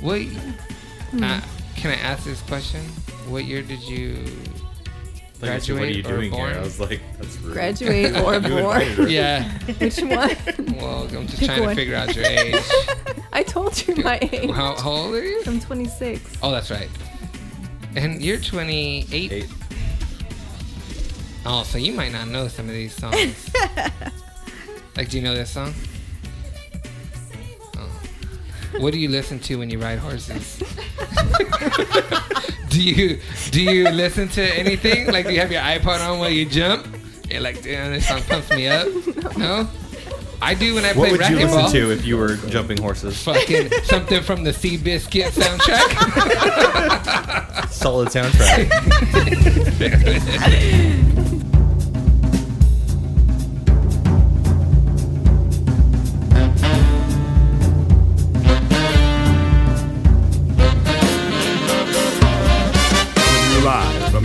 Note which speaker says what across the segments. Speaker 1: What?
Speaker 2: Hmm.
Speaker 1: Uh, can I ask this question? What year did you
Speaker 3: Like,
Speaker 1: graduate
Speaker 3: what are you
Speaker 1: or
Speaker 3: doing
Speaker 1: born?
Speaker 3: here? I was like, that's rude.
Speaker 2: Graduate or
Speaker 3: You invited her.
Speaker 2: born?
Speaker 1: yeah.
Speaker 2: Which one?
Speaker 1: Well, I'm just
Speaker 2: Pick
Speaker 1: trying to
Speaker 2: one.
Speaker 1: figure out your age.
Speaker 2: I told you my age.
Speaker 1: How, how old are you?
Speaker 2: I'm 26.
Speaker 1: Oh, that's right. And you're 28.
Speaker 3: Eight.
Speaker 1: Oh, so you might not know some of these songs. like, do you know this song? Oh. What do you listen to when you ride horses? do you do you listen to anything? Like, do you have your iPod on while you jump? You're like, damn, this song pumps me up. No, I do when I
Speaker 3: What
Speaker 1: play
Speaker 3: would you
Speaker 1: racquetball.
Speaker 3: listen to if you were jumping horses?
Speaker 1: Fucking something from the Sea Biscuit soundtrack.
Speaker 3: Solid soundtrack.
Speaker 4: Live from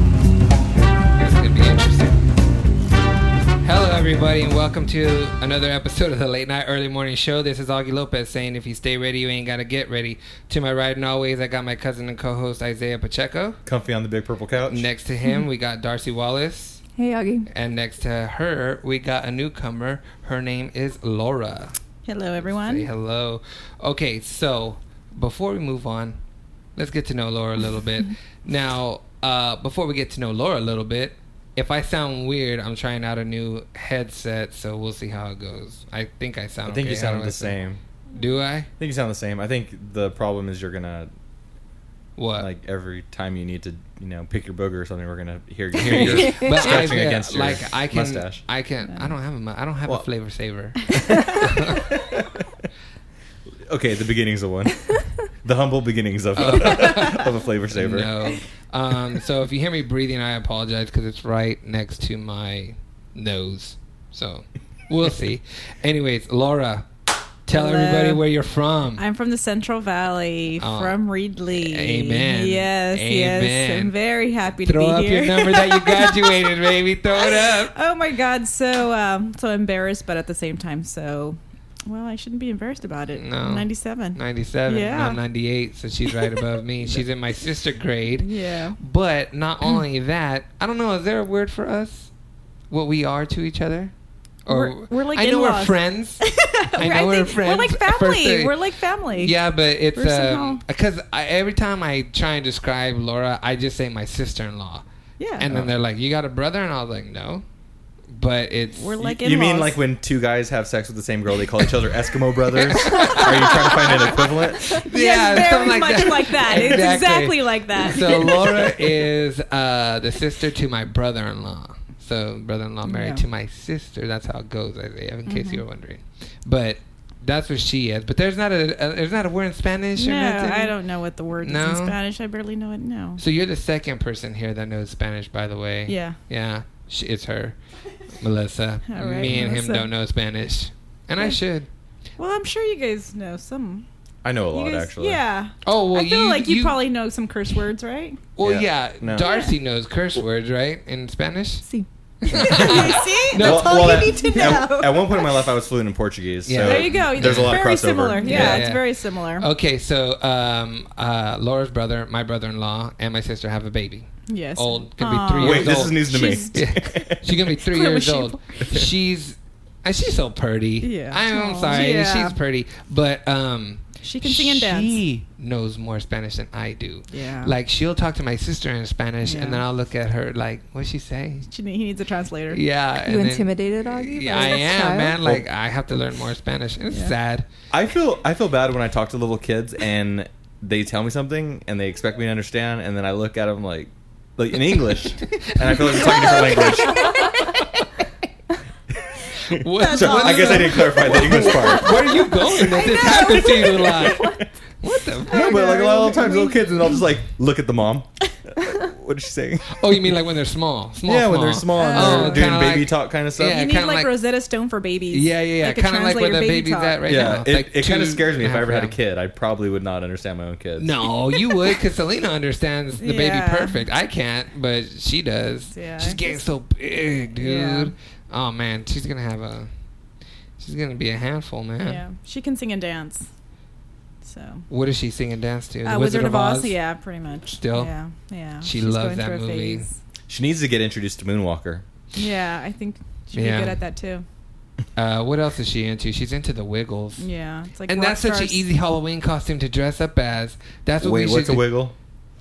Speaker 1: It's gonna be interesting. Hello, everybody, and welcome to another episode of the Late Night Early Morning Show. This is Augie Lopez saying, "If you stay ready, you ain't gotta get ready." To my right, and always, I got my cousin and co-host Isaiah Pacheco.
Speaker 3: Comfy on the big purple couch.
Speaker 1: Next to him, we got Darcy Wallace,
Speaker 2: Hey, Augie.
Speaker 1: and next to her, we got a newcomer. Her name is Laura.
Speaker 5: Hello,
Speaker 1: Say
Speaker 5: everyone.
Speaker 1: hello. Okay, so before we move on, let's get to know Laura a little bit. now, uh, before we get to know Laura a little bit, if I sound weird, I'm trying out a new headset, so we'll see how it goes. I think I sound.
Speaker 3: I think
Speaker 1: okay.
Speaker 3: you
Speaker 1: How do
Speaker 3: sound
Speaker 1: I
Speaker 3: the
Speaker 1: sound?
Speaker 3: same.
Speaker 1: Do I?
Speaker 3: I think you sound the same. I think the problem is you're gonna
Speaker 1: What?
Speaker 3: like every time you need to, you know, pick your booger or something, we're gonna hear your
Speaker 1: Hear
Speaker 3: fingers
Speaker 1: you. But I,
Speaker 3: scratching against your
Speaker 1: like I can,
Speaker 3: mustache.
Speaker 1: I can. I don't have a. mu- I don't have
Speaker 3: Well-
Speaker 1: a flavor saver.
Speaker 3: okay, the beginnings of one. the humble beginnings of, of a flavor saver.
Speaker 1: Oh. No. Um, so if you hear me breathing, I apologize because it's right next to my nose. So we'll see. Anyways, Laura, tell
Speaker 5: Hello.
Speaker 1: everybody where you're from.
Speaker 5: I'm from the Central Valley,
Speaker 1: Oh.
Speaker 5: from Reedley.
Speaker 1: Amen.
Speaker 5: Yes,
Speaker 1: Amen.
Speaker 5: yes. I'm very happy to
Speaker 1: Throw
Speaker 5: be
Speaker 1: up
Speaker 5: here.
Speaker 1: your number that you graduated, baby. Throw it up.
Speaker 5: oh my God, so um, so embarrassed, but at the same time, so well, I shouldn't be embarrassed about it.
Speaker 1: No.
Speaker 5: 97.
Speaker 1: 97,
Speaker 5: Yeah.
Speaker 1: not 98, so she's right above me. She's in my sister grade.
Speaker 5: Yeah.
Speaker 1: But
Speaker 5: Mm.
Speaker 1: not only that, I don't know, is there a word for us? What we are to each other?
Speaker 5: We're- we're like
Speaker 1: I know
Speaker 5: in-laws.
Speaker 1: we're friends. I know we're friends.
Speaker 5: We're like
Speaker 1: First
Speaker 5: family.
Speaker 1: thing-
Speaker 5: We're like family.
Speaker 1: Yeah, but it's
Speaker 5: Bruce and Hall.
Speaker 1: because I every time I try and describe Laura, I just say my sister-in-law,
Speaker 5: Yeah.
Speaker 1: and then they're like, "You got a brother?" And I was like, "No," but it's
Speaker 5: we're like
Speaker 3: you mean
Speaker 5: in-laws.
Speaker 3: like when two guys have sex with the same girl, they call each other Eskimo brothers? Are you trying to find an equivalent?
Speaker 1: yeah,
Speaker 5: yes, very
Speaker 1: something like
Speaker 5: much
Speaker 1: that.
Speaker 5: like that. It's
Speaker 1: Exactly.
Speaker 5: exactly. like that.
Speaker 1: so Laura is uh, the sister to my brother-in-law. So brother-in-law married
Speaker 5: Yeah. Mm-hmm.
Speaker 1: to my sister. That's how it goes, Isaiah. In case you were wondering, but that's what she is. But there's not a, a there's not a word in Spanish. or
Speaker 5: no,
Speaker 1: nothing?
Speaker 5: I don't know what the word
Speaker 1: No?
Speaker 5: is in Spanish. I barely know it now.
Speaker 1: So you're the second person here that knows Spanish, by the way.
Speaker 5: Yeah.
Speaker 1: Yeah, she, it's her, Melissa.
Speaker 5: All right,
Speaker 1: Me and him
Speaker 5: Melissa.
Speaker 1: don't know Spanish, and I
Speaker 5: Yeah.
Speaker 1: should.
Speaker 5: Well, I'm sure you guys know some.
Speaker 3: I know a
Speaker 5: You
Speaker 3: lot
Speaker 5: guys-
Speaker 3: actually.
Speaker 5: Yeah.
Speaker 1: Oh well,
Speaker 5: I feel
Speaker 1: you
Speaker 5: like you,
Speaker 1: you-
Speaker 5: probably know some curse words, right?
Speaker 1: Well, yeah,
Speaker 3: Yeah, no.
Speaker 1: Darcy knows curse words, right, in Spanish.
Speaker 2: See.
Speaker 5: See? That's all you need to know.
Speaker 3: At, at one point in my life, I was fluent in Portuguese.
Speaker 1: Yeah.
Speaker 3: So
Speaker 5: there you go.
Speaker 3: There's a lot of
Speaker 5: very
Speaker 3: crossover.
Speaker 5: similar. Yeah,
Speaker 1: Yeah, Oh,
Speaker 5: it's
Speaker 1: yeah.
Speaker 5: very similar.
Speaker 1: Okay, so um, uh, Laura's brother, my brother-in-law, and my sister have a baby.
Speaker 5: yes.
Speaker 1: Old could be
Speaker 5: Aw.
Speaker 1: three
Speaker 3: Wait,
Speaker 1: years
Speaker 3: this
Speaker 1: old.
Speaker 3: is news to
Speaker 5: She's-
Speaker 3: me.
Speaker 1: She's gonna be three
Speaker 5: Where was
Speaker 1: years
Speaker 5: she
Speaker 1: old. She's and she's so pretty.
Speaker 5: Yeah.
Speaker 1: I'm
Speaker 5: Aw.
Speaker 1: sorry,
Speaker 5: Yeah.
Speaker 1: she's pretty, but um,
Speaker 5: She can sing and dance.
Speaker 1: She knows more Spanish than I do.
Speaker 5: Yeah.
Speaker 1: Like she'll talk to my sister in Spanish,
Speaker 5: Yeah.
Speaker 1: and then I'll look at her like, "What's she say?"
Speaker 5: She ne- he needs a translator.
Speaker 1: Yeah. and
Speaker 2: You
Speaker 1: then-
Speaker 2: intimidated, Augie?
Speaker 1: Yeah,
Speaker 2: by
Speaker 1: I
Speaker 2: this
Speaker 1: am,
Speaker 2: child?
Speaker 1: man. Like I have to learn more Spanish. And it's
Speaker 5: Yeah.
Speaker 1: sad.
Speaker 3: I feel I feel bad when I talk to little kids and they tell me something and they expect me to understand, and then I look at them like like in English, and I feel like I'm talking different language.
Speaker 1: What-
Speaker 3: so I guess I didn't clarify the English part.
Speaker 1: Where are you going? That this happens to you a lot. What the?
Speaker 3: No,
Speaker 1: Fuck?
Speaker 3: but like a lot of times,
Speaker 2: We-
Speaker 3: little kids, and I'll just like look at the mom, What is she saying?
Speaker 1: Oh, you mean like when they're small? Small.
Speaker 3: yeah, when they're small and
Speaker 5: Oh,
Speaker 3: they're doing
Speaker 1: kinda
Speaker 3: baby
Speaker 1: like-
Speaker 3: talk kind of stuff.
Speaker 1: Yeah,
Speaker 5: you need
Speaker 1: kinda
Speaker 5: like,
Speaker 1: like-
Speaker 5: Rosetta Stone for babies.
Speaker 1: Yeah, yeah, yeah.
Speaker 5: Like a
Speaker 1: Kind of like where
Speaker 5: translator
Speaker 1: the baby's
Speaker 5: talk.
Speaker 1: at right
Speaker 3: yeah,
Speaker 1: now.
Speaker 3: it,
Speaker 1: Like
Speaker 3: it kind
Speaker 1: two
Speaker 3: of scares me
Speaker 1: and
Speaker 3: if I
Speaker 1: half
Speaker 3: ever had a
Speaker 1: now.
Speaker 3: kid. I probably would not understand my own kids.
Speaker 1: No, you would, because Selena understands the
Speaker 5: Yeah.
Speaker 1: baby perfect. I can't, but she does.
Speaker 5: Yeah.
Speaker 1: She's getting so big, dude.
Speaker 5: Yeah.
Speaker 1: Oh man, she's gonna have a. She's gonna be a handful, man.
Speaker 5: Yeah, she can sing and dance. So
Speaker 1: What does she sing and dance to?
Speaker 5: uh, Wizard of Oz. Yeah, pretty much.
Speaker 1: Still?
Speaker 5: Yeah, yeah.
Speaker 1: She
Speaker 5: She's
Speaker 1: loves
Speaker 5: going
Speaker 1: that
Speaker 5: through a
Speaker 1: movie.
Speaker 5: phase.
Speaker 3: She needs to get introduced to Moonwalker.
Speaker 5: Yeah, I think she'd
Speaker 1: Yeah.
Speaker 5: be good at that too.
Speaker 1: Uh, what else is she into? She's into the Wiggles.
Speaker 5: Yeah, it's like
Speaker 1: and
Speaker 5: rock
Speaker 1: that's such
Speaker 5: stars.
Speaker 1: an easy Halloween costume to dress up as. That's what
Speaker 3: Wait,
Speaker 1: we
Speaker 3: what's a
Speaker 1: should.
Speaker 3: wiggle?
Speaker 1: do.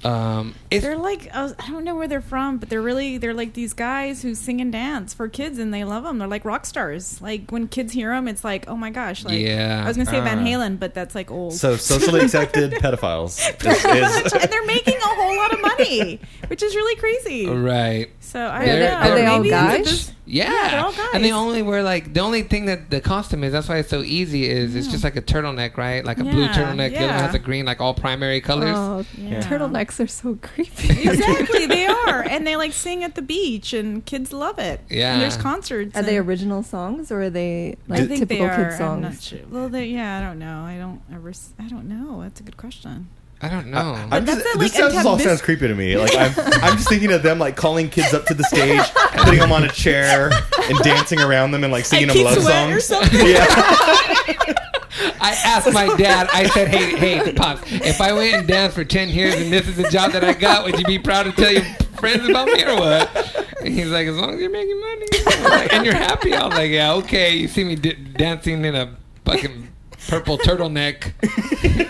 Speaker 1: Um, it's
Speaker 5: They're like I, was- I don't know where they're from, but they're really they're like these guys who sing and dance for kids, and they love them. They're like rock stars. Like when kids hear them, it's like oh my gosh. Like,
Speaker 1: Yeah. Uh.
Speaker 5: I was gonna say Van
Speaker 3: Ah.
Speaker 5: Halen, but that's like old.
Speaker 3: So socially accepted pedophiles. This is-
Speaker 5: and they're making a whole lot of money, which is really crazy.
Speaker 1: right.
Speaker 5: So I
Speaker 1: They're-
Speaker 5: don't know.
Speaker 1: are they all
Speaker 5: Maybe it's
Speaker 2: guys?
Speaker 5: just-
Speaker 1: Yeah.
Speaker 5: they're all guys.
Speaker 1: And they only wear like the only thing that the costume is. That's why it's so easy. Is it's just like a turtleneck, right? Like a blue
Speaker 5: Yeah,
Speaker 1: turtleneck. The other
Speaker 5: yeah.
Speaker 1: one has a green, like all primary colors.
Speaker 2: Oh,
Speaker 5: Yeah.
Speaker 2: turtlenecks are so creepy.
Speaker 5: exactly, they are, and they like sing at the beach, and kids love it.
Speaker 1: Yeah.
Speaker 5: and there's concerts.
Speaker 2: Are they
Speaker 5: and-
Speaker 2: original songs or are they like
Speaker 5: I think
Speaker 2: typical
Speaker 5: they are.
Speaker 2: kid
Speaker 5: I'm not
Speaker 2: songs?
Speaker 5: sure. Well, they, yeah, I don't know. I don't ever. s- I don't know. That's a good question.
Speaker 1: I don't know.
Speaker 3: I- I'm
Speaker 5: that's
Speaker 3: just,
Speaker 5: not like
Speaker 3: this sounds, this all
Speaker 5: antagonis-
Speaker 3: sounds creepy to me. Like I'm, I'm just thinking of them like calling kids up to the stage, putting them on a chair, and dancing around them and like singing them
Speaker 5: Keith
Speaker 3: love
Speaker 5: Sweat or
Speaker 3: songs.
Speaker 5: something.
Speaker 3: Yeah,
Speaker 1: I asked my dad. I said, "Hey, hey, pops, if I went and danced for ten years and this is the job that I got, would you be proud to tell your friends about me or what?" And he's like, "As long as you're making money I'm like, and you're happy," I was like, "Yeah, okay." You see me d- dancing in a fucking purple turtleneck,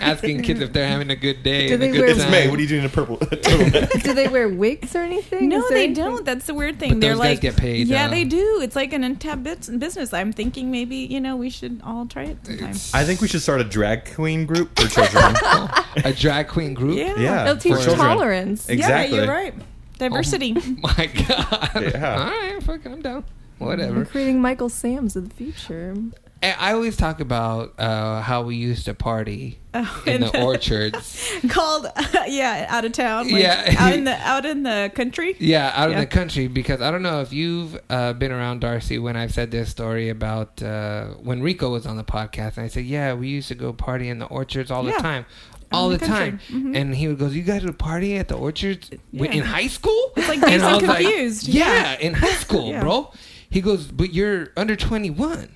Speaker 1: asking kids if they're having a good day.
Speaker 2: Do
Speaker 1: and a
Speaker 2: they
Speaker 1: good
Speaker 2: wear-
Speaker 3: it's
Speaker 1: time.
Speaker 3: May. What are you doing in a purple turtleneck?
Speaker 2: Do they wear wigs or anything?
Speaker 5: No,
Speaker 2: Is there
Speaker 5: they
Speaker 2: anything-
Speaker 5: don't. That's the weird thing.
Speaker 1: But
Speaker 5: They're
Speaker 1: those guys
Speaker 5: like,
Speaker 1: get paid, uh,
Speaker 5: yeah,
Speaker 1: though.
Speaker 5: they do. It's like an untapped bus- business. I'm thinking maybe you know we should all try it sometime.
Speaker 3: I think we should start a drag queen group for children.
Speaker 1: Oh, a drag queen group?
Speaker 5: Yeah,
Speaker 3: Yeah,
Speaker 2: They'll
Speaker 3: for
Speaker 2: teach
Speaker 3: children.
Speaker 2: tolerance.
Speaker 3: Exactly.
Speaker 5: Yeah, you're right. Diversity.
Speaker 1: My God.
Speaker 3: Yeah.
Speaker 1: All right, fuck it, I'm down.
Speaker 2: We're
Speaker 1: Whatever.
Speaker 2: creating Michael Sam's of the future.
Speaker 1: I I always talk about uh, how we used to party
Speaker 5: Oh,
Speaker 1: in the
Speaker 5: and-
Speaker 1: orchards.
Speaker 5: Called, yeah, out of town. Like,
Speaker 1: Yeah.
Speaker 5: out in the out in the country.
Speaker 1: Yeah, out in
Speaker 5: Yeah.
Speaker 1: the country because I don't know if you've uh, been around Darcy when I've said this story about uh, when Rico was on the podcast and I said, "Yeah, we used to go party in the orchards all
Speaker 5: Yeah.
Speaker 1: the time." All
Speaker 5: in
Speaker 1: the,
Speaker 5: the
Speaker 1: time,
Speaker 5: country. Mhm.
Speaker 1: and he would goes, "You guys would party at the orchards w
Speaker 5: Yeah.
Speaker 1: in high school."
Speaker 5: It's like
Speaker 1: And
Speaker 5: Dazed
Speaker 1: I
Speaker 5: and
Speaker 1: was like,
Speaker 5: Confused.
Speaker 1: yeah, in high school,
Speaker 5: Yeah.
Speaker 1: bro. He goes, "But you're under 21,"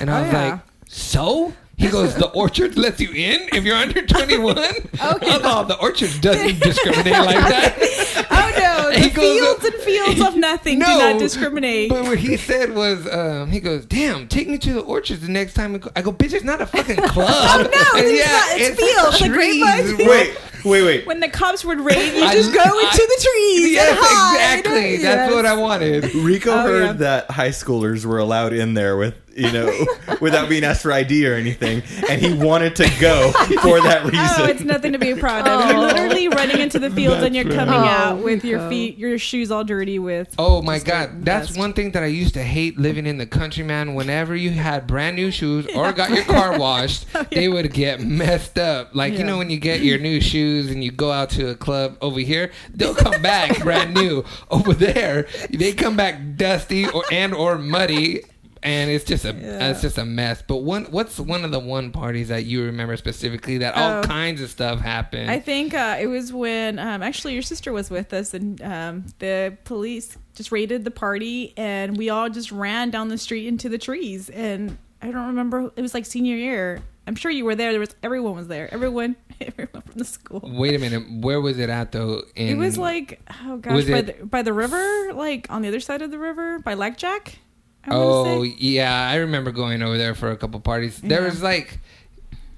Speaker 1: and I
Speaker 5: Oh,
Speaker 1: was
Speaker 5: yeah.
Speaker 1: like, "So." He goes, the orchard lets you in if you're under 21. Oh, no, the orchard doesn't discriminate like that.
Speaker 5: Oh no,
Speaker 1: He goes-
Speaker 5: the fields and fields of nothing do not discriminate.
Speaker 1: But what he said was, um, he goes, "Damn, take me to the orchards the next time." we go." I go, "Bitch, it's not a fucking club."
Speaker 5: Oh, no, it's not- it's fields, like grapevines.
Speaker 1: bro.
Speaker 3: Wait, wait, wait.
Speaker 5: when the cops would raid, you
Speaker 1: I-
Speaker 5: just go into
Speaker 1: I-
Speaker 5: the trees.
Speaker 1: Yes,
Speaker 5: and hide.
Speaker 1: exactly.
Speaker 5: Yes.
Speaker 1: That's what I wanted.
Speaker 3: Rico
Speaker 5: Oh,
Speaker 3: heard
Speaker 5: yeah.
Speaker 3: that high schoolers were allowed in there with you know without being asked for ID or anything, and he wanted to go for that
Speaker 5: Oh, it's
Speaker 3: reason.
Speaker 5: nothing to be proud of. You're
Speaker 2: Oh.
Speaker 5: literally running into the fields and you're
Speaker 3: That's right.
Speaker 5: coming
Speaker 2: Oh,
Speaker 5: out with your
Speaker 2: Rico.
Speaker 5: feet, your shoes all dirty with.
Speaker 1: Oh my
Speaker 5: Just the
Speaker 1: god, that's
Speaker 5: best.
Speaker 1: one thing that I used to hate living in the country, man. Whenever you had brand new shoes or got your car washed, they would get messed up. Like you
Speaker 5: Oh, Yeah.
Speaker 1: know when you get your new shoes and you go out to a club over here, they'll come back brand new. Over there, they come back dusty or and or muddy. And it's just a
Speaker 5: Yeah.
Speaker 1: it's just a mess. But one what's one of the one parties that you remember specifically that all
Speaker 5: Oh.
Speaker 1: kinds of stuff happened?
Speaker 5: I think uh, it was when um, actually your sister was with us, and um, the police just raided the party, and we all just ran down the street into the trees. And I don't remember; it was like senior year. I'm sure you were there. There was everyone was there. Everyone, everyone from the school.
Speaker 1: Wait a minute, where was it at though? In,
Speaker 5: It was like oh gosh,
Speaker 1: Was
Speaker 5: by
Speaker 1: it-
Speaker 5: the, by the river, like on the other side of the river, by Blackjack. I wanna
Speaker 1: Oh
Speaker 5: say.
Speaker 1: yeah, I remember going over there for a couple parties. There was like,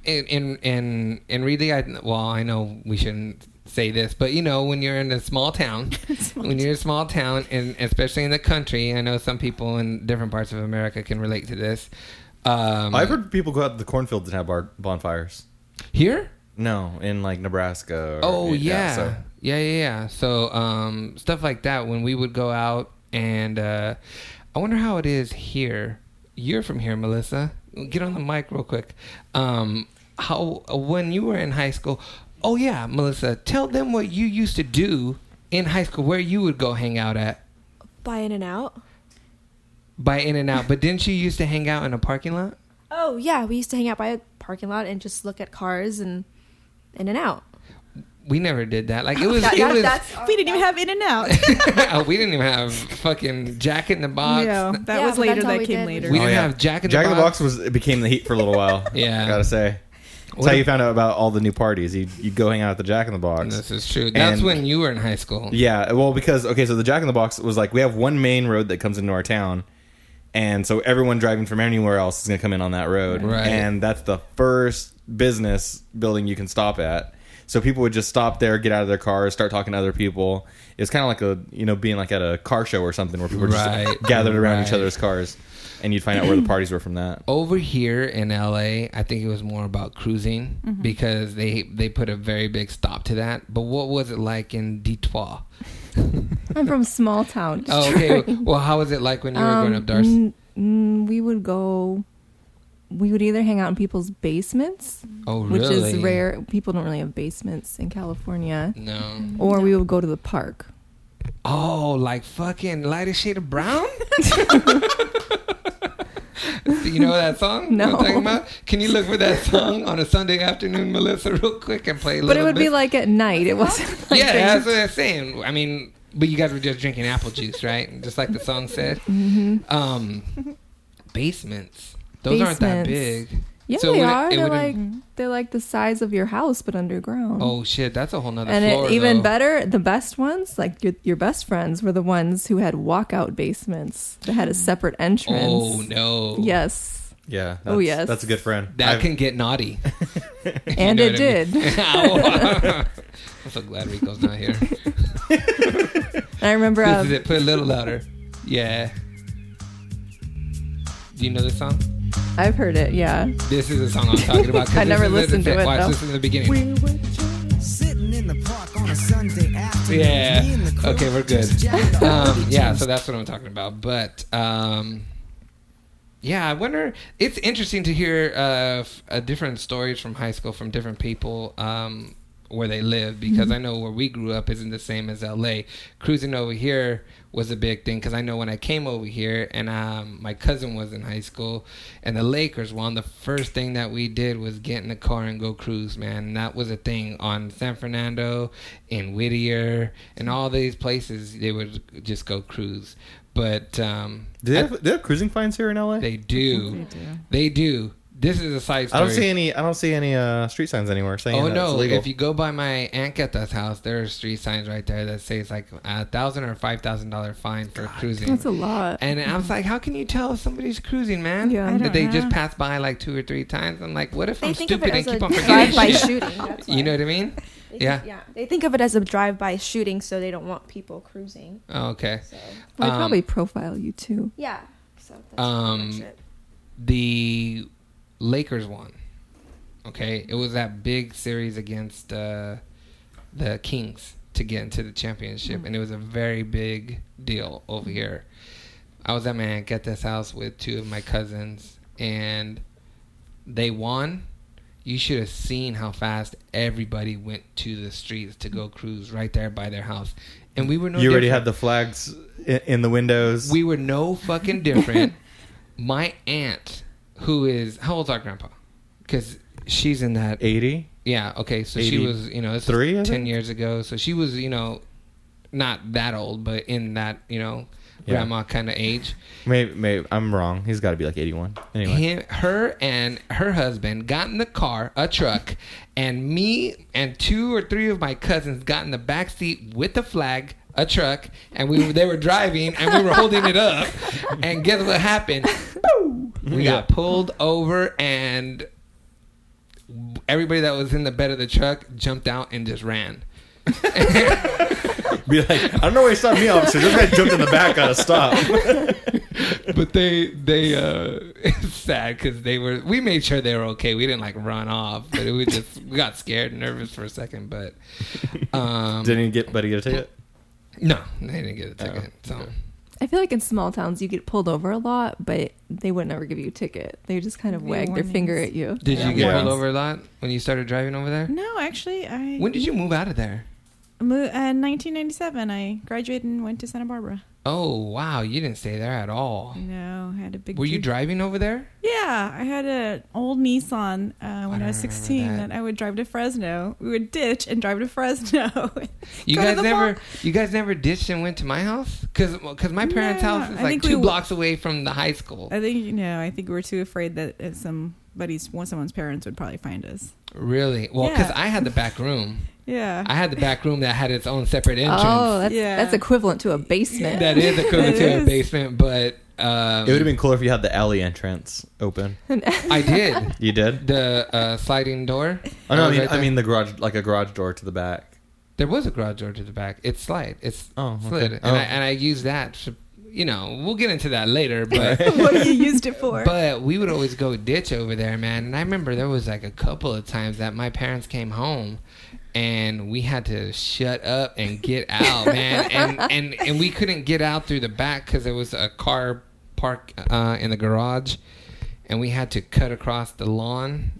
Speaker 1: in in in in really, I well, I know we shouldn't say this, but you know, when you're in a small town, when you're in a small town, and especially in the country, I know some people in different parts of America can relate to this. Um,
Speaker 3: I've heard people go out to the cornfields and have bar- bonfires.
Speaker 1: here.
Speaker 3: No, in like Nebraska. Or,
Speaker 1: Oh yeah,
Speaker 3: so-
Speaker 1: yeah, yeah, yeah. So um, stuff like that. When we would go out, and uh, I wonder how it is here. You're from here, Melissa. Get on the mic real quick. Um, how when you were in high school? Oh yeah, Melissa. Tell them what you used to do in high school where you would go hang out at
Speaker 2: By In and Out.
Speaker 1: by In and Out, but didn't you used to hang out in a parking lot?
Speaker 2: Oh yeah, we used to hang out by a parking lot and just look at cars and In and Out.
Speaker 1: We never did that. Like it was,
Speaker 2: Oh, That-
Speaker 1: it
Speaker 2: that-
Speaker 1: was.
Speaker 2: that's
Speaker 5: We didn't even have In and Out.
Speaker 1: oh, we didn't even have fucking Jack in the Box.
Speaker 5: no, that
Speaker 2: Yeah,
Speaker 5: was
Speaker 2: but
Speaker 5: later.
Speaker 2: that's all
Speaker 5: That
Speaker 2: we
Speaker 5: came
Speaker 2: did.
Speaker 5: later.
Speaker 1: We didn't
Speaker 3: Oh, yeah.
Speaker 1: have Jack in
Speaker 3: Jack
Speaker 1: the
Speaker 3: in the Box was it became the heat for a little while.
Speaker 1: Yeah.
Speaker 3: I gotta say. That's
Speaker 1: What
Speaker 3: how
Speaker 1: a-
Speaker 3: you found out about all the new parties. You you go hang out at the Jack in the Box.
Speaker 1: This is true. That's
Speaker 3: And-
Speaker 1: when you were in high school.
Speaker 3: Yeah, well, because okay, so the Jack in the Box was like we have one main road that comes into our town, and so everyone driving from anywhere else is going to come in on that road,
Speaker 1: Right.
Speaker 3: and that's the first business building you can stop at. So people would just stop there, get out of their cars, start talking to other people. It's kind of like a you know being like at a car show or something where people were just
Speaker 1: Right,
Speaker 3: gathered around each
Speaker 1: right.
Speaker 3: other's cars, and you'd find out where the parties were from that.
Speaker 1: Over here in LA, I think it was more about cruising
Speaker 2: Mm-hmm.
Speaker 1: because they they put a very big stop to that. But what was it like in Detroit?
Speaker 2: I'm from small town.
Speaker 1: Oh, okay. Well, how was it like when you were growing up, Darcy?
Speaker 2: Um, n- n- we would go. We would either hang out in people's basements,
Speaker 1: oh, really?
Speaker 2: which is rare. People don't really have basements in California.
Speaker 1: Mm-hmm. No.
Speaker 2: Or we would go to the park.
Speaker 1: Oh, like fucking lighter shade of brown? you know that song?
Speaker 2: No.
Speaker 1: I'm talking about? Can you look for that song on a Sunday afternoon, Melissa, real quick and play a
Speaker 2: But
Speaker 1: little
Speaker 2: it would
Speaker 1: bit?
Speaker 2: be like at night. It wasn't. Like
Speaker 1: yeah,
Speaker 2: during-
Speaker 1: that's what I'm saying. I mean, but you guys were just drinking apple juice, right? Just like the song said.
Speaker 2: Mm-hmm.
Speaker 1: Um, basements. Those aren't that big.
Speaker 2: Basements. Yeah,
Speaker 1: So
Speaker 2: they
Speaker 1: would it-
Speaker 2: are.
Speaker 1: it
Speaker 2: they're like
Speaker 1: wouldn't-
Speaker 2: they're like the size of your house, but underground.
Speaker 1: Oh shit, that's a whole nother
Speaker 2: and
Speaker 1: floor.
Speaker 2: it, even
Speaker 1: though.
Speaker 2: better, the best ones, like your, your best friends, were the ones who had walkout basements that had a separate entrance.
Speaker 1: Mm. Oh no.
Speaker 2: Yes,
Speaker 3: Yeah.
Speaker 2: Oh,
Speaker 3: that's-
Speaker 2: yes.
Speaker 3: that's a good friend.
Speaker 1: That
Speaker 3: I've-
Speaker 1: can get naughty. You
Speaker 2: and
Speaker 1: know
Speaker 2: it
Speaker 1: what I mean?
Speaker 2: did.
Speaker 1: Ow. I'm so glad Rico's not here.
Speaker 2: I remember.
Speaker 1: This
Speaker 2: Uh,
Speaker 1: is it. Put it a little louder. Yeah. Do you know this song?
Speaker 2: I've heard it. Yeah.
Speaker 1: This is the song I'm talking about. 'cause
Speaker 2: I
Speaker 1: this
Speaker 2: never
Speaker 1: is
Speaker 2: listened to
Speaker 1: the,
Speaker 2: it,
Speaker 1: Watch
Speaker 2: though.
Speaker 1: this in the beginning.
Speaker 6: Sitting in the park on a Sunday afternoon.
Speaker 1: Yeah.
Speaker 6: Me and the crew
Speaker 1: Okay, we're good.
Speaker 6: just jacked off.
Speaker 1: um, yeah, so that's what I'm talking about. But um, yeah, I wonder. It's interesting to hear uh, f- uh, different stories from high school from different people um, where they live because I know where we grew up isn't the same as LA. Cruising over here was a big thing because I know when I came over here and um, my cousin was in high school and the Lakers won, the first thing that we did was get in the car and go cruise, man. And that was a thing on San Fernando, in Whittier, and all these places. They would just go cruise. But um,
Speaker 3: Do they,
Speaker 1: I-
Speaker 3: have, do they have cruising fines here in LA?
Speaker 1: they do.
Speaker 5: They do.
Speaker 1: They do. This is a side
Speaker 3: I
Speaker 1: story.
Speaker 3: don't see any. I don't see any uh, street signs anywhere saying.
Speaker 1: Oh
Speaker 3: that it's
Speaker 1: no!
Speaker 3: illegal.
Speaker 1: If you go by my aunt Keta's house, there are street signs right there that say it's like a thousand or five thousand dollar fine for cruising.
Speaker 2: That's a lot.
Speaker 1: And I was like, how can you tell if somebody's cruising, man?
Speaker 2: Yeah. I
Speaker 1: Did
Speaker 5: don't
Speaker 1: they just
Speaker 5: know.
Speaker 1: pass by like two or three times? I'm like, what if
Speaker 7: They
Speaker 1: I'm
Speaker 7: think of
Speaker 1: stupid
Speaker 7: it
Speaker 1: and
Speaker 7: as a
Speaker 1: keep on forgetting?
Speaker 7: drive-by
Speaker 1: shit?
Speaker 7: shooting. That's why.
Speaker 1: You know what I mean?
Speaker 7: They think-
Speaker 1: Yeah.
Speaker 7: yeah. They think of it as a drive-by shooting, so they don't want people cruising.
Speaker 1: Oh, okay.
Speaker 7: So
Speaker 2: Well, they
Speaker 1: um,
Speaker 2: probably profile you too.
Speaker 7: yeah. So that's
Speaker 1: Um,
Speaker 7: pretty much it.
Speaker 1: The Lakers won. Okay, it was that big series against uh, the Kings to get into the championship, and it was a very big deal over here. I was at my aunt Geta's house with two of my cousins, and they won. You should have seen how fast everybody went to the streets to go cruise right there by their house, and we were no.
Speaker 3: you already
Speaker 1: different.
Speaker 3: had the flags in, in the windows.
Speaker 1: We were no fucking different. My aunt, who is how old's our grandpa? Because she's in that.
Speaker 3: eighty.
Speaker 1: Yeah. Okay. So she was, you know, this was
Speaker 3: 83, I
Speaker 1: ten
Speaker 3: think?
Speaker 1: years ago. So she was, you know, not that old, but in that, you know,
Speaker 3: Yeah.
Speaker 1: grandma kind of age.
Speaker 3: Maybe, maybe I'm wrong. He's got to be like eighty-one. Anyway,
Speaker 1: Him, her and her husband got in the car, a truck, and me and two or three of my cousins got in the back seat with the flag, a truck, and we they were driving and we were holding it up. And guess what happened? Boom! We got pulled over and everybody that was in the bed of the truck jumped out and just ran.
Speaker 3: be like, I don't know why he stopped me, officer. This guy jumped in the back on a stop.
Speaker 1: but they they uh it's sad because they were we made sure they were okay we didn't like run off but it was just we got scared and nervous for a second but um
Speaker 3: Didn't he get, but he get a ticket.
Speaker 1: no they didn't get a ticket so
Speaker 2: I feel like in small towns you get pulled over a lot, but they would never give you a ticket. They just kind of
Speaker 5: Give you
Speaker 2: wag their finger
Speaker 5: warnings.
Speaker 2: at you.
Speaker 1: did you get
Speaker 3: Yeah.
Speaker 1: pulled over a lot when you started driving over there
Speaker 5: No, actually, I
Speaker 1: when did you move out of there
Speaker 5: mo- uh, 1997, I graduated and went to Santa Barbara.
Speaker 1: Oh wow, you didn't stay there at all.
Speaker 5: No, I had a big.
Speaker 1: Were you
Speaker 5: dream-
Speaker 1: driving over there?
Speaker 5: Yeah, I had an old Nissan uh, when I, was
Speaker 1: remember
Speaker 5: 16
Speaker 1: that.
Speaker 5: that. I would drive to Fresno. We would ditch and drive to Fresno.
Speaker 1: You
Speaker 5: Go to
Speaker 1: guys
Speaker 5: the
Speaker 1: never,
Speaker 5: mall.
Speaker 1: you guys never ditched and went to my house because my parents'
Speaker 5: No,
Speaker 1: house is
Speaker 5: I
Speaker 1: like
Speaker 5: think
Speaker 1: two
Speaker 5: we-
Speaker 1: blocks away from the high school.
Speaker 5: I think you know. I think we were too afraid that if somebody's one someone's parents would probably find us.
Speaker 1: Really? Well, because
Speaker 5: Yeah.
Speaker 1: I had the back room.
Speaker 5: Yeah.
Speaker 1: I had the back room that had its own separate entrance.
Speaker 2: Oh, that's,
Speaker 5: Yeah.
Speaker 2: that's equivalent to a basement.
Speaker 1: that is equivalent
Speaker 5: That
Speaker 1: to a
Speaker 5: is.
Speaker 1: basement, but um,
Speaker 3: It would have been cooler if you had the alley entrance open.
Speaker 1: I did
Speaker 3: You did?
Speaker 1: the uh, sliding door.
Speaker 3: Oh no, I
Speaker 1: was
Speaker 3: mean,
Speaker 1: right
Speaker 3: I
Speaker 1: there.
Speaker 3: mean the garage, like a garage door to the back.
Speaker 1: there was a garage door to the back. It's slide. It's
Speaker 3: Oh, okay.
Speaker 1: slid, and
Speaker 3: Oh.
Speaker 1: I and I used that. To, you know, we'll get into that later, but.
Speaker 5: what you used it for?
Speaker 1: But we would always go ditch over there, man. And I remember there was like a couple of times that my parents came home and we had to shut up and get out, man. And and and we couldn't get out through the back cuz there was a car park uh, in the garage and we had to cut across the lawn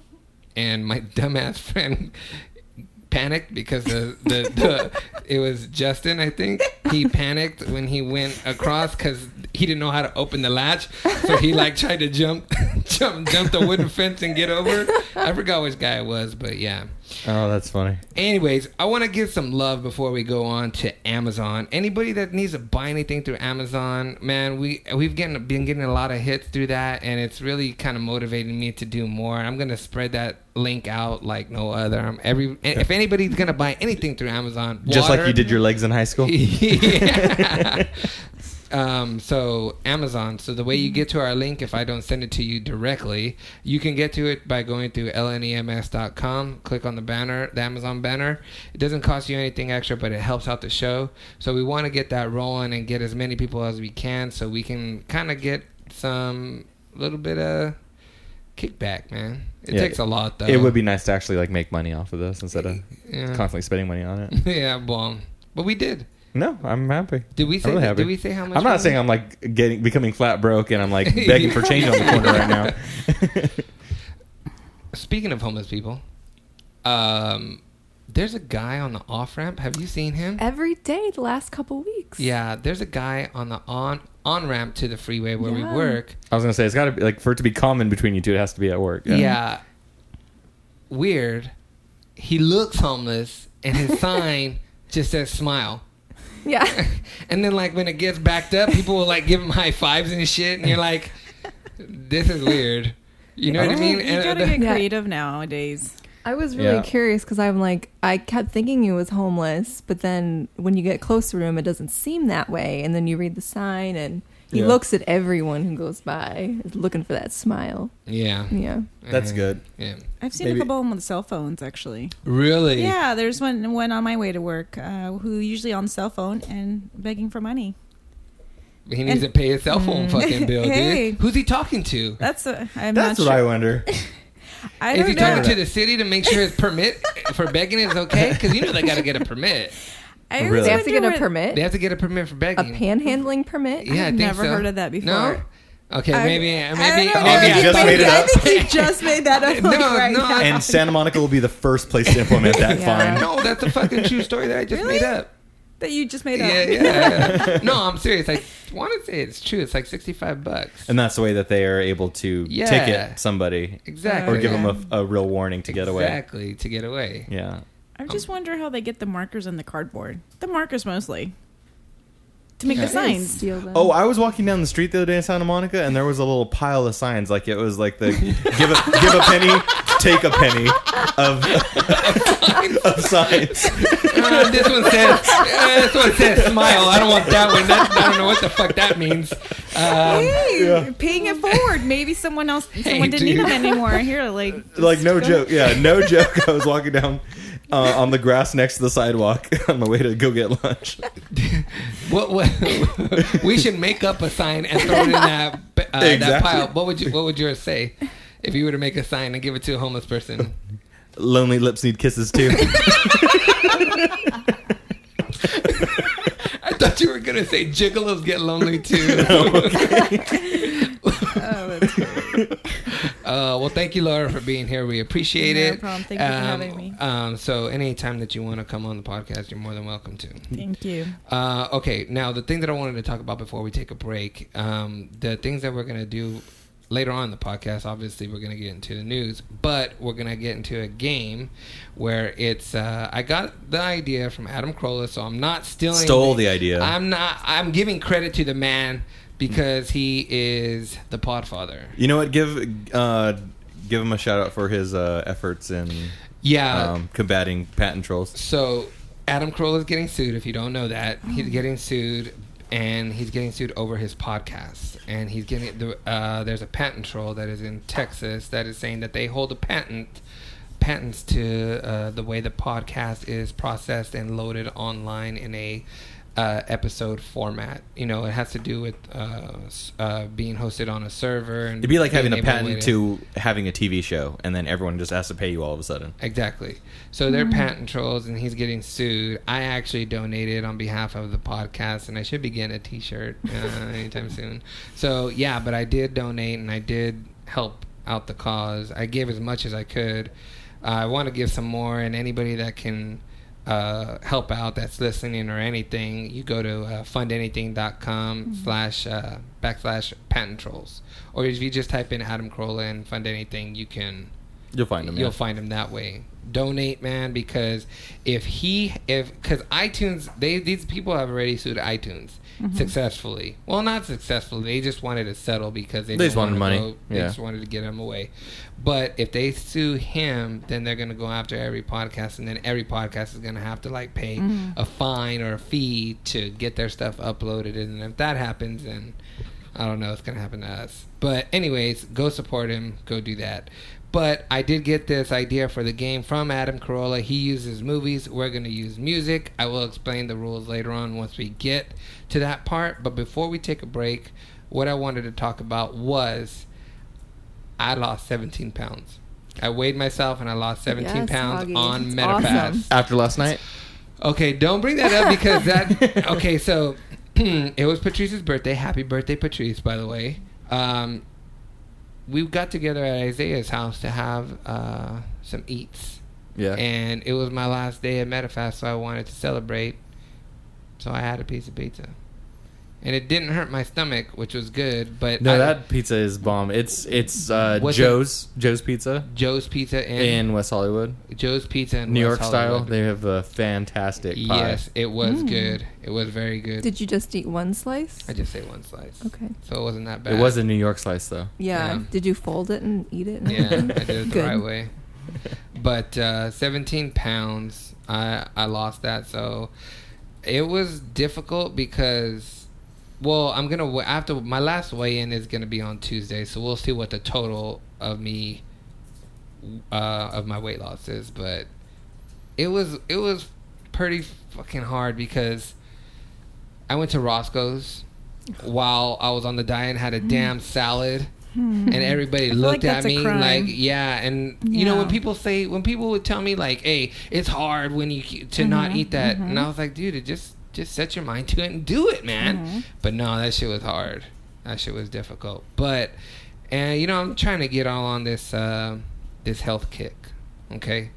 Speaker 1: and my dumbass friend panicked because the, the, the it was Justin I think he panicked when he went across because he didn't know how to open the latch so he like tried to jump jump jump the wooden fence and get over I forgot which guy it was but yeah
Speaker 3: Oh, that's funny.
Speaker 1: anyways I want to give some love before we go on to Amazon anybody that needs to buy anything through Amazon man we we've getting been getting a lot of hits through that and it's really kind of motivating me to do more I'm gonna spread that link out like no other I'm every if anybody's gonna buy anything through Amazon
Speaker 3: Just like
Speaker 1: water-
Speaker 3: you did your legs in high school.
Speaker 1: yeah. um, so Amazon. So the way you get to our link, if I don't send it to you directly, you can get to it by going through E lnems.com. Click on the banner, the Amazon banner. It doesn't cost you anything extra, but it helps out the show. So we want to get that rolling and get as many people as we can, so we can kind of get some little bit of kickback, man. It
Speaker 3: Yeah.
Speaker 1: takes a lot though.
Speaker 3: It would be nice to actually like make money off of this instead of
Speaker 1: Yeah.
Speaker 3: constantly spending money on it.
Speaker 1: yeah, well, but we did.
Speaker 3: No, I'm happy.
Speaker 1: Did we
Speaker 3: I'm
Speaker 1: say?
Speaker 3: really
Speaker 1: that,
Speaker 3: happy.
Speaker 1: did we say how much?
Speaker 3: I'm
Speaker 1: we-
Speaker 3: not saying I'm like getting becoming flat broke and I'm like begging for change on the corner right now.
Speaker 1: Speaking of homeless people, um, there's a guy on the off ramp. Have you seen him?
Speaker 2: Every day the last couple weeks.
Speaker 1: Yeah, there's a guy on the on on ramp to the freeway where
Speaker 2: Yeah.
Speaker 1: we work.
Speaker 3: I was gonna say it's got to be like for it to be common between you two, it has to be at work.
Speaker 1: Yeah. weird. He looks homeless, and his sign just says "smile."
Speaker 2: Yeah.
Speaker 1: and then, like when it gets backed up, people will like give him high fives and shit, and you're like, "This is weird." You know what I
Speaker 3: Oh.
Speaker 1: mean?
Speaker 5: you
Speaker 1: And uh,
Speaker 5: gotta
Speaker 1: the-
Speaker 5: get
Speaker 2: Yeah.
Speaker 5: creative nowadays.
Speaker 2: I was really
Speaker 3: Yeah.
Speaker 2: curious because I'm like, I kept thinking he was homeless, but then when you get closer to him, it doesn't seem that way. And then you read the sign, and he
Speaker 3: Yeah.
Speaker 2: looks at everyone who goes by, is looking for that smile.
Speaker 1: yeah,
Speaker 2: Yeah.
Speaker 3: That's good.
Speaker 1: Yeah.
Speaker 5: I've seen
Speaker 3: Maybe-
Speaker 5: a couple of them on cell phones actually.
Speaker 1: Really?
Speaker 5: Yeah, there's one one on my way to work uh, who usually on cell phone and begging for money.
Speaker 1: He needs
Speaker 5: And- Mm.
Speaker 1: to pay his cell phone fucking bill,
Speaker 5: Hey.
Speaker 1: dude. Who's he talking to?
Speaker 5: That's a, I'm
Speaker 3: That's
Speaker 5: not
Speaker 3: what I
Speaker 5: sure.
Speaker 3: wonder.
Speaker 5: I,
Speaker 1: Is he
Speaker 5: don't know.
Speaker 1: talking to the city to make sure his permit for begging is okay? Because you know they got to get a permit.
Speaker 5: I always
Speaker 3: Really?
Speaker 2: They have to
Speaker 5: wonder
Speaker 2: get a
Speaker 5: what-
Speaker 2: permit,
Speaker 1: They have to get a permit for
Speaker 2: a
Speaker 1: begging.
Speaker 2: panhandling permit.
Speaker 1: yeah, I
Speaker 5: I've
Speaker 1: think
Speaker 5: never
Speaker 1: so.
Speaker 5: heard of that before.
Speaker 1: No. Okay,
Speaker 5: I-
Speaker 1: maybe
Speaker 5: I
Speaker 1: maybe
Speaker 5: don't know.
Speaker 1: maybe
Speaker 3: He
Speaker 1: I
Speaker 3: just
Speaker 1: fucked
Speaker 3: made it
Speaker 5: I
Speaker 3: up.
Speaker 5: think you just made that up. like,
Speaker 1: No,
Speaker 5: right
Speaker 1: no,
Speaker 5: now.
Speaker 3: and Santa Monica will be the first place to implement that
Speaker 2: Yeah.
Speaker 3: fine.
Speaker 1: No, that's a fucking true story that I just
Speaker 5: Really?
Speaker 1: made up.
Speaker 5: that you just made up.
Speaker 1: Yeah, yeah, yeah. No, I'm serious. I want to say it's true. It's like 65 bucks.
Speaker 3: And that's the way that they are able to
Speaker 1: Yeah.
Speaker 3: ticket somebody
Speaker 1: Exactly.
Speaker 3: or give
Speaker 5: Yeah.
Speaker 3: them a, a real warning to get away.
Speaker 1: Exactly, to get away.
Speaker 3: Yeah.
Speaker 5: I just wonder how they get the markers and the cardboard. The markers mostly to make the
Speaker 2: They
Speaker 5: signs.
Speaker 2: steal them.
Speaker 3: Oh, I was walking down the street the other day in Santa Monica, and there was a little pile of signs. Like it was like the give a give a penny, take a penny of of signs.
Speaker 1: Uh, this one says uh, this one says smile. I don't want that one. That, I don't know what the fuck that means. Um,
Speaker 5: Hey, paying it forward. Maybe someone else, someone didn't
Speaker 1: dude.
Speaker 5: need them anymore. Here, like,
Speaker 3: Like no
Speaker 5: just go-
Speaker 3: joke, yeah, no joke. I was walking down uh, on the grass next to the sidewalk on my way to go get lunch.
Speaker 1: what, what we should make up a sign and throw it in that uh, that
Speaker 3: Exactly.
Speaker 1: pile. What would you What would yours say if you were to make a sign and give it to a homeless person?
Speaker 3: Lonely lips need kisses too.
Speaker 1: I thought you were gonna say gigolos get lonely too.
Speaker 5: Oh, that's-
Speaker 1: Uh, well, thank you, Laura, for being here. We appreciate
Speaker 5: No
Speaker 1: it.
Speaker 5: problem. Thank you for having me.
Speaker 1: Um, so, anytime that you want to come on the podcast, you're more than welcome to.
Speaker 5: Thank you.
Speaker 1: Uh, okay, now the thing that I wanted to talk about before we take a break, um, the things that we're gonna do later on in the podcast. Obviously, we're gonna get into the news, but we're gonna get into a game where it's. Uh, I got the idea from Adam Carolla, so I'm not stealing.
Speaker 3: Stole the idea.
Speaker 1: I'm not. I'm giving credit to the man because he is the Podfather.
Speaker 3: You know what? Give uh, give him a shout out for his uh, efforts in
Speaker 1: Yeah.
Speaker 3: um, combating patent trolls.
Speaker 1: So Adam Carolla is getting sued. If you don't know that, he's getting sued, and he's getting sued over his podcast. And he's getting the uh, there's a patent troll that is in Texas that is saying that they hold a patent patents to uh, the way the podcast is processed and loaded online in a uh, episode format. You know, it has to do with uh, s- uh, being hosted on a server. And
Speaker 3: It'd be like
Speaker 1: being
Speaker 3: having a
Speaker 1: able
Speaker 3: patent
Speaker 1: wait-
Speaker 3: to having a TV show, and then everyone just has to pay you all of a sudden.
Speaker 1: Exactly. So they're patent trolls, and he's getting sued. I actually donated on behalf of the podcast, and I should be getting a T-shirt uh, anytime soon. So yeah, but I did donate, and I did help out the cause. I gave as much as I could. Uh, I want to give some more, and anybody that can uh, help out that's listening or anything, you go to uh, fundanything.com slash uh, backslash patent trolls. Or if you just type in Adam Carolla and fund anything, you can
Speaker 3: You'll find them.
Speaker 1: you'll find him that way. Donate, man, because if he if because iTunes they these people have already sued iTunes successfully. Well, not successfully. They just wanted to settle because they,
Speaker 3: They just
Speaker 1: didn't
Speaker 3: wanted
Speaker 1: wanna
Speaker 3: money.
Speaker 1: go- they
Speaker 3: Yeah.
Speaker 1: just wanted to get him away. But if they sue him, then they're gonna go after every podcast, and then every podcast is gonna have to like pay a fine or a fee to get their stuff uploaded. And if that happens, then I don't know. It's gonna happen to us. But anyways, go support him. Go do that. But I did get this idea for the game from Adam Carolla. He uses movies. We're gonna use music. I will explain the rules later on once we get to that part. But before we take a break, what I wanted to talk about was I lost 17 pounds. I weighed myself and I lost 17
Speaker 2: Yes,
Speaker 1: pounds
Speaker 2: Augie.
Speaker 1: on
Speaker 2: It's
Speaker 1: MetaFast.
Speaker 2: awesome.
Speaker 3: after last night.
Speaker 1: Okay, don't bring that up because that. okay, so it was Patrice's birthday. Happy birthday, Patrice! By the way, um, we got together at Isaiah's house to have uh, some eats,
Speaker 3: Yeah.
Speaker 1: and it was my last day at MetaFast, so I wanted to celebrate. So I had a piece of pizza, and it didn't hurt my stomach, which was good. But
Speaker 3: no,
Speaker 1: I-
Speaker 3: that pizza is bomb. It's it's uh,
Speaker 1: Was it-
Speaker 3: Joe's Joe's Pizza
Speaker 1: Joe's Pizza and,
Speaker 3: in West Hollywood,
Speaker 1: Joe's Pizza in
Speaker 3: New
Speaker 1: West
Speaker 3: York style.
Speaker 1: Hollywood.
Speaker 3: They have a fantastic pie.
Speaker 1: Yes, it was good. It was very good.
Speaker 2: Hmm. Did you just eat one slice?
Speaker 1: I just say one slice.
Speaker 2: Okay.
Speaker 1: So it wasn't that bad.
Speaker 3: It was a New York slice though.
Speaker 2: Yeah.
Speaker 1: Yeah.
Speaker 2: Did you fold it and eat it? and
Speaker 1: Yeah, I
Speaker 2: everything?
Speaker 1: did it the
Speaker 2: Good.
Speaker 1: right way. But uh, 17 pounds, I I lost that. So it was difficult because, well, I'm gonna wa- I have to. My last weigh in is gonna be on Tuesday, so we'll see what the total of me uh, of my weight loss is. But it was it was pretty fucking hard because I went to Roscoe's while I was on the diet and had
Speaker 5: Hmm.
Speaker 1: a damn salad. And everybody looked
Speaker 5: like
Speaker 1: at
Speaker 5: that's a
Speaker 1: me
Speaker 5: crime.
Speaker 1: like, yeah. And you know, when
Speaker 5: Yeah.
Speaker 1: people say, when people would tell me like, hey, it's hard when you to not eat that, and I was like, dude, it just just set your mind to it and do it, man. But no, that shit was hard. That shit was difficult. But and you know, I'm trying to get all on this uh, this health kick. Okay,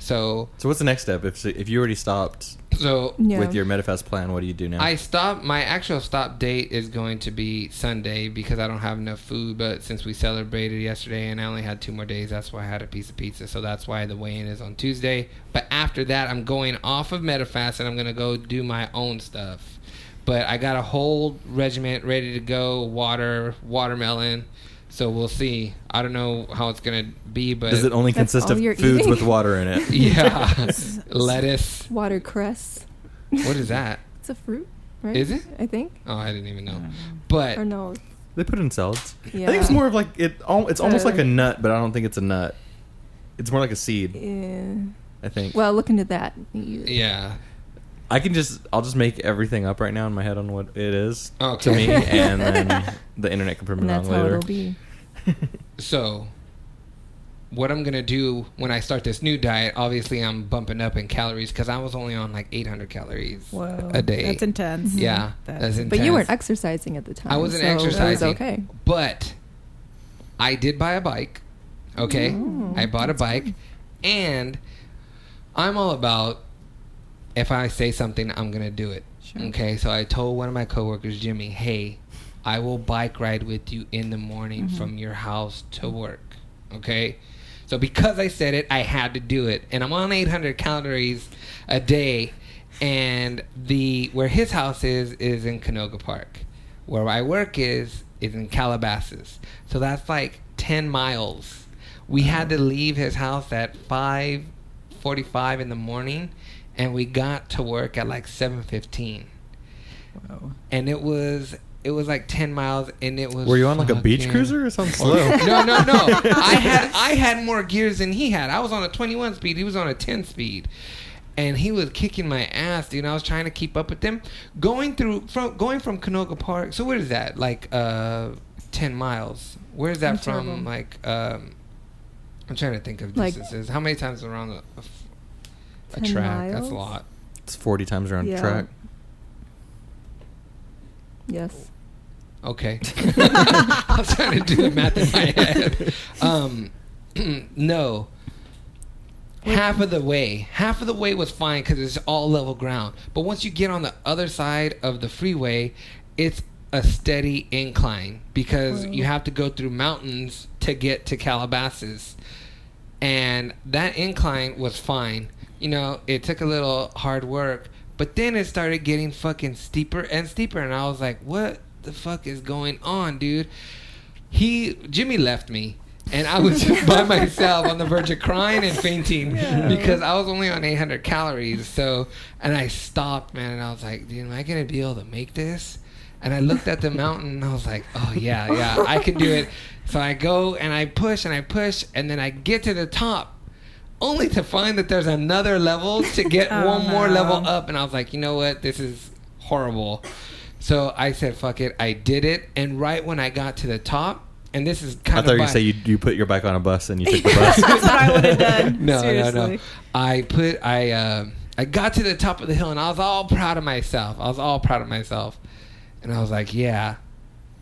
Speaker 1: so
Speaker 3: So what's the next step? If if you already stopped
Speaker 1: so
Speaker 2: Yeah.
Speaker 3: with your MetaFest plan, what do you do now?
Speaker 1: I stop. My actual stop date is going to be Sunday because I don't have enough food. But since we celebrated yesterday and I only had two more days, that's why I had a piece of pizza. So that's why the weigh-in is on Tuesday. But after that, I'm going off of MetaFast and I'm gonna go do my own stuff. But I got a whole regiment ready to go. Water, watermelon. So we'll see. I don't know how it's gonna be, but
Speaker 3: Does it only
Speaker 2: That's
Speaker 3: consist of
Speaker 2: all you're
Speaker 3: foods
Speaker 2: eating?
Speaker 3: with water in it?
Speaker 1: yeah, lettuce.
Speaker 2: Watercress.
Speaker 1: What is that?
Speaker 2: It's a fruit, right?
Speaker 1: Is it?
Speaker 2: I think.
Speaker 1: Oh, I didn't even know. But
Speaker 2: Or no?
Speaker 3: They put it in salads. I think
Speaker 2: Yeah.
Speaker 3: it's more of like it. al- It's almost
Speaker 2: Uh,
Speaker 3: like a nut, but I don't think it's a nut. It's more like a seed.
Speaker 2: Yeah.
Speaker 3: I think.
Speaker 2: eh, Well, look into that. You-
Speaker 1: yeah.
Speaker 3: I can just. I'll just make everything up right now in my head on what it is
Speaker 1: Oh, Okay.
Speaker 3: to me, and then the internet can prove me
Speaker 2: And that's
Speaker 3: wrong
Speaker 2: how
Speaker 3: later.
Speaker 2: it'll be.
Speaker 1: So, what I'm gonna do when I start this new diet? Obviously, I'm bumping up in calories because I was only on like 800 calories a day.
Speaker 5: That's intense.
Speaker 1: yeah,
Speaker 5: That's-
Speaker 1: that's intense.
Speaker 2: Mm-hmm. But you weren't exercising at the time.
Speaker 1: I wasn't
Speaker 2: so
Speaker 1: exercising.
Speaker 2: It was okay.
Speaker 1: But I did buy a bike. Okay,
Speaker 2: Mm-hmm.
Speaker 1: I bought a bike, and I'm all about if I say something, I'm gonna do it. Okay, so I told one of my coworkers, Jimmy, hey, I will bike ride with you in the morning from your house to work. Okay, so because I said it, I had to do it, and I'm on 800 calories a day, and the where his house is is in Canoga Park, where I work is is in Calabasas, so that's like 10 miles. We had to leave his house at five 45 in the morning and we got to work at like 715 and it was it was like 10 miles and it was
Speaker 3: Were you on like a beach
Speaker 1: fucking-
Speaker 3: cruiser or something slow?
Speaker 1: no no no i had i had more gears than he had i was on a 21 speed he was on a 10 speed and he was kicking my ass dude and i was trying to keep up with them going through from going from canoga park so where is that like uh 10 miles where's that
Speaker 5: I'm
Speaker 1: from
Speaker 5: terrible.
Speaker 1: like um i'm trying to think of
Speaker 2: Like-
Speaker 1: distances how many times around a, a, a
Speaker 2: 10
Speaker 1: track that's
Speaker 2: miles?
Speaker 1: a lot
Speaker 3: It's 40 times around
Speaker 2: Yeah.
Speaker 3: the track.
Speaker 2: Yes.
Speaker 1: Okay. I'm trying to do the math in my head. Um, no. Half of the way, half of the way was fine because it's all level ground. But once you get on the other side of the freeway, it's a steady incline because you have to go through mountains to get to Calabasas and that incline was fine. You know, it took a little hard work, but then it started getting fucking steeper and steeper, and I was like, "What the fuck is going on, dude?" He Jimmy left me, and I was just by myself on the verge of crying and fainting because I was only on 800 calories. So, and I stopped, man, and I was like, "Dude, am I gonna be able to make this?" And I looked at the mountain and I was like, oh, yeah, yeah, I can do it. So I go and I push and I push and then I get to the top only to find that there's another level to get one
Speaker 5: Oh,
Speaker 1: more
Speaker 5: no.
Speaker 1: level up. And I was like, you know what? This is horrible. So I said, fuck it. I did it. And right when I got to the top, and this is kind
Speaker 3: I
Speaker 1: of.
Speaker 3: thought you
Speaker 1: by-
Speaker 3: were say you, you put your bike on a bus and you took the bus.
Speaker 5: That's what I would have done.
Speaker 1: no,
Speaker 5: Seriously.
Speaker 1: no, no. I put I um I got to the top of the hill and I was all proud of myself. I was all proud of myself, and I was like, yeah.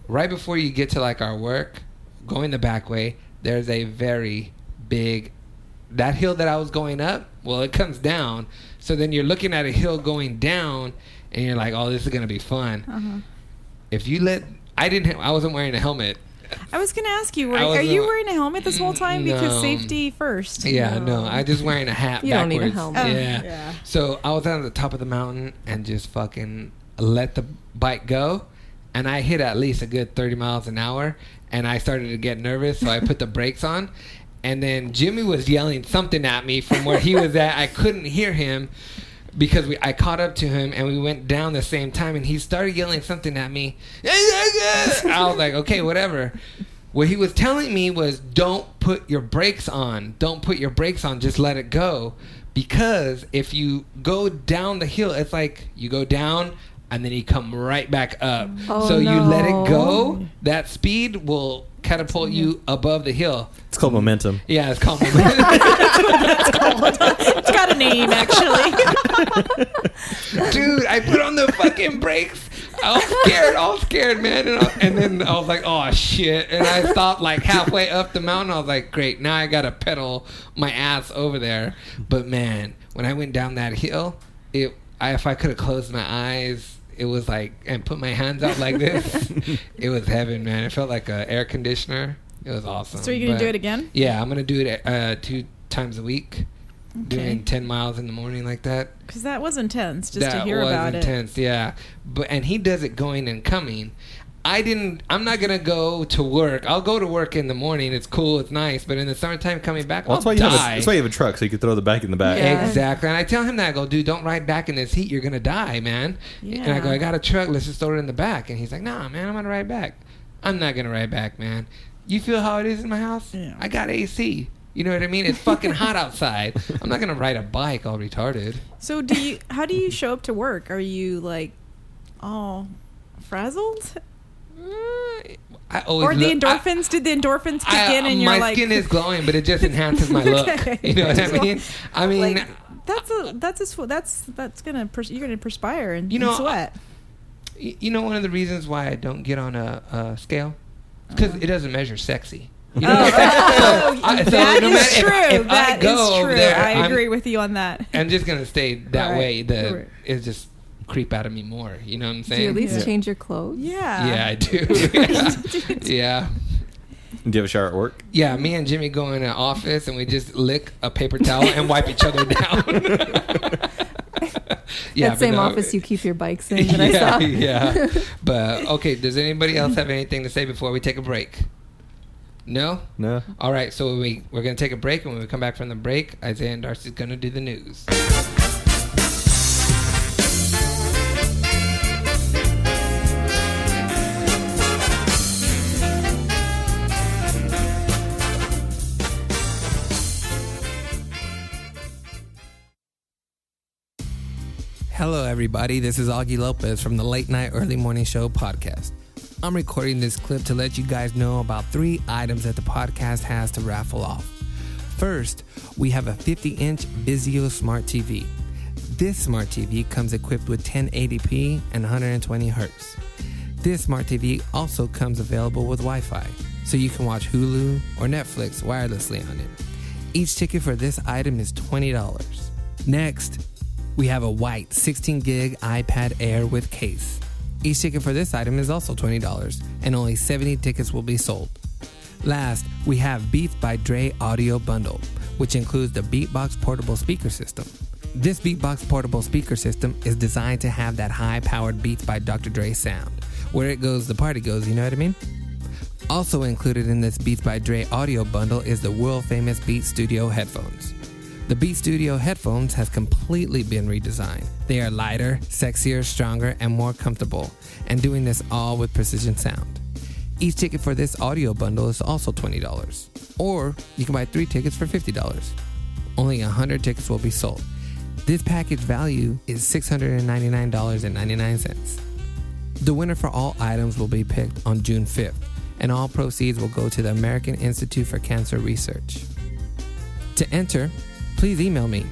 Speaker 1: Right before you get to like our work, going the back way, there's a very big that hill that I was going up. Well, it comes down, so then you're looking at a hill going down, and you're like, oh, this is gonna be fun.
Speaker 2: Uh-huh.
Speaker 1: If you let I didn't I wasn't wearing a helmet.
Speaker 5: I was going to ask you, were,
Speaker 1: I was
Speaker 5: are you
Speaker 1: gonna-
Speaker 5: wearing a helmet this whole time?
Speaker 1: No.
Speaker 5: Because safety first.
Speaker 1: Yeah, no, I just wearing a hat.
Speaker 2: You don't
Speaker 1: backwards.
Speaker 2: need a helmet.
Speaker 5: Oh,
Speaker 1: yeah.
Speaker 5: yeah.
Speaker 1: So I was on the top of the mountain and just fucking let the bike go, and I hit at least a good thirty miles an hour, and I started to get nervous, so I put the brakes on. And then Jimmy was yelling something at me from where he was at. I couldn't hear him because we, I caught up to him and we went down the same time, and he started yelling something at me. I was like, okay, whatever. What he was telling me was don't put your brakes on. Don't put your brakes on. Just let it go. Because if you go down the hill, it's like you go down and then you come right back up.
Speaker 2: Oh,
Speaker 1: so you let
Speaker 2: no.
Speaker 1: it go, that speed will catapult you above the hill.
Speaker 3: It's called momentum.
Speaker 1: Yeah, it's called momentum.
Speaker 5: It's got a name, actually.
Speaker 1: Dude, I put on the fucking brakes. I was scared, all scared, man. And, I, and then I was like, oh, shit. And I stopped like halfway up the mountain. I was like, great, now I got to pedal my ass over there. But man, when I went down that hill, it, I, if I could have closed my eyes, it was like, and put my hands out like this, it was heaven, man. It felt like a air conditioner. It was awesome.
Speaker 5: so are you going
Speaker 1: But-
Speaker 5: to do it again?
Speaker 1: Yeah, I'm gonna do it uh, two times a week, doing ten miles in the morning like that.
Speaker 5: Because that was intense just
Speaker 1: that
Speaker 5: to hear
Speaker 1: was
Speaker 5: about it.
Speaker 1: intense, yeah. But and he does it going and coming. I didn't. I'm not gonna go to work. I'll go to work in the morning. It's cool. It's nice. But in the summertime, coming back,
Speaker 3: Well,
Speaker 1: I'll
Speaker 3: that's, why you
Speaker 1: die.
Speaker 3: have a, that's why you have a truck so you can throw the bike in the back.
Speaker 2: Yeah.
Speaker 1: Exactly. And I tell him that I go, dude, don't ride back in this heat. You're gonna die, man. And I go,
Speaker 5: Yeah.
Speaker 1: I got a truck. Let's just throw it in the back. And he's like, Nah, man, I'm gonna ride back. I'm not gonna ride back, man. You feel how it is in my house?
Speaker 5: Yeah.
Speaker 1: I got AC. You know what I mean? It's fucking hot outside. I'm not gonna ride a bike all retarded.
Speaker 5: So do you? How do you show up to work? Are you like all frazzled,
Speaker 1: I always
Speaker 5: or the
Speaker 1: look- I-
Speaker 5: endorphins? did the endorphins kick
Speaker 1: I-
Speaker 5: in and
Speaker 1: my
Speaker 5: you're like,
Speaker 1: skin is glowing, but it just enhances my look.
Speaker 5: Okay.
Speaker 1: You know what I
Speaker 5: Just
Speaker 1: mean? I mean,
Speaker 5: like, that's a that's a sw- that's that's gonna pers- you're gonna perspire and,
Speaker 1: You know,
Speaker 5: and sweat.
Speaker 1: y- you know, one of the reasons why I don't get on a, a scale because it doesn't measure sexy. You know what I'm saying? So, I- so
Speaker 5: Oh. That
Speaker 1: no
Speaker 5: is
Speaker 1: matter if-
Speaker 5: true. That
Speaker 1: if
Speaker 5: is
Speaker 1: I go over
Speaker 5: true.
Speaker 1: there,
Speaker 5: I
Speaker 1: I'm-
Speaker 5: agree with you on that.
Speaker 1: I'm just gonna stay that
Speaker 5: Right.
Speaker 1: way. The
Speaker 5: Right.
Speaker 1: it just creep out of me more. You know what I'm
Speaker 2: Do you
Speaker 1: saying?
Speaker 2: at least
Speaker 3: Yeah.
Speaker 2: change your clothes?
Speaker 5: Yeah.
Speaker 1: yeah, I do. yeah.
Speaker 3: Do you have a shower at work?
Speaker 1: Yeah, me and Jimmy go in an office and we just lick a paper towel and wipe each other down.
Speaker 2: that same
Speaker 1: but no.
Speaker 2: office you keep your bikes in that
Speaker 1: yeah,
Speaker 2: I saw.
Speaker 1: yeah. But okay, does anybody else have anything to say before we take a break? No?
Speaker 3: No.
Speaker 1: All right, so we, we're going to take a break, and when we come back from the break, Isaiah and Darcy's going to do the news. Hello, everybody. This is Augie Lopez from the Late Night Early Morning Show podcast. I'm recording this clip to let you guys know about three items that the podcast has to raffle off. First, we have a 50 inch Vizio Smart TV. This smart TV comes equipped with 1080p and 120 hertz. This smart TV also comes available with Wi Fi, so you can watch Hulu or Netflix wirelessly on it. Each ticket for this item is $20. Next, we have a white 16 gig iPad Air with case. Each ticket for this item is also $20, and only 70 tickets will be sold. Last, we have Beats by Dre Audio Bundle, which includes the Beatbox portable speaker system. This Beatbox portable speaker system is designed to have that high powered Beats by Dr. Dre sound. Where it goes, the party goes, you know what I mean? Also included in this Beats by Dre audio bundle is the world famous Beat Studio headphones. The Beat Studio headphones has completely been redesigned. They are lighter, sexier, stronger, and more comfortable, and doing this all with precision sound. Each ticket for this audio bundle is also $20, or you can buy three tickets for $50. Only 100 tickets will be sold. This package value is $699.99. The winner for all items will be picked on June 5th, and all proceeds will go to the American Institute for Cancer Research. To enter, please email me.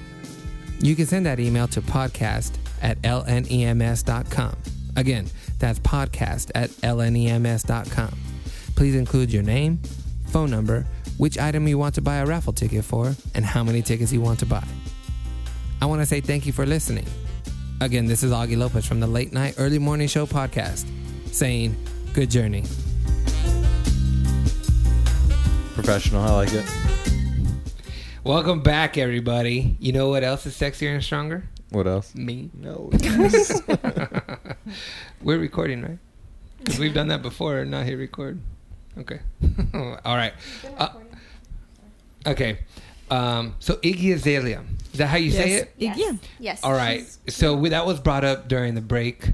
Speaker 1: You can send that email to podcast at E lnems.com. Again, that's podcast at E lnems.com. Please include your name, phone number, which item you want to buy a raffle ticket for, and how many tickets you want to buy. I want to say thank you for listening. Again, this is Augie Lopez from the Late Night Early Morning Show podcast saying good journey.
Speaker 3: Professional. I like it.
Speaker 1: Welcome back, everybody. You know what else is sexier and stronger?
Speaker 3: What else?
Speaker 1: Me.
Speaker 3: No.
Speaker 1: We're recording, right? Because we've done that before and not hit record. Okay. All right. Uh, okay. Um, so Iggy Azalea. Is that how you say
Speaker 5: Yes.
Speaker 1: it?
Speaker 5: Yes.
Speaker 7: Yes.
Speaker 1: All right. So we, that was brought up during the break.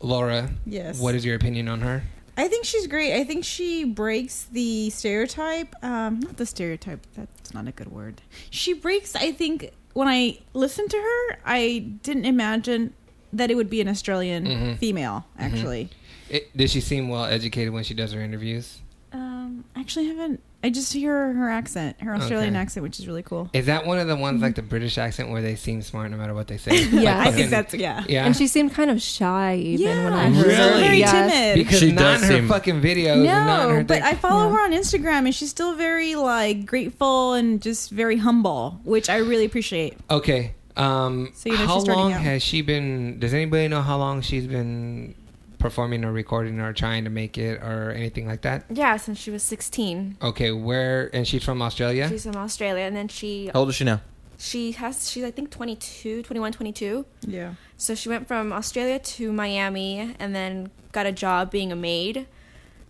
Speaker 1: Laura,
Speaker 5: Yes.
Speaker 1: what is your opinion on her?
Speaker 5: I think she's great. I think she breaks the stereotype. Um, not the stereotype. That's not a good word. She breaks. I think when I listened to her, I didn't imagine that it would be an Australian female. Actually,
Speaker 1: It, does she seem well educated when she does her interviews?
Speaker 5: um, actually, I haven't. I just hear her accent, her Australian
Speaker 1: Okay.
Speaker 5: accent, which is really cool.
Speaker 1: Is that one of the ones like the British accent where they seem smart no matter what they say?
Speaker 2: Yeah.
Speaker 1: Like
Speaker 5: I think
Speaker 1: fucking-
Speaker 5: that's Mm-hmm. yeah.
Speaker 1: yeah.
Speaker 2: And she seemed kind of shy even when I
Speaker 5: she's
Speaker 2: heard her.
Speaker 5: very
Speaker 2: Yes.
Speaker 5: timid.
Speaker 1: because
Speaker 3: She
Speaker 1: not
Speaker 3: does
Speaker 1: in her
Speaker 3: seem-
Speaker 1: fucking videos. and not in
Speaker 5: No,
Speaker 1: her
Speaker 5: but
Speaker 1: thing.
Speaker 5: I follow
Speaker 2: Yeah.
Speaker 5: her on Instagram, and she's still very like grateful and just very humble, which I really appreciate.
Speaker 1: Okay. Um,
Speaker 5: So you know
Speaker 1: how
Speaker 5: she's starting
Speaker 1: long
Speaker 5: out.
Speaker 1: has she been? Does anybody know how long she's been performing or recording or trying to make it or anything like that?
Speaker 7: Yeah, since she was 16.
Speaker 1: Okay, where? And she's from Australia.
Speaker 7: She's from Australia, and then she
Speaker 3: How old is she now?
Speaker 7: she has she's I think 22, 21, 22.
Speaker 5: Yeah.
Speaker 7: So she went from Australia to Miami, and then got a job being a maid,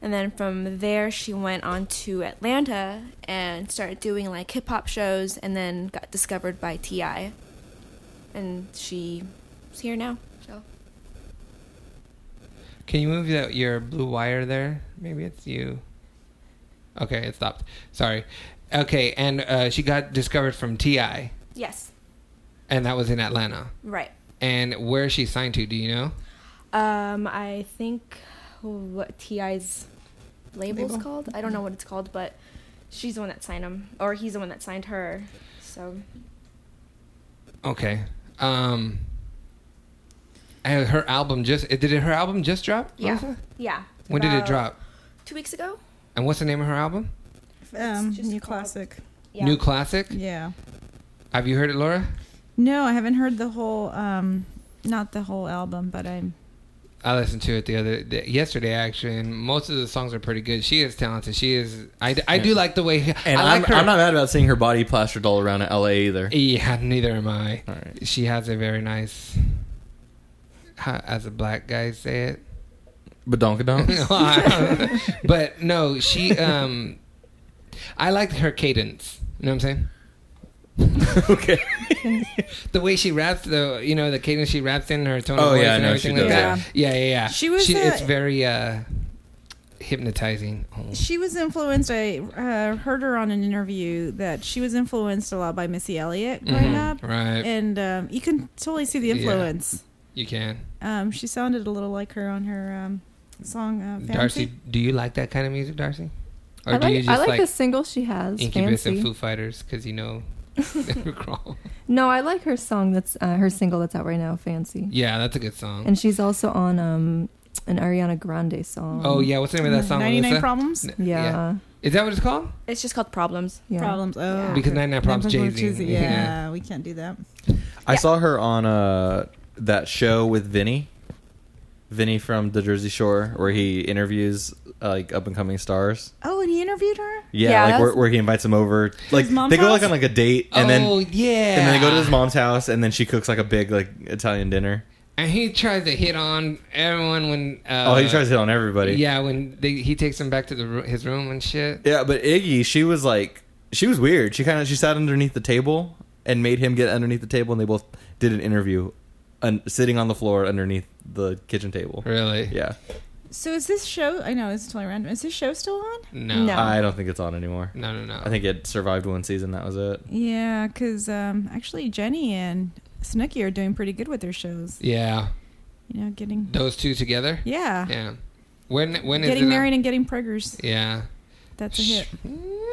Speaker 7: and then from there she went on to Atlanta and started doing like hip hop shows, and then got discovered by Ti, and she's here now. So
Speaker 1: Can you move that your blue wire there? Maybe it's you. Okay, it stopped. Sorry. Okay, and uh, she got discovered from Ti,
Speaker 7: yes,
Speaker 1: and that was in Atlanta.
Speaker 7: right.
Speaker 1: And where is she signed to? Do you know?
Speaker 7: Um, I think what Ti's label's called. I don't know what it's called, but she's the one that signed him, or he's the one that signed her. So
Speaker 1: Okay. Um. And her album just did it, her album just drop?
Speaker 7: yeah,
Speaker 1: Melissa?
Speaker 7: yeah.
Speaker 1: When did it
Speaker 7: About
Speaker 1: drop?
Speaker 7: Two weeks ago.
Speaker 1: And what's the name of her album?
Speaker 7: I
Speaker 5: um,
Speaker 7: just
Speaker 5: new
Speaker 7: called-
Speaker 5: classic.
Speaker 7: Yeah.
Speaker 1: New classic.
Speaker 5: Yeah.
Speaker 1: Have you heard it, Laura?
Speaker 5: No, I haven't heard the whole. Um, not the whole album, but I'm.
Speaker 1: I listened to it the other day, yesterday actually, and most of the songs are pretty good. She is talented. She is. I, I do like the way.
Speaker 3: And
Speaker 1: I like
Speaker 3: I'm, I'm not mad about seeing her body plastered all around LA either.
Speaker 1: Yeah, neither am I.
Speaker 3: All right.
Speaker 1: She has a very nice. How, as a black guy say it,
Speaker 3: But donkadonk.
Speaker 1: but no, she. um I liked her cadence. You know what I'm saying?
Speaker 3: okay.
Speaker 1: The way she raps, the you know the cadence she raps in her tone of
Speaker 3: Oh,
Speaker 1: voice
Speaker 3: yeah, I
Speaker 1: and
Speaker 3: know
Speaker 1: everything
Speaker 3: she
Speaker 1: like
Speaker 5: does,
Speaker 1: that. Yeah, yeah, yeah.
Speaker 5: She was, uh,
Speaker 1: it's very uh hypnotizing. Oh.
Speaker 5: She was influenced. I uh, heard her on an interview that she was influenced a lot by Missy Elliott growing
Speaker 1: Mhm.
Speaker 5: up,
Speaker 1: Right.
Speaker 5: and um, you can totally see the
Speaker 1: Yeah.
Speaker 5: influence.
Speaker 1: you can.
Speaker 5: Um, she sounded a little like her on her um, song uh, Fancy.
Speaker 1: Darcy, do you like that kind of music, Darcy? Or
Speaker 2: I
Speaker 1: do you
Speaker 2: like,
Speaker 1: just
Speaker 2: I like,
Speaker 1: like,
Speaker 2: the single she has.
Speaker 1: Incubus
Speaker 2: Fancy.
Speaker 1: and Foo Fighters because you know they crawl?
Speaker 2: No, I like her song. That's uh, her single that's out right now, "Fancy,"
Speaker 1: Yeah, that's a good song.
Speaker 2: and she's also on um, an Ariana Grande song.
Speaker 1: oh yeah, what's the name of that song?
Speaker 5: 99
Speaker 1: Melissa?
Speaker 5: Problems?
Speaker 1: N-
Speaker 2: yeah, yeah.
Speaker 1: Is that what it's called?
Speaker 7: It's just called Problems.
Speaker 5: Problems. Oh.
Speaker 1: Because 99 Problems Jay-Z.
Speaker 5: Jay-Z.
Speaker 1: Yeah.
Speaker 5: Yeah, we can't do that.
Speaker 3: I saw her on uh, that show with Vinny. Vinny from the Jersey Shore, where he interviews uh, like up and coming stars.
Speaker 5: Oh, and he interviewed her?
Speaker 3: Yeah,
Speaker 7: Yeah,
Speaker 3: like
Speaker 7: that's-
Speaker 3: where, where he invites them over. Like
Speaker 5: mom's
Speaker 3: they go like
Speaker 5: house?
Speaker 3: on like a date, and then
Speaker 1: oh
Speaker 3: and
Speaker 1: yeah.
Speaker 3: then they go to his mom's house, and then she cooks like a big like Italian dinner.
Speaker 1: And he tries to hit on everyone when. Uh,
Speaker 3: oh, he tries to hit on everybody.
Speaker 1: Yeah, when they, he takes them back to the ro- his room and shit.
Speaker 3: yeah. But Iggy, she was like, she was weird. She kind of she sat underneath the table and made him get underneath the table, and they both did an interview, un- sitting on the floor underneath the kitchen table.
Speaker 1: Really?
Speaker 3: Yeah,
Speaker 5: So is this show? I know it's totally random. Is this show still on?
Speaker 1: No.
Speaker 2: No.
Speaker 1: No.
Speaker 3: I don't think it's on anymore.
Speaker 1: No. No.
Speaker 3: I think it survived one season. That was it.
Speaker 5: Yeah, because um, actually Jenny and Snooki are doing pretty good with their shows.
Speaker 1: Yeah.
Speaker 5: You know, getting
Speaker 1: Those two together.
Speaker 5: yeah,
Speaker 1: Yeah. When? When is
Speaker 5: getting
Speaker 1: it uh,
Speaker 5: married
Speaker 1: on-
Speaker 5: and getting preggers.
Speaker 1: Yeah.
Speaker 5: That's a hit.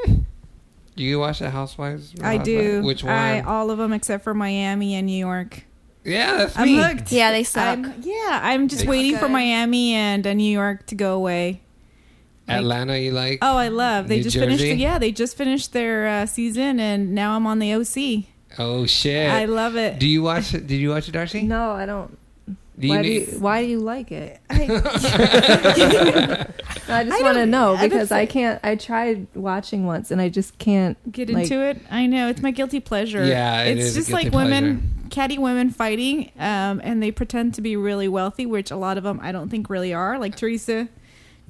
Speaker 1: Do you watch the Housewives?
Speaker 5: I do.
Speaker 1: Which one?
Speaker 5: I all of them except for Miami and New York.
Speaker 1: yeah, that's
Speaker 5: I'm
Speaker 1: me.
Speaker 5: hooked.
Speaker 7: Yeah, they suck.
Speaker 5: I'm, yeah, I'm just
Speaker 1: They-
Speaker 5: waiting for
Speaker 7: Good.
Speaker 5: Miami and uh, New York to go away.
Speaker 1: Atlanta, you like?
Speaker 5: Oh, I love. They
Speaker 1: New
Speaker 5: just
Speaker 1: Jersey?
Speaker 5: finished. Yeah, they just finished their uh, season, and now I'm on the OC.
Speaker 1: Oh shit.
Speaker 5: I love it.
Speaker 1: do you watch? it? Did you watch it, Darcy?
Speaker 2: No, I don't.
Speaker 1: Do you
Speaker 2: why,
Speaker 1: know-
Speaker 2: do you, why do you like it?
Speaker 5: I,
Speaker 2: I
Speaker 5: I
Speaker 2: just want to
Speaker 5: don't-
Speaker 2: know
Speaker 5: I don't
Speaker 2: because I
Speaker 5: think-
Speaker 2: can't. I tried watching once and I just can't
Speaker 5: get
Speaker 2: like,
Speaker 5: into it. I know it's my guilty pleasure.
Speaker 1: Yeah, it
Speaker 5: it's
Speaker 1: is a
Speaker 5: just
Speaker 1: guilty
Speaker 5: like women, catty women fighting, um, and they pretend to be really wealthy, which a lot of them I don't think really are. Like Teresa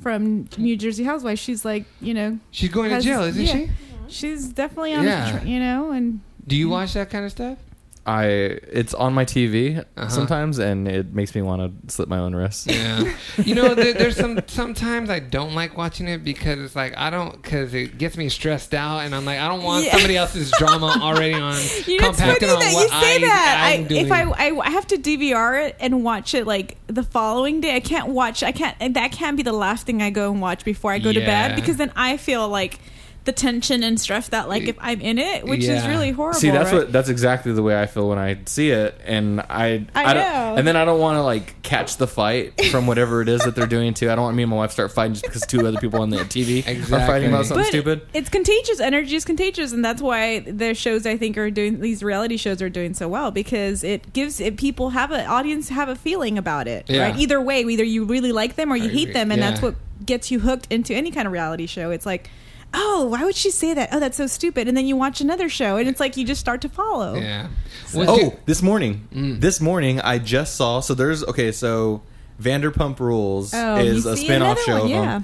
Speaker 5: from New Jersey Housewife, she's like, you know,
Speaker 1: She's going to
Speaker 5: has-
Speaker 1: jail, isn't
Speaker 5: yeah.
Speaker 1: she?
Speaker 5: she's definitely on,
Speaker 1: Yeah.
Speaker 5: the tr you know, and
Speaker 1: Do you watch that kind of stuff?
Speaker 3: I it's on my TV
Speaker 1: Uh-huh.
Speaker 3: sometimes, and it makes me want to slip my own wrists.
Speaker 1: Yeah, you know, there, there's some sometimes I don't like watching it because it's like I don't because it gets me stressed out, and I'm like I don't want
Speaker 5: Yeah.
Speaker 1: somebody else's drama already on
Speaker 5: You know, it's funny
Speaker 1: compacted on
Speaker 5: that you
Speaker 1: what
Speaker 5: say
Speaker 1: I,
Speaker 5: that. I,
Speaker 1: am doing.
Speaker 5: if I, I I have to DVR it and watch it like the following day, I can't watch. I can't. and That can't be the last thing I go and watch before I go to
Speaker 1: Yeah.
Speaker 5: bed because then I feel like the tension and stress that like if I'm in it, which is
Speaker 1: Yeah.
Speaker 5: really horrible.
Speaker 3: See, that's
Speaker 5: right?
Speaker 3: what that's exactly the way I feel when I see it, and I
Speaker 5: I
Speaker 3: don't,
Speaker 5: know.
Speaker 3: and then I don't want to like catch the fight from whatever it is that they're doing too. I don't want me and my wife start fighting just because two other people on the TV are
Speaker 1: Exactly.
Speaker 3: fighting about something
Speaker 5: But
Speaker 3: stupid.
Speaker 5: It's contagious. Energy is contagious, and that's why the shows I think are doing these reality shows are doing so well because it gives it people have an audience have a feeling about it.
Speaker 1: Yeah.
Speaker 5: Right. Either way, either you really like them or
Speaker 1: I
Speaker 5: you hate
Speaker 1: agree.
Speaker 5: them, and that's
Speaker 1: Yeah.
Speaker 5: what gets you hooked into any kind of reality show. It's like. Oh, why would she say that? Oh, that's so stupid. And then you watch another show, and it's like you just start to follow.
Speaker 1: yeah.
Speaker 3: oh,
Speaker 1: What's your-
Speaker 3: this morning, this morning I just saw. So there's okay. So Vanderpump Rules
Speaker 5: Oh,
Speaker 3: is
Speaker 5: you
Speaker 3: a
Speaker 5: see
Speaker 3: spin-off
Speaker 5: another
Speaker 3: show
Speaker 5: one,
Speaker 3: of them.
Speaker 5: yeah.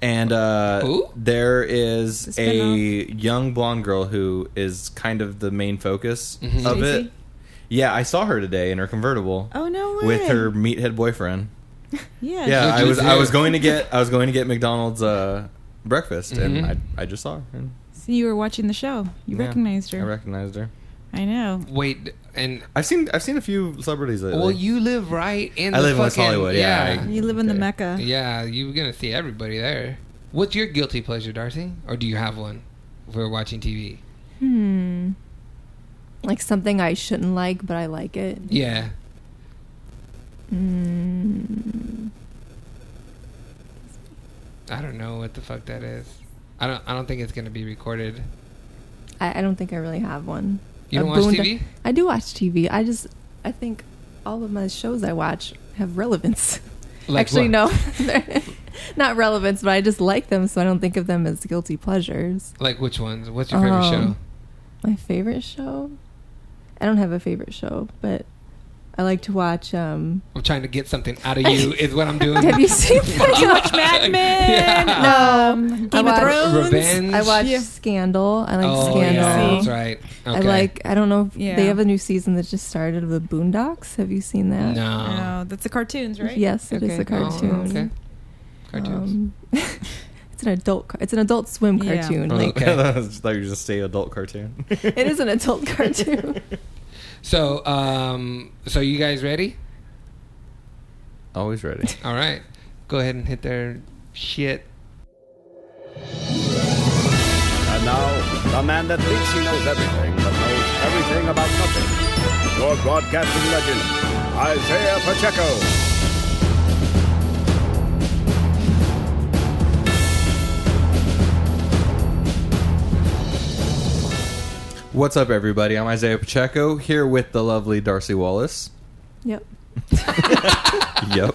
Speaker 3: and uh,
Speaker 1: Who?
Speaker 3: there is
Speaker 5: The spin-off.
Speaker 3: a young blonde girl who is kind of the main focus of
Speaker 5: Stacey?
Speaker 3: it. Yeah, I saw her today in her convertible.
Speaker 5: Oh, no way.
Speaker 3: With her meathead boyfriend.
Speaker 5: Yeah.
Speaker 3: Yeah,
Speaker 1: Which
Speaker 3: I was
Speaker 1: is
Speaker 3: I was
Speaker 1: it.
Speaker 3: going to get I was going to get McDonald's uh, breakfast, and I I just saw her. And,
Speaker 5: So you were watching the show. You
Speaker 3: yeah,
Speaker 5: recognized
Speaker 3: I
Speaker 5: her.
Speaker 3: recognized her.
Speaker 5: I know.
Speaker 1: wait, and
Speaker 3: I've seen I've seen a few celebrities lately.
Speaker 1: well, you live right in.
Speaker 3: I
Speaker 1: the
Speaker 3: live in West
Speaker 1: fucking-
Speaker 3: Hollywood, yeah, I-
Speaker 5: You live in the
Speaker 3: Okay.
Speaker 5: Mecca.
Speaker 1: Yeah, you're gonna see everybody there. What's your guilty pleasure, Darcy? Or do you have one? For watching TV.
Speaker 2: Hmm. Like something I shouldn't like, but I like it.
Speaker 1: Yeah.
Speaker 2: Mm.
Speaker 1: I don't know what the fuck that is. I don't. I don't think it's gonna be recorded.
Speaker 2: I, I don't think I really have one.
Speaker 1: You
Speaker 2: A
Speaker 1: don't watch
Speaker 2: boond-
Speaker 1: TV?
Speaker 2: I do watch TV. I just, I think all of my shows I watch have relevance.
Speaker 1: Like
Speaker 2: Actually,
Speaker 1: what?
Speaker 2: no, They're not relevance, but I just like them, so I don't think of them as guilty pleasures.
Speaker 1: Like which ones? What's your favorite
Speaker 2: Um,
Speaker 1: show?
Speaker 2: My favorite show? I don't have a favorite show, but I like to watch. Um,
Speaker 1: I'm trying to get something out of you. is what I'm doing.
Speaker 2: have you seen?
Speaker 5: Too much Mad Men.
Speaker 1: Yeah.
Speaker 5: Um,
Speaker 2: I
Speaker 5: Game of
Speaker 2: watch-
Speaker 5: Thrones.
Speaker 1: Revenge.
Speaker 2: I watch
Speaker 5: Yeah.
Speaker 2: Scandal. I like
Speaker 1: oh,
Speaker 2: Scandal.
Speaker 1: Yeah,
Speaker 5: See?
Speaker 1: that's right. Okay.
Speaker 2: I like. I don't know. if
Speaker 5: Yeah.
Speaker 2: They have a new season that just started of the Boondocks. Have you seen that?
Speaker 1: No.
Speaker 5: Oh, that's the cartoons, right?
Speaker 2: Yes, it is
Speaker 5: Okay.
Speaker 2: uh, a cartoon.
Speaker 1: Oh, okay. Cartoons.
Speaker 2: Um, it's an adult. car- It's an adult swim
Speaker 5: Yeah.
Speaker 2: cartoon.
Speaker 3: Oh,
Speaker 2: Like
Speaker 1: Okay.
Speaker 3: I thought you were just say adult cartoon.
Speaker 2: it is an adult cartoon.
Speaker 1: So, um, so you guys ready?
Speaker 3: Always ready.
Speaker 1: All right. Go ahead and hit their shit.
Speaker 8: And now, the man that thinks he knows everything but knows everything about nothing.
Speaker 4: Your broadcasting legend, Isaiah Pacheco.
Speaker 3: What's up, everybody? I'm Isaiah Pacheco here with the lovely Darcy Wallace.
Speaker 2: yep.
Speaker 3: yep.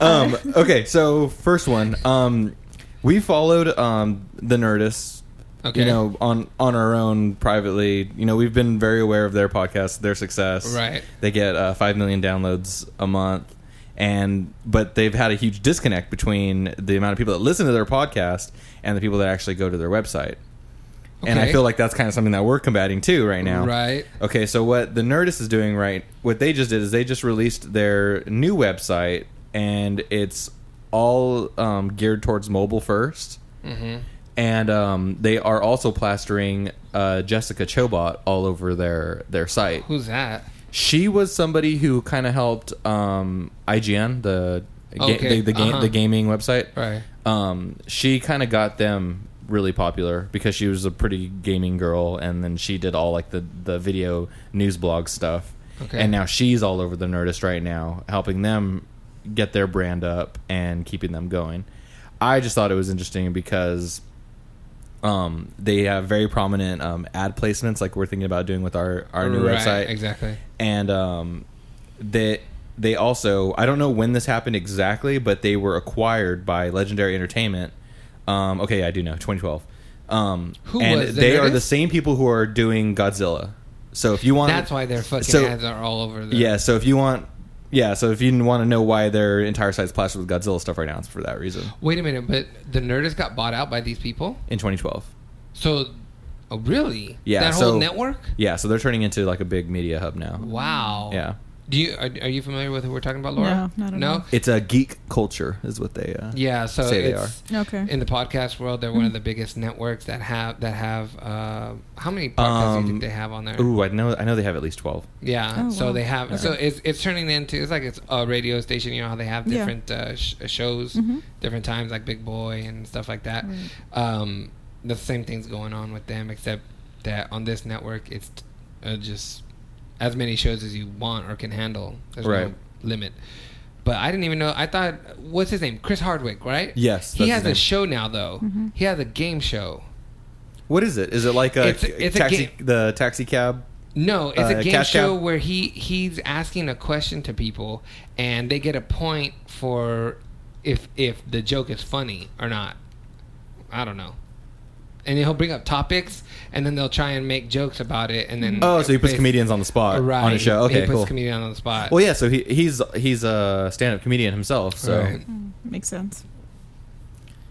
Speaker 3: Um, okay, so first one. Um, we followed um, the Nerdist.
Speaker 1: Okay.
Speaker 3: You know, on on our own privately. You know, we've been very aware of their podcast, their success.
Speaker 1: Right.
Speaker 3: They get uh, five million downloads a month, and but they've had a huge disconnect between the amount of people that listen to their podcast and the people that actually go to their website. And I
Speaker 1: Okay.
Speaker 3: feel like that's kind of something that we're combating too right now.
Speaker 1: Right.
Speaker 3: Okay, so what the Nerdist is doing right, what they just did is they just released their new website, and it's all um, geared towards mobile 1st
Speaker 1: Mm-hmm.
Speaker 3: And um, they are also plastering uh, Jessica Chobot all over their their site.
Speaker 1: Who's that?
Speaker 3: She was somebody who kind of helped um, IGN, the ga-
Speaker 1: Okay,
Speaker 3: the, the, ga-
Speaker 1: uh-huh.
Speaker 3: the gaming website.
Speaker 1: Right.
Speaker 3: Um, she kind of got them really popular because she was a pretty gaming girl, and then she did all like the the video news blog stuff.
Speaker 1: Okay.
Speaker 3: And now she's all over the Nerdist right now, helping them get their brand up and keeping them going. I just thought it was interesting because um, they have very prominent um, ad placements, like we're thinking about doing with our our new
Speaker 1: Right,
Speaker 3: website
Speaker 1: Exactly.
Speaker 3: and um, that they also I don't know when this happened exactly, but they were acquired by Legendary Entertainment. Um, okay, I do know 2012. Um,
Speaker 1: Who
Speaker 3: and
Speaker 1: was the
Speaker 3: they are
Speaker 1: Nerdist?
Speaker 3: the same people who are doing Godzilla. So if you want,
Speaker 1: That's why their fucking
Speaker 3: so-
Speaker 1: ads are all over the.
Speaker 3: Yeah, so if you want, yeah, so if you want to know why their entire site's plastered with Godzilla stuff right now, it's for that reason.
Speaker 1: Wait a minute, but the Nerdist got bought out by these people.
Speaker 3: In 2012,
Speaker 1: So, oh, really?
Speaker 3: Yeah,
Speaker 1: That
Speaker 3: so-
Speaker 1: whole network.
Speaker 3: yeah, so they're turning into like a big media hub now.
Speaker 1: Wow.
Speaker 3: Yeah,
Speaker 1: Do you are, are you familiar with who we're talking about, Laura?
Speaker 5: No, not at all.
Speaker 3: it's a geek culture, is what they. Uh,
Speaker 1: Yeah. So
Speaker 3: Say they
Speaker 1: it's-
Speaker 5: Okay.
Speaker 1: in the podcast world, they're
Speaker 5: Mm.
Speaker 1: one of the biggest networks that have that have uh, how many podcasts do you
Speaker 3: Um,
Speaker 1: think they have on there?
Speaker 3: Ooh, I know, I know they have at least 12.
Speaker 1: Yeah,
Speaker 2: Oh,
Speaker 1: so
Speaker 2: wow.
Speaker 1: they have so it's it's turning into it's like it's a radio station. You know how they have
Speaker 5: Yeah.
Speaker 1: different uh, sh- shows,
Speaker 2: Mm-hmm.
Speaker 1: different times like Big Boy and stuff like that. Um, the same things going on with them, except that on this network, it's uh, just as many shows as you want or can handle. There's
Speaker 3: Right.
Speaker 1: no limit. But I didn't even know. I thought what's his name, Chris Hardwick, right?
Speaker 3: Yes,
Speaker 1: he has
Speaker 3: that's his
Speaker 1: a
Speaker 3: name.
Speaker 1: show now though.
Speaker 2: Mm-hmm.
Speaker 1: He has a game show.
Speaker 3: What is it? Is it like a,
Speaker 1: It's a- it's a
Speaker 3: taxi,
Speaker 1: game.
Speaker 3: the taxi cab?
Speaker 1: No, it's
Speaker 3: Uh,
Speaker 1: a game
Speaker 3: cash cow?
Speaker 1: show where he he's asking a question to people, and they get a point for if if the joke is funny or not. I don't know. And he'll bring up topics, and then they'll try and make jokes about it, and then
Speaker 3: Oh, so he puts
Speaker 1: Based-
Speaker 3: comedians on the spot
Speaker 1: Mm. right
Speaker 3: on a show.
Speaker 1: he
Speaker 3: Okay,
Speaker 1: puts
Speaker 3: cool.
Speaker 1: comedian on the spot.
Speaker 3: well, yeah. So he, he's he's a stand-up comedian himself. So
Speaker 1: Right.
Speaker 5: Makes sense.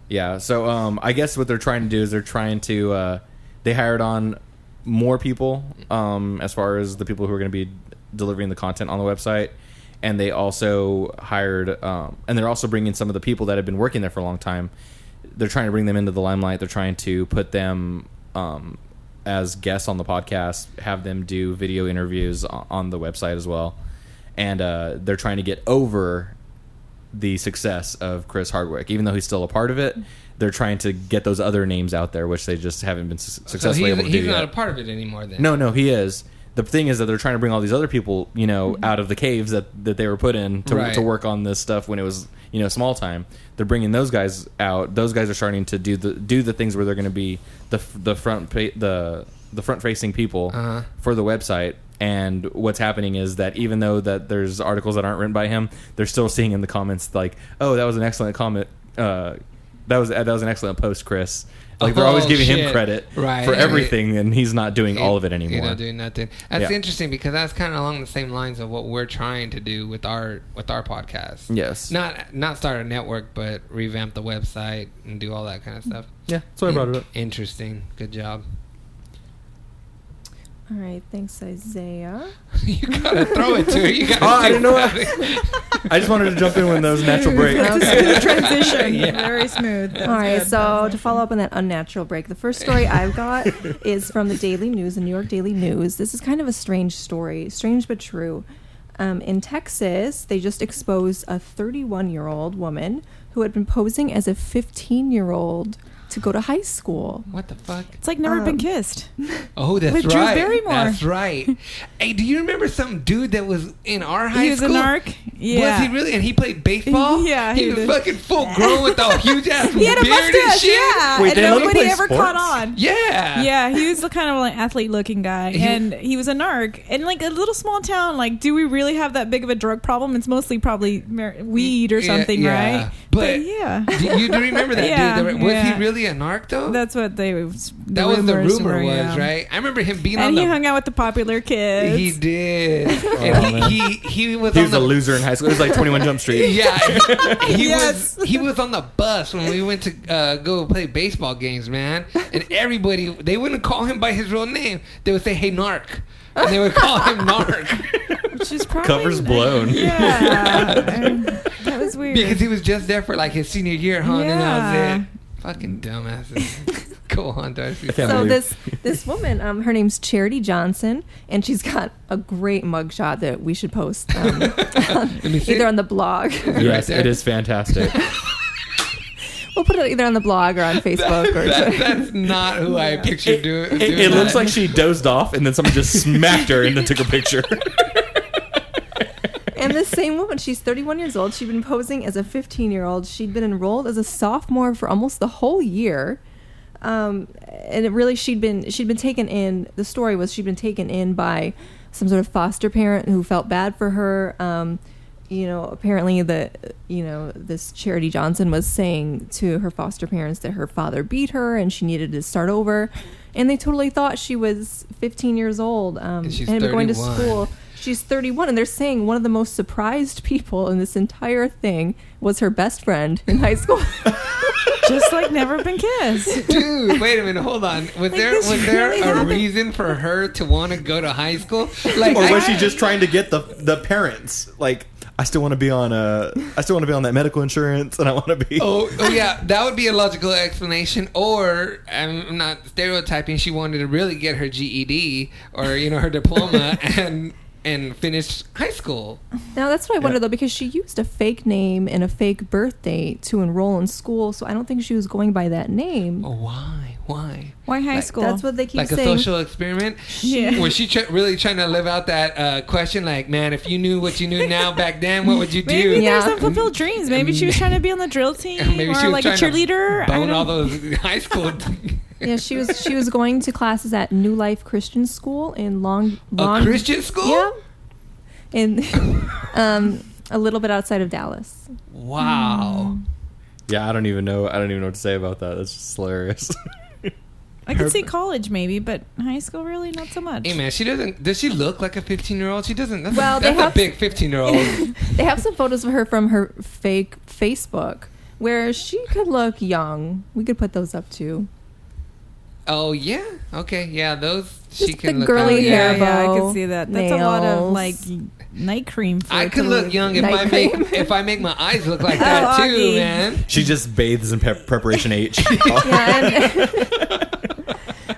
Speaker 3: yeah. So um, I guess what they're trying to do is they're trying to uh, they hired on more people um, as far as the people who are going to be delivering the content on the website, and they also hired um, and they're also bringing some of the people that have been working there for a long time. They're trying to bring them into the limelight. They're trying to put them um, as guests on the podcast, have them do video interviews o- on the website as well. And uh, they're trying to get over the success of Chris Hardwick, even though he's still a part of it. They're trying to get those other names out there, which they just haven't been su-
Speaker 1: so
Speaker 3: successfully
Speaker 1: he's,
Speaker 3: able to
Speaker 1: he's
Speaker 3: do
Speaker 1: not
Speaker 3: yet.
Speaker 1: a part of it anymore. Then
Speaker 3: no, no, he is. the thing is that they're trying to bring all these other people, you know, out of the caves that, that they were put in to,
Speaker 1: Mm-hmm. Right.
Speaker 3: to work on this stuff when it was, you know, small time. They're bringing those guys out. Those guys are starting to do the do the things where they're going to be the f- the front pa- the the front facing people
Speaker 1: Uh-huh.
Speaker 3: for the website. And what's happening is that even though that there's articles that aren't written by him, they're still seeing in the comments like, "Oh, that was an excellent comment. Uh, that was that was an excellent post, Chris." Like they're always
Speaker 1: Oh,
Speaker 3: giving him
Speaker 1: shit.
Speaker 3: credit
Speaker 1: Right.
Speaker 3: for everything, and he's not doing all of it anymore.
Speaker 1: You're not doing nothing. That's
Speaker 3: Yeah.
Speaker 1: interesting because that's kind of along the same lines of what we're trying to do with our with our podcast.
Speaker 3: Yes.
Speaker 1: Not not start a network, but revamp the website and do all that kind of stuff.
Speaker 3: Mm-hmm. Yeah, that's why I brought it up.
Speaker 1: Interesting. Good job.
Speaker 2: All right, thanks, Isaiah.
Speaker 1: you gotta throw it to her. You gotta.
Speaker 3: Oh, I
Speaker 1: do
Speaker 3: didn't know
Speaker 1: something.
Speaker 3: I just wanted to jump in when there was a natural break.
Speaker 5: It's a smooth transition.
Speaker 1: Yeah.
Speaker 5: Very smooth. That
Speaker 2: All
Speaker 5: was
Speaker 2: right,
Speaker 5: good. That
Speaker 2: so
Speaker 5: was
Speaker 2: to
Speaker 5: nice.
Speaker 2: follow up on that unnatural break, the first story I've got is from the Daily News, the New York Daily News. This is kind of a strange story, strange but true. Um, in Texas, they just exposed a 31 year old woman who had been posing as a 15 year old to go to high school.
Speaker 1: What the fuck?
Speaker 5: It's like never
Speaker 2: Um,
Speaker 5: been kissed.
Speaker 1: Oh, that's
Speaker 5: With Drew
Speaker 1: right.
Speaker 5: Barrymore.
Speaker 1: That's right. hey, do you remember some dude that was in our high
Speaker 5: He was a
Speaker 1: school?
Speaker 5: narc? Yeah.
Speaker 1: Was he really? And he played baseball.
Speaker 5: Yeah,
Speaker 1: He,
Speaker 5: he
Speaker 1: was
Speaker 5: did.
Speaker 1: fucking full grown with all huge ass
Speaker 5: He had a
Speaker 1: beard and
Speaker 5: mustache.
Speaker 1: shit.
Speaker 5: Yeah.
Speaker 3: Wait,
Speaker 5: and
Speaker 3: they let him
Speaker 5: nobody
Speaker 3: play
Speaker 5: ever
Speaker 3: sports?
Speaker 5: caught on.
Speaker 1: Yeah.
Speaker 5: Yeah, he was the kind of like athlete looking guy,
Speaker 1: He-
Speaker 5: and he was a narc. And like a little small town, like do we really have that big of a drug problem? It's mostly probably mer- weed or
Speaker 1: Yeah,
Speaker 5: something,
Speaker 1: yeah.
Speaker 5: right?
Speaker 1: But-
Speaker 5: yeah,
Speaker 1: Do you do remember that
Speaker 5: Yeah,
Speaker 1: dude? Was
Speaker 5: yeah.
Speaker 1: he really a narc though?
Speaker 5: that's what they was. the
Speaker 1: that was the
Speaker 5: rumors
Speaker 1: rumor
Speaker 5: were,
Speaker 1: was
Speaker 5: yeah.
Speaker 1: right. I remember him being on
Speaker 5: And he
Speaker 1: the.
Speaker 5: hung out with the popular kids.
Speaker 1: he did. and he, he he was
Speaker 3: He
Speaker 1: on
Speaker 3: was
Speaker 1: the
Speaker 3: Oh, a loser in high school. It was like 21 Jump Street.
Speaker 1: Yeah, he, he
Speaker 5: Yes.
Speaker 1: was he was on the bus when we went to uh, go play baseball games, man. And everybody they wouldn't call him by his real name; they would say, "Hey, Narc," and they would call him Narc
Speaker 5: which is probably
Speaker 3: Covers blown.
Speaker 5: Yeah, Um, that was weird.
Speaker 1: because he was just there for like his senior year, huh? And then that was it. Fucking dumbasses. go on, Darcy.
Speaker 3: can't
Speaker 1: So-
Speaker 2: so
Speaker 3: believe-
Speaker 2: this this woman, um, her name's Charity Johnson, and she's got a great mugshot that we should post um,
Speaker 1: Let me see.
Speaker 2: either on the blog.
Speaker 3: Yes, it is fantastic.
Speaker 2: We'll put it either on the blog or on Facebook or
Speaker 1: That- that's not who I pictured do- doing.
Speaker 3: It, it looks
Speaker 1: that.
Speaker 3: like she dozed off and then someone just smacked her and then took a picture.
Speaker 2: And this same woman, she's 31 years old. She'd been posing as a 15 year old. She'd been enrolled as a sophomore for almost the whole year. Um, and it really, she'd been she'd been taken in. The story was she'd been taken in by some sort of foster parent who felt bad for her. Um, you know, apparently the you know this Charity Johnson was saying to her foster parents that her father beat her and she needed to start over. And they totally thought she was 15 years old um,
Speaker 1: And she's
Speaker 2: had been going to
Speaker 1: 31.
Speaker 2: school. She's 31, and they're saying one of the most surprised people in this entire thing was her best friend in high school.
Speaker 5: just like never been kissed.
Speaker 1: Dude, wait a minute, hold on. Was there
Speaker 5: this
Speaker 1: was there
Speaker 5: really
Speaker 1: a
Speaker 5: happened?
Speaker 1: reason for her to want to go to high school? Like,
Speaker 3: or
Speaker 1: I-
Speaker 3: was she just trying to get the the parents? Like, I still want to be on a, I still want to be on that medical insurance, and I want to be.
Speaker 1: Oh, oh yeah, that would be a logical explanation. Or I'm I'm not stereotyping. She wanted to really get her GED or you know her diploma and and finish high school.
Speaker 2: now that's what I wonder
Speaker 3: Yeah.
Speaker 2: though, because she used a fake name and a fake birth date to enroll in school, so I don't think she was going by that name.
Speaker 1: Oh, why? Why?
Speaker 5: Why high
Speaker 1: Like,
Speaker 5: school?
Speaker 2: That's what they keep
Speaker 1: Oh, Like a
Speaker 2: saying.
Speaker 1: social experiment?
Speaker 5: Yeah.
Speaker 1: Was she tr- really trying to live out that uh, question? Like, man, if you knew what you knew now back then, what would you do? Mm.
Speaker 5: Maybe
Speaker 2: Yeah.
Speaker 5: there's unfulfilled dreams. Maybe she was trying to be on the drill team
Speaker 1: Maybe she
Speaker 5: or
Speaker 1: was
Speaker 5: like a
Speaker 1: trying to
Speaker 5: cheerleader. I
Speaker 1: Bone all
Speaker 5: don't-
Speaker 1: those high school.
Speaker 2: yeah, she was she was going to classes at New Life Christian School in Long Long
Speaker 1: a Christian school?
Speaker 2: Yeah, in um, a little bit outside of Dallas.
Speaker 1: Wow.
Speaker 2: Mm.
Speaker 3: Yeah, I don't even know. I don't even know what to say about that. That's just hilarious.
Speaker 5: I could see college maybe, but high school really not so much.
Speaker 1: Hey man, she doesn't. Does she look like a fifteen-year-old? She doesn't. That's,
Speaker 2: Well,
Speaker 1: a,
Speaker 2: they
Speaker 1: that's
Speaker 2: have-
Speaker 1: a big fifteen-year-old.
Speaker 2: They have some photos of her from her fake Facebook where she could look young. We could put those up too.
Speaker 1: oh yeah. Okay. Yeah. Those she
Speaker 2: Just
Speaker 1: can
Speaker 2: the
Speaker 1: look
Speaker 2: girly
Speaker 1: young.
Speaker 5: yeah,
Speaker 2: hair.
Speaker 1: Yeah.
Speaker 5: yeah, I
Speaker 2: bow,
Speaker 5: could see that. That's a lot of
Speaker 2: nails.
Speaker 5: like night cream. For
Speaker 1: I
Speaker 5: it
Speaker 1: can
Speaker 5: to
Speaker 1: look young if
Speaker 2: Night
Speaker 1: I make
Speaker 2: cream.
Speaker 1: if I make my eyes look like that
Speaker 5: Oh,
Speaker 1: too,
Speaker 5: Augie.
Speaker 1: man.
Speaker 3: she just bathes in pep preparation H.
Speaker 2: Yeah, and-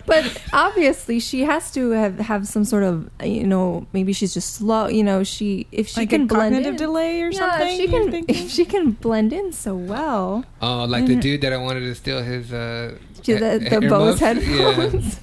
Speaker 2: but obviously she has to have, have some sort of you know maybe she's just slow you know she if she
Speaker 5: Like
Speaker 2: can
Speaker 5: a
Speaker 2: blend
Speaker 5: cognitive
Speaker 2: in
Speaker 5: delay or
Speaker 2: yeah,
Speaker 5: something.
Speaker 2: if she
Speaker 5: you're
Speaker 2: can
Speaker 5: thinking?
Speaker 2: if she can blend in so well
Speaker 1: Oh, like the dude that I wanted to steal his uh,
Speaker 2: to
Speaker 1: e-
Speaker 2: Mm-hmm. the, the
Speaker 1: earmuffs.
Speaker 2: Bose
Speaker 1: Yeah.
Speaker 2: headphones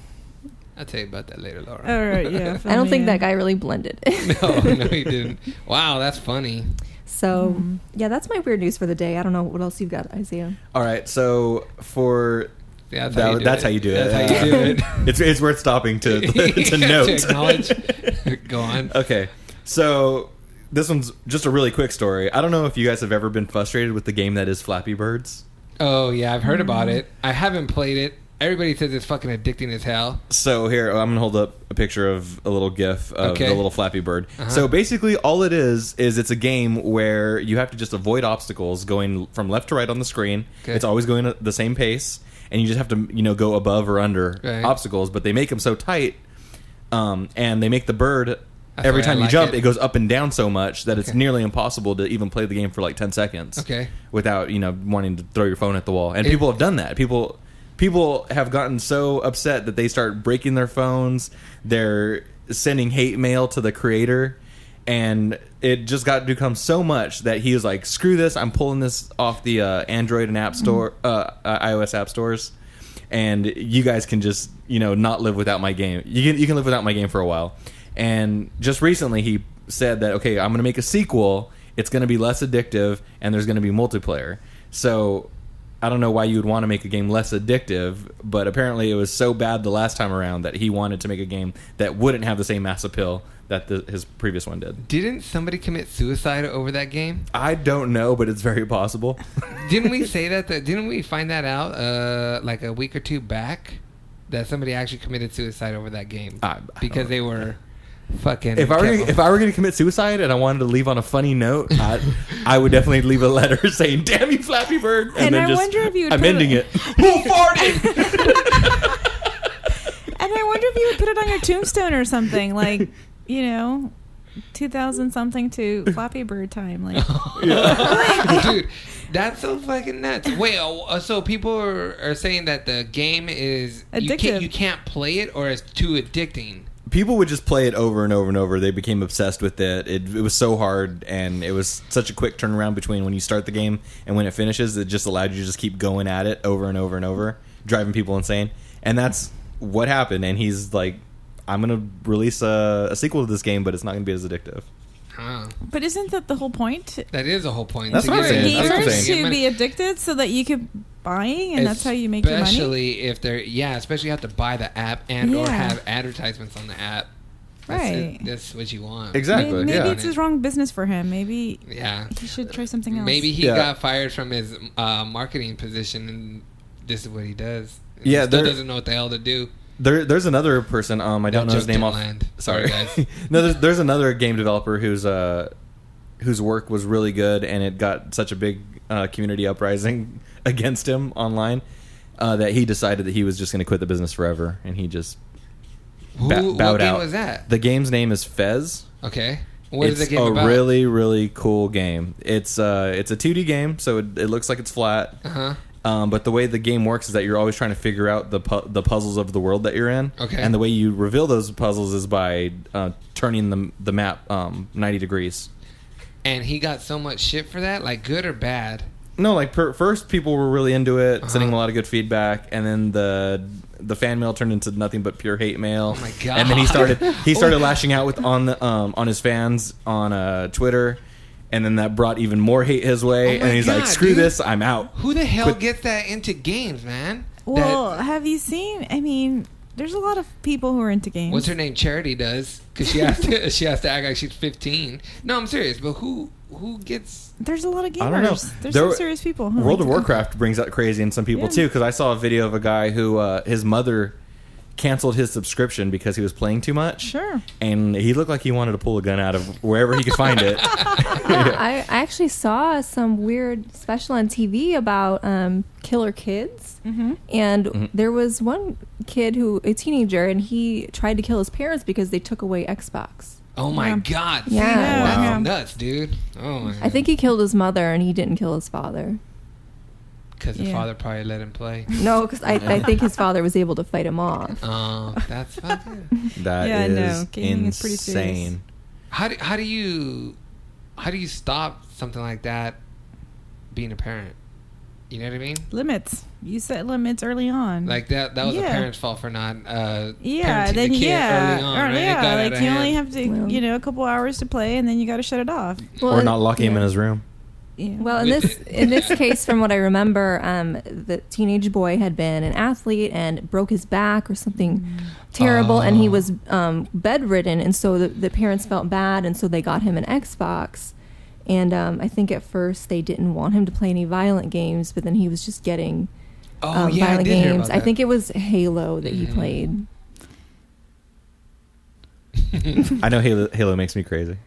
Speaker 1: I'll tell you about that later, Laura.
Speaker 5: All right, yeah.
Speaker 2: I don't think that guy really blended.
Speaker 1: no, no, he didn't. Wow, that's funny.
Speaker 2: So yeah, that's my weird news for the day. I don't know what else you've got, Isaiah.
Speaker 3: All right, so for
Speaker 1: Yeah, that's,
Speaker 3: that-
Speaker 1: how, you do it.
Speaker 3: that's how you do it.
Speaker 1: That's
Speaker 3: Uh,
Speaker 1: how you do it.
Speaker 3: it's it's worth stopping to to
Speaker 1: to
Speaker 3: note.
Speaker 1: acknowledge. Go on.
Speaker 3: okay, so this one's just a really quick story. I don't know if you guys have ever been frustrated with the game that is Flappy Birds.
Speaker 1: Oh yeah, I've heard about it. I haven't played it. Everybody says it's fucking addicting as hell.
Speaker 3: So here, I'm gonna hold up a picture of a little GIF of
Speaker 1: Okay. Uh-huh.
Speaker 3: the little Flappy Bird. So basically, all it is is it's a game where you have to just avoid obstacles going from left to right on the screen.
Speaker 1: Okay.
Speaker 3: It's always going at the same pace, and you just have to you know go above or under
Speaker 1: Right.
Speaker 3: obstacles. But they make them so tight, um, and they make the bird
Speaker 1: That's
Speaker 3: every
Speaker 1: why I
Speaker 3: time you
Speaker 1: like
Speaker 3: jump,
Speaker 1: it.
Speaker 3: it. goes up and down so much that it's
Speaker 1: Okay.
Speaker 3: nearly impossible to even play the game for like ten seconds.
Speaker 1: Okay.
Speaker 3: without you know wanting to throw your phone at the wall, and
Speaker 1: It-
Speaker 3: people have done that. People people have gotten so upset that they start breaking their phones. They're sending hate mail to the creator, and it just got to become so much that he was like, "Screw this! I'm pulling this off the uh, Android and App Store, uh,
Speaker 1: Mm-hmm.
Speaker 3: uh, iOS app stores." And you guys can just you know not live without my game. You can you can live without my game for a while. And just recently, he said that okay, I'm going to make a sequel. It's going to be less addictive, and there's going to be multiplayer. So I don't know why you would want to make a game less addictive, but apparently it was so bad the last time around that he wanted to make a game that wouldn't have the same mass appeal that the, his previous one did.
Speaker 1: Didn't somebody commit suicide over that game?
Speaker 3: I don't know, but it's very possible.
Speaker 1: Didn't we say that? that didn't we find that out uh, like a week or two back that somebody actually committed suicide over that game
Speaker 3: I- I don't
Speaker 1: because they were fucking.
Speaker 3: if I were
Speaker 1: kept-
Speaker 3: if I were going to commit suicide and I wanted to leave on a funny note, I, I would definitely leave a letter saying "Damn you, Flappy Bird,"
Speaker 5: And
Speaker 3: and, then
Speaker 5: I
Speaker 3: just
Speaker 5: wonder if you would
Speaker 3: I'm
Speaker 5: put
Speaker 3: ending
Speaker 5: it-
Speaker 3: it. Who farted?
Speaker 5: And I wonder if you would put it on your tombstone or something, like you know, two thousand something to Flappy Bird time. Like,
Speaker 1: dude, that's so fucking nuts. Wait, oh, uh, so people are, are saying that the game is You
Speaker 5: Addictive.
Speaker 1: can't, you can't play it or it's too addicting.
Speaker 3: people would just play it over and over and over. They became obsessed with it. It, it was so hard, and it was such a quick turnaround between when you start the game and when it finishes. It just allowed you to just keep going at it over and over and over, driving people insane. And that's what happened. And he's like, "I'm gonna release a, a sequel to this game, but it's not gonna be as addictive."
Speaker 1: Huh.
Speaker 5: but isn't that the whole point?
Speaker 1: That is the whole point.
Speaker 3: That's
Speaker 1: to
Speaker 3: what
Speaker 1: get
Speaker 3: I'm
Speaker 1: it-
Speaker 3: saying. That's what I'm
Speaker 5: Gamers
Speaker 3: saying.
Speaker 5: to be addicted so that you could buying, and that's how you make your money.
Speaker 1: Especially if they're yeah, especially you have to buy the app and or
Speaker 5: Yeah.
Speaker 1: have advertisements on the app. That's it.
Speaker 5: Right.
Speaker 1: That's what you want.
Speaker 5: May-
Speaker 3: Exactly.
Speaker 5: Maybe
Speaker 3: yeah.
Speaker 5: it's his wrong business for him. Maybe
Speaker 1: Yeah.
Speaker 5: he should try something else.
Speaker 1: Maybe he
Speaker 3: Yeah.
Speaker 1: got fired from his uh, marketing position, and this is what he does. And
Speaker 3: Yeah,
Speaker 1: he still
Speaker 3: there-
Speaker 1: doesn't know what the hell to do.
Speaker 3: There, there's another person. Um, I don't
Speaker 1: That
Speaker 3: know his
Speaker 1: joke
Speaker 3: name
Speaker 1: didn't
Speaker 3: off.
Speaker 1: land.
Speaker 3: Sorry,
Speaker 1: Sorry, guys.
Speaker 3: no, there's, there's another game developer whose uh, whose work was really good, and it got such a big uh, community uprising against him online uh, that he decided that he was just going to quit the business forever, and he just
Speaker 1: Who,
Speaker 3: ba-
Speaker 1: what
Speaker 3: bowed
Speaker 1: game
Speaker 3: out.
Speaker 1: was that?
Speaker 3: The game's name is Fez.
Speaker 1: okay, what is
Speaker 3: it's
Speaker 1: the game
Speaker 3: a
Speaker 1: about?
Speaker 3: really really cool game. It's uh, it's a 2D game, so it, it looks like it's flat.
Speaker 1: Uh-huh.
Speaker 3: Um, but the way the game works is that you're always trying to figure out the pu- the puzzles of the world that you're in.
Speaker 1: Okay.
Speaker 3: And the way you reveal those puzzles is by uh, turning the the map um, 90 degrees.
Speaker 1: And he got so much shit for that, like good or bad.
Speaker 3: No, like per- first people were really into it,
Speaker 1: Uh-huh.
Speaker 3: sending a lot of good feedback, and then the the fan mail turned into nothing but pure hate mail.
Speaker 1: Oh my God.
Speaker 3: And then he started he started lashing out with on the um, on his fans on uh, Twitter, and then that brought even more hate his way.
Speaker 1: Oh my
Speaker 3: and he's like,
Speaker 1: God,
Speaker 3: "Screw
Speaker 1: dude.
Speaker 3: this, I'm out."
Speaker 1: Who the hell
Speaker 3: Quit-
Speaker 1: gets that into games, man?
Speaker 5: Well,
Speaker 1: That-
Speaker 5: have you seen? I mean, there's a lot of people who are into games.
Speaker 1: What's her name? Charity does because she has to. she has to act like she's fifteen. No, I'm serious. But who who gets?
Speaker 5: There's a lot of gamers.
Speaker 3: I don't know.
Speaker 5: There's
Speaker 3: There
Speaker 5: some
Speaker 3: were-
Speaker 5: serious people. who
Speaker 3: World
Speaker 5: like
Speaker 3: of
Speaker 5: to-
Speaker 3: Warcraft brings out crazy in some people
Speaker 5: Yeah.
Speaker 3: too because I saw a video of a guy who uh, his mother canceled his subscription because he was playing too much.
Speaker 5: Sure.
Speaker 3: And he looked like he wanted to pull a gun out of wherever he could find it.
Speaker 2: I, I actually saw some weird special on TV about um, killer kids,
Speaker 3: Mm-hmm.
Speaker 2: and there was one kid who a teenager, and he tried to kill his parents because they took away Xbox.
Speaker 1: Oh my
Speaker 5: Yeah.
Speaker 1: god!
Speaker 2: Yeah.
Speaker 5: Yeah.
Speaker 1: that's
Speaker 5: Wow.
Speaker 1: nuts, dude. Oh my.
Speaker 2: I
Speaker 3: Mm.
Speaker 2: think he killed his mother, and he didn't kill his father.
Speaker 1: because the
Speaker 5: Yeah.
Speaker 1: father probably let him play.
Speaker 2: No, because I, I think his father was able to fight him off.
Speaker 1: Oh, that's fucking.
Speaker 3: That
Speaker 5: Yeah, I
Speaker 3: is
Speaker 5: know. Gaming
Speaker 3: insane.
Speaker 5: is pretty serious.
Speaker 1: How do, how do you how do you stop something like that being a parent? You know what I mean?
Speaker 5: Mm-hmm. Limits. You set limits early on.
Speaker 1: Like that. That was a
Speaker 5: Yeah.
Speaker 1: parent's fault for not. Uh,
Speaker 5: yeah,
Speaker 1: parenting
Speaker 5: then
Speaker 1: the kid
Speaker 5: yeah,
Speaker 1: Early on,
Speaker 5: Or-
Speaker 1: right? It got
Speaker 5: yeah.
Speaker 1: out
Speaker 5: Like
Speaker 1: of
Speaker 5: you only
Speaker 1: hand.
Speaker 5: have to,
Speaker 2: Well-
Speaker 5: you know, a couple hours to play, and then you got to shut it off.
Speaker 2: Well,
Speaker 3: or
Speaker 2: and-
Speaker 3: not locking him
Speaker 2: yeah.
Speaker 3: in his room.
Speaker 5: Yeah.
Speaker 2: Well, in this in this case, from what I remember, um, the teenage boy had been an athlete and broke his back or something terrible, and he
Speaker 1: Mm. Oh.
Speaker 2: was um, bedridden, and so the, the parents felt bad, and so they got him an Xbox. And um, I think at first they didn't want him to play any violent games, but then he was just getting
Speaker 1: Oh
Speaker 2: um,
Speaker 1: yeah, I
Speaker 2: violent
Speaker 1: did
Speaker 2: games.
Speaker 1: hear about
Speaker 2: I think it was Halo that he
Speaker 1: Mhm.
Speaker 2: played.
Speaker 3: I know Halo, Halo makes me crazy.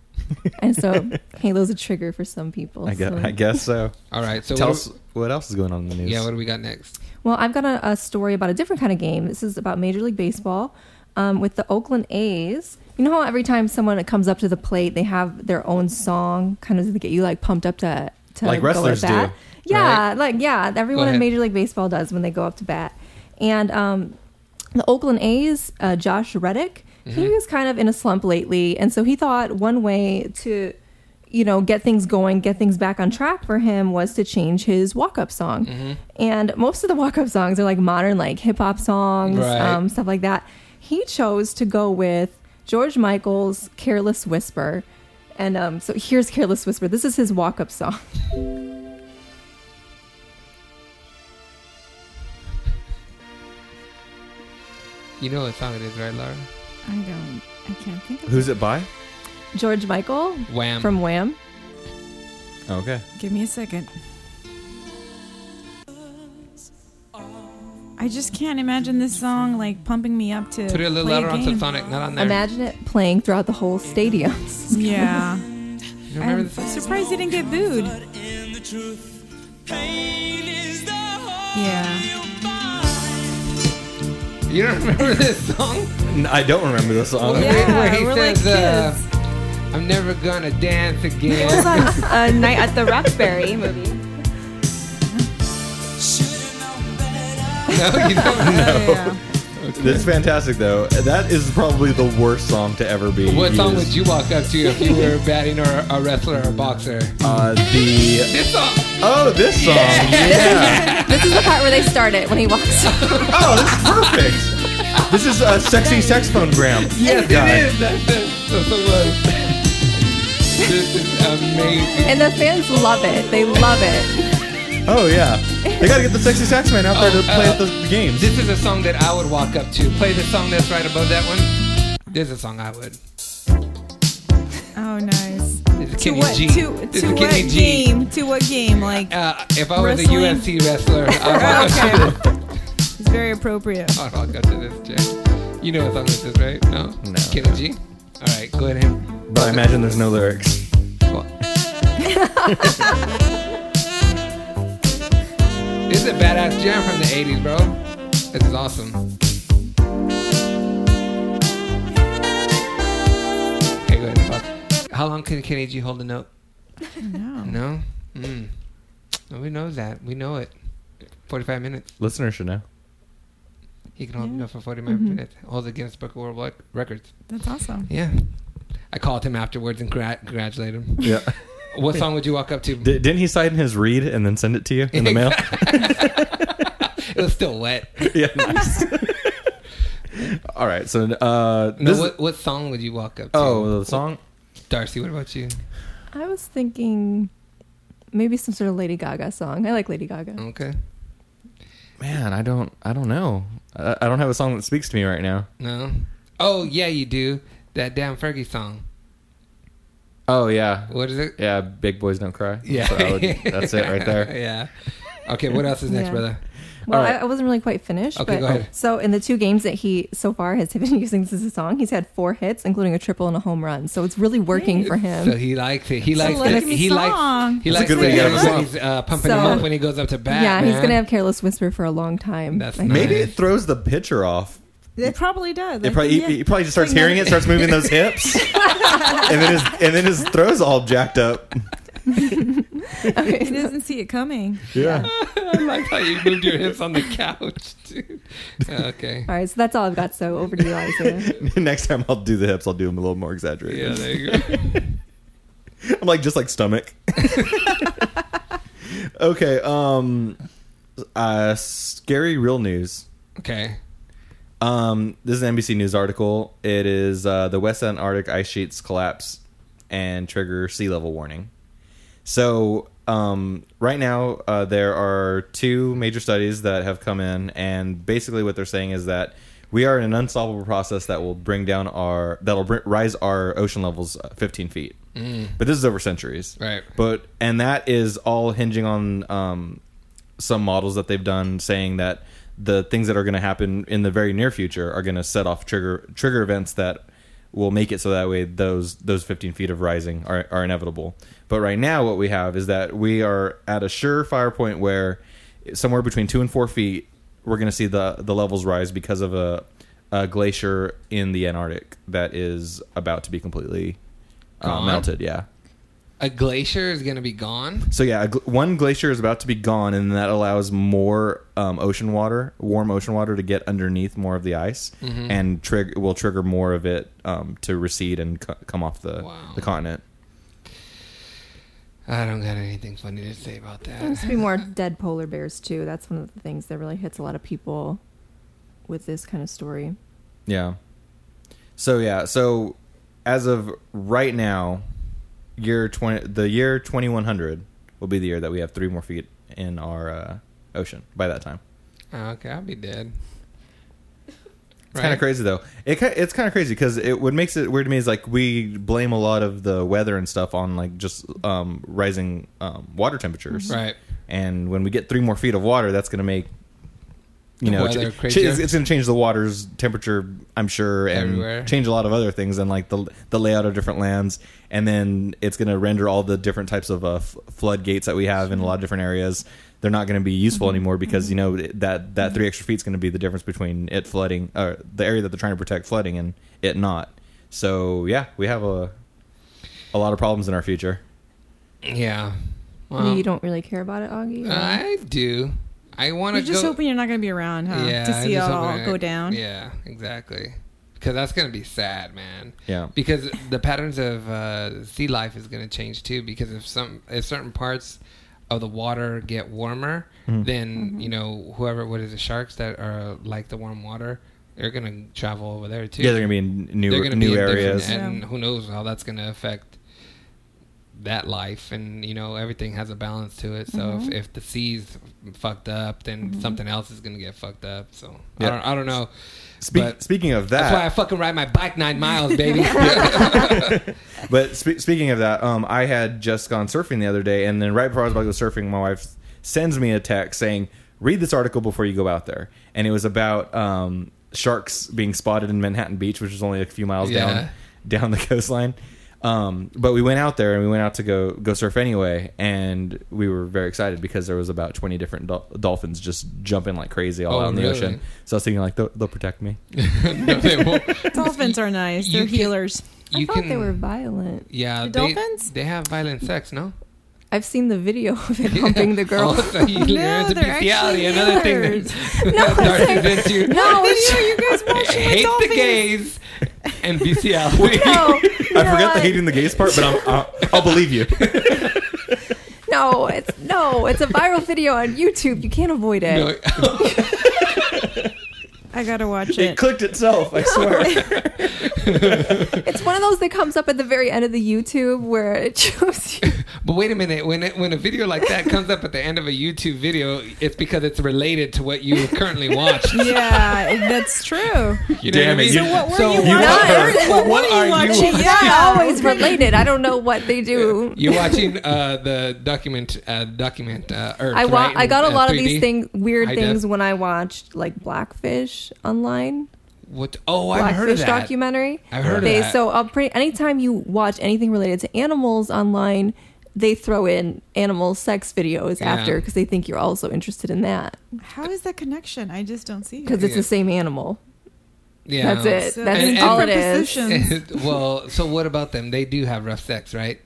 Speaker 2: And so Halo's a trigger for some people.
Speaker 3: I guess,
Speaker 2: so-
Speaker 3: I guess so.
Speaker 1: All right. So
Speaker 3: Tell
Speaker 1: what-
Speaker 3: us what else is going on in the news.
Speaker 1: Yeah. What do we got next?
Speaker 2: Well, I've got a, a story about a different kind of game. This is about Major League Baseball um, with the Oakland A's. You know how every time someone comes up to the plate, they have their own song, kind of to get you like pumped up to to
Speaker 3: Like wrestlers
Speaker 2: go at bat.
Speaker 3: do,
Speaker 2: Yeah, like yeah, everyone in
Speaker 1: ahead.
Speaker 2: Major League Baseball does when they go up to bat. And um, the Oakland A's, uh, Josh Reddick,
Speaker 3: Mm-hmm.
Speaker 2: he was kind of in a slump lately, and so he thought one way to, you know, get things going, get things back on track for him was to change his walk-up song.
Speaker 3: Mm-hmm.
Speaker 2: And most of the walk-up songs are like modern, like hip-hop songs,
Speaker 1: Right.
Speaker 2: um, stuff like that. He chose to go with George Michael's "Careless Whisper," and um, so here's "Careless Whisper." This is his walk-up song.
Speaker 1: You know what song it is, right, Laura?
Speaker 5: I don't. I can't think of.
Speaker 3: Who's it by?
Speaker 2: George Michael
Speaker 1: Wham.
Speaker 2: from Wham.
Speaker 3: Okay.
Speaker 5: Give me a second. I just can't imagine this song like pumping me up to
Speaker 1: Put it a little
Speaker 5: play
Speaker 1: louder on
Speaker 5: game.
Speaker 1: Subsonic, not on there.
Speaker 2: Imagine it playing throughout the whole stadium.
Speaker 5: Yeah,
Speaker 1: You remember
Speaker 5: I'm
Speaker 1: the song?
Speaker 5: surprised they didn't get booed. Yeah,
Speaker 1: You don't remember this song?
Speaker 3: N- I don't remember the song.
Speaker 1: Yeah. Where he
Speaker 5: yeah, we're like
Speaker 1: says, uh,
Speaker 5: kids.
Speaker 1: I'm never gonna dance
Speaker 7: It was
Speaker 1: again.
Speaker 7: on a night at the Roxbury movie.
Speaker 1: no, you don't know.
Speaker 5: Yeah.
Speaker 3: It's fantastic though. That is probably the worst song to ever be.
Speaker 1: What song
Speaker 3: used.
Speaker 1: would you walk up to if you were batting or a wrestler or a boxer?
Speaker 3: Uh, the
Speaker 1: This song.
Speaker 3: oh, this song. Yeah.
Speaker 2: this is the part where they start it when he walks up.
Speaker 3: Oh, this is perfect. This is a sexy saxophone gram.
Speaker 1: Yes,
Speaker 3: God.
Speaker 1: it is. That's it. That's what it was. This is amazing.
Speaker 2: And the fans love it. They love it.
Speaker 3: Oh yeah. They gotta get the sexy sax man out there
Speaker 1: Oh,
Speaker 3: to play
Speaker 1: uh,
Speaker 3: at the, the games.
Speaker 1: This is a song that I would walk up to. Play the song that's right above that one. This is a song I would.
Speaker 5: Oh, nice.
Speaker 1: This is
Speaker 5: To
Speaker 1: Kenny
Speaker 5: what?
Speaker 1: G.
Speaker 5: To,
Speaker 1: this is
Speaker 5: to what
Speaker 1: Kenny G.
Speaker 5: game? To what game? Like,
Speaker 1: Uh, if I was
Speaker 5: Wrestling?
Speaker 1: a UFC wrestler, I would walk up to
Speaker 5: okay. it's very appropriate.
Speaker 1: Hold on, I'll go to this, Jay. You know what song this is, right? No?
Speaker 3: No,
Speaker 1: Kenny
Speaker 3: no.
Speaker 1: G? Alright, go ahead and.
Speaker 3: But I imagine there's no lyrics.
Speaker 1: this is a badass jam from the 80s, bro. This is awesome. Okay, go ahead and pause. How long can Kenny G hold a note?
Speaker 5: No.
Speaker 1: No? Mm. Well, we know that. We know it. 45 minutes.
Speaker 3: Listeners should know.
Speaker 1: He can hold a
Speaker 5: Yeah.
Speaker 1: note for 45 minutes. Holds the Guinness Book of World Rec- Records.
Speaker 5: That's awesome.
Speaker 1: Yeah. I called him afterwards and gra- congratulated him.
Speaker 3: Yeah.
Speaker 1: What song would you walk up to?
Speaker 3: D- didn't he sign his read and then send it to you in the mail?
Speaker 1: It was still wet.
Speaker 3: yeah. nice. All right. So uh,
Speaker 1: No,
Speaker 3: this.
Speaker 1: what, what song would you walk up to?
Speaker 3: oh, the song.
Speaker 1: Darcy, what about you?
Speaker 2: I was thinking maybe some sort of Lady Gaga song. I like Lady Gaga.
Speaker 1: Okay.
Speaker 3: Man, I don't. I don't know. I, I don't have a song that speaks to me right now.
Speaker 1: No. Oh, yeah, you do. That damn Fergie song.
Speaker 3: Oh yeah.
Speaker 1: What is it?
Speaker 3: Yeah, big boys don't cry.
Speaker 1: Yeah.
Speaker 3: So I would- that's it right there.
Speaker 1: yeah. Okay, what else is next,
Speaker 2: Yeah.
Speaker 1: brother?
Speaker 2: Well,
Speaker 3: All right.
Speaker 2: I, I wasn't really quite finished.
Speaker 1: Okay,
Speaker 2: but,
Speaker 1: go ahead.
Speaker 2: So in the two games that he so far has been using this as a song, he's had four hits, including a triple and a home run. So it's really working for him.
Speaker 1: So he likes it. He
Speaker 5: So
Speaker 1: likes
Speaker 5: let
Speaker 1: it.
Speaker 5: him
Speaker 1: He
Speaker 5: song.
Speaker 1: likes. He
Speaker 3: That's a
Speaker 1: likes
Speaker 3: good way to get him
Speaker 1: it.
Speaker 3: song.
Speaker 1: He's uh, pumping
Speaker 2: So-
Speaker 1: him up when he goes up to bat.
Speaker 2: yeah, he's
Speaker 1: man.
Speaker 2: gonna have "Careless Whisper" for a long time.
Speaker 1: That's
Speaker 2: I think.
Speaker 3: Maybe
Speaker 1: Nice.
Speaker 3: it throws the pitcher off.
Speaker 5: It probably does.
Speaker 3: It probably
Speaker 5: yeah.
Speaker 3: he, he probably just starts hearing it, starts moving those hips, and then his and then his throws all jacked up.
Speaker 5: He doesn't see it coming.
Speaker 3: Yeah.
Speaker 1: I like how you moved your hips on the couch, dude. Okay.
Speaker 2: All right, so that's all I've got. So over to you, Isaiah.
Speaker 3: Next time I'll do the hips, I'll do them a little more
Speaker 1: Yeah,
Speaker 3: exaggerated.
Speaker 1: there you go.
Speaker 3: I'm like just like stomach. okay. Um, uh, scary real news.
Speaker 1: Okay.
Speaker 3: Um, this is an NBC News article. It is uh, the West Antarctic ice sheets collapse and trigger sea level warning. So, um, right now, uh, there are two major studies that have come in, and basically, what they're saying is that we are in an unsolvable process that will bring down our that'll br- rise our ocean levels uh, 15 feet. But this is over centuries,
Speaker 1: Right.
Speaker 3: But and that is all hinging on um, some models that they've done saying that the things that are going to happen in the very near future are going to set off trigger trigger events that will make it so that way those those 15 feet of rising are, are inevitable but right now what we have is that we are at a surefire point where somewhere between two and four feet we're going to see the the levels rise because of a, a glacier in the antarctic that is about to be completely uh,
Speaker 1: Gone?
Speaker 3: melted yeah
Speaker 1: A glacier is gonna be gone.
Speaker 3: so yeah, a gl- one glacier is about to be gone, and that allows more um, ocean water, warm ocean water, to get underneath more of the ice, and trig- will trigger more of it um, to recede and co- come off the
Speaker 1: Wow.
Speaker 3: the continent.
Speaker 1: I don't got anything funny to say about
Speaker 2: There
Speaker 1: that.
Speaker 2: needs to be more dead polar bears too. That's one of the things that really hits a lot of people with this kind of story.
Speaker 3: Yeah. So yeah, so as of right now, year twenty, the year twenty one hundred will be the year that we have three more feet in our uh, ocean by that time.
Speaker 1: Oh, Okay, I'll be dead.
Speaker 3: It's kind of crazy though. It ki- it's kind of crazy because it what makes it weird to me is like we blame a lot of the weather and stuff on like just um, rising um, water temperatures,
Speaker 1: Right.
Speaker 3: And when we get three more feet of water, that's going to make you
Speaker 1: The
Speaker 3: know
Speaker 1: weather
Speaker 3: ch- ch-
Speaker 1: crazier.
Speaker 3: it's, going to change the water's temperature, I'm sure, and
Speaker 1: Everywhere.
Speaker 3: change a lot of other things and like the the layout of different lands, and then it's going to render all the different types of uh, f- floodgates that we have in a lot of different areas. They're not going to be useful
Speaker 1: Mm-hmm.
Speaker 3: anymore because you know it- that that three extra feet is going to be the difference between it flooding or the area that they're trying to protect flooding and it not. So yeah, we have a a lot of problems in our future.
Speaker 1: Yeah.
Speaker 2: you don't really care about it, Augie.
Speaker 1: I do. I want to
Speaker 5: You're
Speaker 1: go.
Speaker 5: just hoping you're not going to be around, huh?
Speaker 1: yeah,
Speaker 5: to
Speaker 1: I'm
Speaker 5: see it
Speaker 1: just
Speaker 5: all
Speaker 1: hoping I-
Speaker 5: go down.
Speaker 1: Yeah, exactly. Because that's gonna be sad, man.
Speaker 3: Yeah.
Speaker 1: Because the patterns of uh, sea life is gonna change too. Because if some if certain parts of the water get warmer,
Speaker 3: Mm-hmm.
Speaker 1: then
Speaker 5: Mm-hmm.
Speaker 1: you know whoever what is the sharks that are like the warm water, they're gonna travel over there too.
Speaker 3: Yeah, they're going to be in
Speaker 1: They're
Speaker 3: new
Speaker 1: gonna
Speaker 3: new
Speaker 1: be in different-
Speaker 3: areas.
Speaker 1: and who knows how that's gonna affect that life and you know everything has a balance to it so
Speaker 2: Mm-hmm.
Speaker 1: if, if the sea's fucked up then something else is gonna get fucked up so
Speaker 3: Yeah.
Speaker 1: I, don't, I don't know
Speaker 3: Speak,
Speaker 1: but-
Speaker 3: speaking of that,
Speaker 1: that's why i fucking ride my bike nine miles baby
Speaker 3: But spe- speaking of that, um, I had just gone surfing the other day, and then right before I was about to go surfing, my wife sends me a text saying, "Read this article before you go out there." And it was about um, sharks being spotted in Manhattan Beach, which is only a few miles
Speaker 1: Yeah.
Speaker 3: down down the coastline. Um, but we went out there and we went out to go go surf anyway, and we were very excited because there was about twenty different dol- dolphins just jumping like crazy all
Speaker 1: Oh,
Speaker 3: out in the
Speaker 1: really?
Speaker 3: ocean. So I was thinking like they'll, they'll protect me.
Speaker 1: No, they won't.
Speaker 5: Dolphins are nice.
Speaker 1: You
Speaker 5: They're
Speaker 1: can-
Speaker 5: healers.
Speaker 2: I
Speaker 1: you
Speaker 2: thought
Speaker 1: can
Speaker 2: they were violent.
Speaker 1: yeah
Speaker 5: The
Speaker 1: they,
Speaker 5: dolphins?
Speaker 1: they have violent sex no
Speaker 2: I've seen the video of it humping the girl.
Speaker 1: Oh, so you learned the
Speaker 5: they're
Speaker 1: bestiality
Speaker 5: actually
Speaker 1: another thing
Speaker 2: healers.
Speaker 1: that
Speaker 2: No,
Speaker 1: that
Speaker 2: it's
Speaker 1: Darcy's into
Speaker 2: No, it's-
Speaker 1: hate the gays and bestiality
Speaker 2: no,
Speaker 3: I forgot the
Speaker 2: not-
Speaker 3: hating the gays part, but I'm, i I'll believe you.
Speaker 2: No, it's no, it's a viral video on YouTube. You can't avoid it.
Speaker 1: No,
Speaker 5: I got to watch
Speaker 3: it
Speaker 5: it.
Speaker 3: clicked itself. I swear.
Speaker 2: It's one of those that comes up at the very end of the YouTube where it shows you.
Speaker 1: But wait a minute. When it, when a video like that comes up at the end of a YouTube video, it's because it's related to what you currently watched.
Speaker 5: yeah, that's true.
Speaker 1: You know what
Speaker 3: Damn
Speaker 1: I
Speaker 3: it,
Speaker 1: mean?
Speaker 3: you- So
Speaker 5: what were you
Speaker 3: you
Speaker 5: watching?
Speaker 3: are her.
Speaker 1: What, are you?
Speaker 5: watching?
Speaker 1: watching?
Speaker 2: Yeah, always related. I don't know what they do.
Speaker 1: You're watching uh, the document, uh, document uh, Earth.
Speaker 2: I wa-
Speaker 1: right?
Speaker 2: I got a
Speaker 1: In, uh,
Speaker 2: lot of
Speaker 1: 3D?
Speaker 2: these things, weird
Speaker 1: High def.
Speaker 2: things, when I watched like Blackfish online.
Speaker 1: What? Oh, I've heard of
Speaker 2: Blackfish
Speaker 1: that.
Speaker 2: documentary.
Speaker 1: I've heard of
Speaker 2: they,
Speaker 1: that.
Speaker 2: So, uh, pretty, anytime you watch anything related to animals online, they throw in animal sex videos
Speaker 1: Yeah.
Speaker 2: after because they think you're also interested in that
Speaker 5: How is that connection? I just don't see it.
Speaker 2: because it's
Speaker 1: Yeah.
Speaker 2: the same animal.
Speaker 1: Yeah.
Speaker 2: That's it.
Speaker 5: So-
Speaker 2: That's
Speaker 1: And-
Speaker 2: all it
Speaker 1: and-
Speaker 2: is.
Speaker 5: Positions.
Speaker 1: well, so what about them? They do have rough sex, right?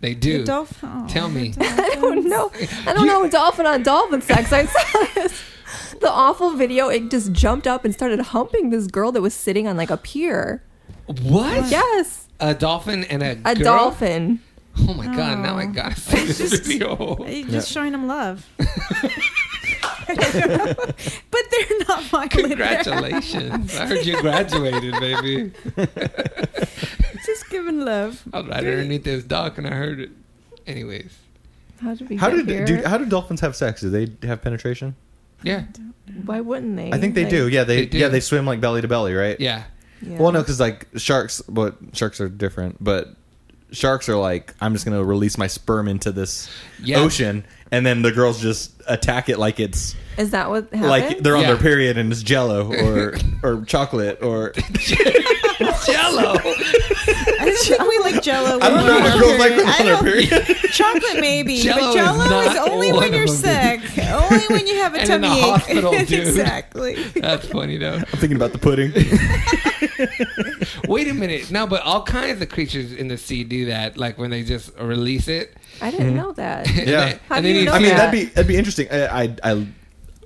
Speaker 1: They do.
Speaker 5: The dolphin. oh,
Speaker 1: Tell me.
Speaker 5: the dolphins.
Speaker 2: I don't know. Oh, I don't know dolphin on dolphin sex. I saw this. The awful video. It just jumped up and started humping this girl that was sitting on like a pier.
Speaker 1: What?
Speaker 2: Yes,
Speaker 1: A dolphin and a
Speaker 2: a
Speaker 1: girl?
Speaker 2: dolphin.
Speaker 1: Oh my god! Now I
Speaker 5: Oh.
Speaker 1: gotta see
Speaker 5: It's
Speaker 1: this
Speaker 5: just-
Speaker 1: video.
Speaker 5: Hey,
Speaker 3: Yeah.
Speaker 5: Just showing them love. but they're not my
Speaker 1: Congratulations! I heard you graduated, baby.
Speaker 5: Just giving love.
Speaker 1: I was right underneath this dock and I heard it. Anyways,
Speaker 2: How did we
Speaker 3: How
Speaker 2: get
Speaker 3: did
Speaker 2: here?
Speaker 3: dude, how do dolphins have sex? Do they have penetration?
Speaker 1: yeah,
Speaker 2: Why wouldn't they?
Speaker 3: I think they
Speaker 2: Like,
Speaker 3: do. Yeah, they,
Speaker 1: They do.
Speaker 3: yeah they swim like belly to belly, right?
Speaker 1: yeah.
Speaker 2: yeah.
Speaker 3: Well, no, because like sharks, but sharks are different. But sharks are like, I'm just gonna release my sperm into this
Speaker 1: Yeah.
Speaker 3: ocean, and then the girls just attack it like it's
Speaker 2: Is that what happened?
Speaker 3: like they're on
Speaker 1: Yeah.
Speaker 3: their period and it's jello or or chocolate or
Speaker 1: Jello.
Speaker 5: I don't think we like Jello.
Speaker 3: I don't know
Speaker 5: when
Speaker 3: what
Speaker 5: we're
Speaker 3: girls like
Speaker 5: younger. I
Speaker 3: on their
Speaker 5: don't-
Speaker 3: period.
Speaker 5: Chocolate maybe,
Speaker 1: Jell-O
Speaker 5: but
Speaker 1: is
Speaker 5: Jello is,
Speaker 1: not
Speaker 5: only
Speaker 1: one
Speaker 5: when you're
Speaker 1: of them,
Speaker 5: sick, only when you have a
Speaker 1: And in
Speaker 5: tummy
Speaker 1: the
Speaker 5: ache.
Speaker 1: hospital, dude.
Speaker 5: exactly.
Speaker 1: That's funny though.
Speaker 3: I'm thinking about the pudding.
Speaker 1: Wait a minute. No, but all kinds of creatures in the sea do that. Like when they just release it.
Speaker 2: I
Speaker 3: Mm-hmm.
Speaker 2: didn't know that.
Speaker 1: And
Speaker 3: Yeah.
Speaker 1: they-
Speaker 2: How
Speaker 1: and
Speaker 2: do
Speaker 1: then
Speaker 2: you
Speaker 1: you
Speaker 2: know
Speaker 3: I mean,
Speaker 1: see-
Speaker 2: Yeah.
Speaker 3: that'd be that'd be interesting. I I, I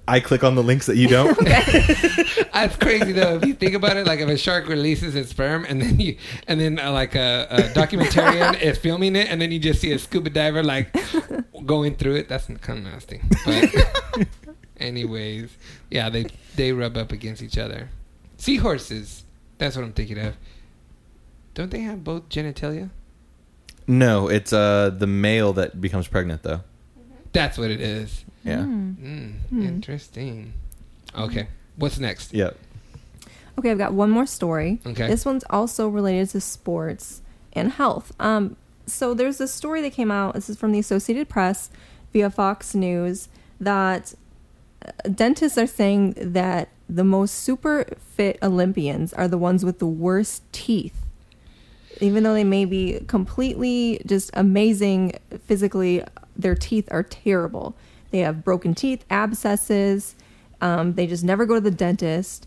Speaker 3: I click on the links that you don't.
Speaker 1: That's crazy though. If you think about it, like if a shark releases its sperm and then you, and then uh, like a, a documentarian is filming it, and then you just see a scuba diver like going through it. That's kind of nasty. But anyways, yeah, they they rub up against each other. Seahorses. That's what I'm thinking of. Don't they have both genitalia?
Speaker 3: No, it's uh the male that becomes pregnant though.
Speaker 1: That's what it is.
Speaker 3: Yeah,
Speaker 5: Hmm.
Speaker 1: Mm, Interesting. Okay. What's next?
Speaker 3: yeah.
Speaker 2: Okay, I've got one more story.
Speaker 1: Okay.
Speaker 2: This one's also related to sports and health. Um, so there's this story that came out. This is from the Associated Press via Fox News that uh, dentists are saying that the most super fit Olympians are the ones with the worst teeth. Even though they may be completely just amazing physically, their teeth are terrible. They have broken teeth, abscesses. Um, they just never go to the dentist.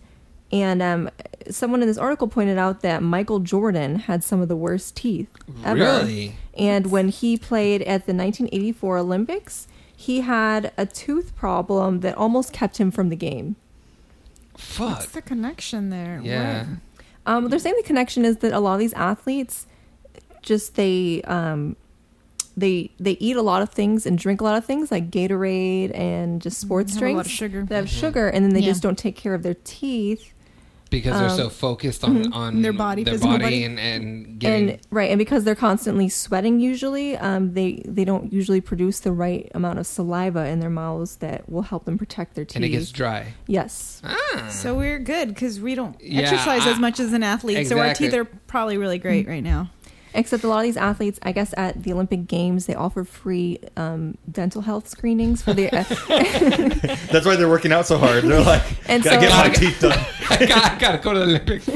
Speaker 2: And um, someone in this article pointed out that Michael Jordan had some of the worst teeth ever.
Speaker 1: Really?
Speaker 2: And when he played at the 1984 Olympics, he had a tooth problem that almost kept him from the game.
Speaker 1: Fuck.
Speaker 5: What's the connection there?
Speaker 1: Yeah.
Speaker 2: Um, they're saying the connection is that a lot of these athletes just they um, they they eat a lot of things and drink a lot of things like Gatorade and just sports
Speaker 5: Mm-hmm. Have a
Speaker 2: drinks.
Speaker 5: lot of sugar.
Speaker 2: They have
Speaker 1: Mm-hmm.
Speaker 2: sugar, and then they
Speaker 5: Yeah.
Speaker 2: just don't take care of their teeth.
Speaker 1: because they're so focused on, on
Speaker 5: Um, mm-hmm. Their body,
Speaker 1: their
Speaker 5: physical
Speaker 1: body,
Speaker 5: body.
Speaker 1: and and getting
Speaker 2: And right, and because they're constantly sweating, usually um, they they don't usually produce the right amount of saliva in their mouths that will help them protect their teeth.
Speaker 1: and it gets dry.
Speaker 2: yes,
Speaker 1: Ah,
Speaker 5: So we're good because we don't
Speaker 1: Yeah,
Speaker 5: exercise
Speaker 1: I-
Speaker 5: as much as an athlete, so our
Speaker 1: Exactly. Mm.
Speaker 5: teeth are probably really great right now.
Speaker 2: Except a lot of these athletes, I guess, at the Olympic Games, they offer free um, dental health screenings for the.
Speaker 3: That's why they're working out so hard. They're like,
Speaker 2: And
Speaker 3: gotta
Speaker 2: so-
Speaker 3: get my
Speaker 1: Gotta-
Speaker 3: teeth done.
Speaker 1: I, gotta, I gotta go to the Olympics.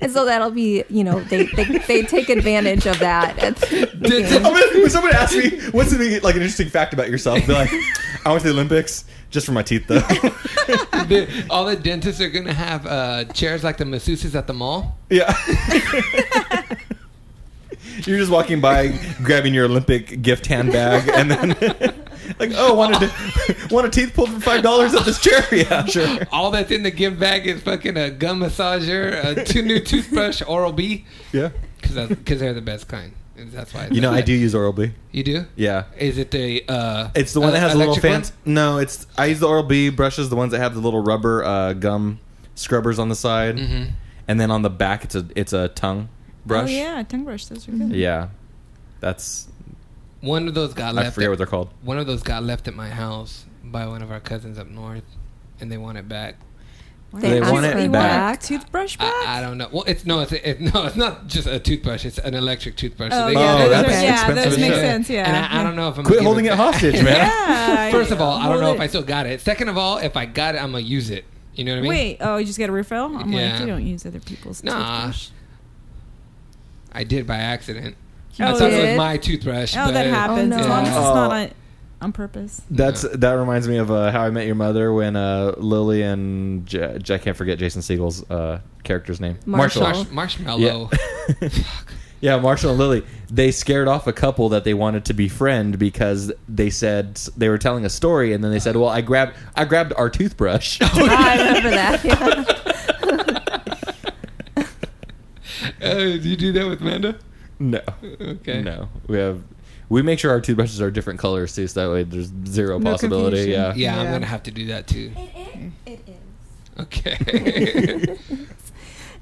Speaker 2: and so that'll be, you know, they, they, they take advantage of that. At the
Speaker 1: Did-
Speaker 3: I mean, when someone asks me what's something like an interesting fact about yourself, be like, I went to the Olympics just for my teeth, though.
Speaker 1: the- all the dentists are gonna have uh, chairs like the masseuses at the mall.
Speaker 3: yeah. You're just walking by, grabbing your Olympic gift handbag, and then like, oh, want a, want a teeth pulled for five dollars at this chair? Yeah, sure.
Speaker 1: All that's in the gift bag is fucking a gum massager, a two new toothbrush, Oral B,
Speaker 3: Yeah.
Speaker 1: because they're the best kind. And That's why.
Speaker 3: You know, I do use Oral B.
Speaker 1: You do?
Speaker 3: Yeah.
Speaker 1: Is it the? Uh,
Speaker 3: It's the one that
Speaker 1: uh,
Speaker 3: has the little
Speaker 1: electric
Speaker 3: fans. No, it's I use the Oral B brushes, the ones that have the little rubber uh, gum scrubbers on the side,
Speaker 1: Mm-hmm.
Speaker 3: and then on the back it's a it's a tongue brush.
Speaker 5: Oh yeah, tongue brush. Those are
Speaker 1: Mm-hmm.
Speaker 5: good.
Speaker 3: Yeah. that's
Speaker 1: One? One of those got
Speaker 3: I
Speaker 1: left.
Speaker 3: forget
Speaker 1: at-
Speaker 3: what they're called.
Speaker 1: one of those got left at my house by one of our cousins up north, and they want it back.
Speaker 3: They
Speaker 2: ask
Speaker 3: want it
Speaker 2: for you
Speaker 3: back.
Speaker 5: Toothbrush back.
Speaker 1: I, I don't know. Well, it's no, it's it, no, it's not just a toothbrush. It's an electric toothbrush. So
Speaker 5: Oh,
Speaker 1: they
Speaker 5: yeah,
Speaker 1: got-
Speaker 3: Oh,
Speaker 5: those
Speaker 3: that's
Speaker 5: are- yeah,
Speaker 3: expensive
Speaker 5: those
Speaker 3: as
Speaker 5: make
Speaker 3: shit.
Speaker 5: sense. Yeah,
Speaker 1: And I, I don't know if I'm
Speaker 3: Quit
Speaker 1: gonna
Speaker 3: holding
Speaker 1: give
Speaker 3: it
Speaker 1: back.
Speaker 3: hostage, man.
Speaker 5: Yeah.
Speaker 1: First of all, I don't
Speaker 5: Hold
Speaker 1: know if
Speaker 5: it.
Speaker 1: I still got it. Second of all, if I got it, I'm gonna use it. You know what I mean?
Speaker 5: Wait. Oh, you just got a refill. I'm
Speaker 1: Yeah.
Speaker 5: like, you don't use other people's
Speaker 1: Nah.
Speaker 5: toothbrush.
Speaker 1: I did by accident. I
Speaker 5: Oh,
Speaker 1: thought it
Speaker 5: you
Speaker 1: was
Speaker 5: did?
Speaker 1: my toothbrush.
Speaker 5: Oh,
Speaker 1: but
Speaker 5: that happens.
Speaker 2: no.
Speaker 5: As long as it's
Speaker 3: Oh.
Speaker 5: not on, on purpose.
Speaker 3: That's that reminds me of uh, How I Met Your Mother when uh, Lily and J- J- I can't forget Jason Siegel's uh, character's name.
Speaker 2: Marshall.
Speaker 1: Marsh- marshmallow.
Speaker 3: Yeah, Marshall and Lily. They scared off a couple that they wanted to befriend because they said they were telling a story, and then they said, "Well, I grabbed I grabbed our toothbrush."
Speaker 5: Oh,
Speaker 1: Oh,
Speaker 2: I remember that. Yeah.
Speaker 1: Oh, Uh, do you do that with Amanda?
Speaker 3: No.
Speaker 1: Okay.
Speaker 3: No. We have. We make sure our toothbrushes are different colors too, so that way there's zero
Speaker 5: No
Speaker 3: possibility.
Speaker 5: confusion.
Speaker 3: Yeah.
Speaker 1: Uh, Yeah, I'm
Speaker 5: Yeah.
Speaker 1: gonna have to do that too.
Speaker 7: It is. It is.
Speaker 1: Okay.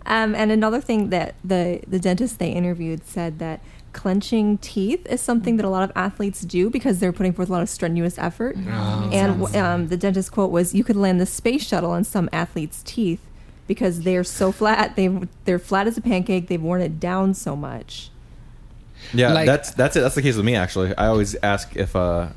Speaker 2: Um, and another thing that the, the dentist they interviewed said that clenching teeth is something that a lot of athletes do because they're putting forth a lot of strenuous effort.
Speaker 1: Oh.
Speaker 2: and w- um, the dentist quote was, "You could land the space shuttle on some athletes' teeth because they're so flat. They they're flat as a pancake. They've worn it down so much."
Speaker 3: Yeah.
Speaker 1: Like-
Speaker 3: that's that's it. That's the case with me actually. I always ask if uh,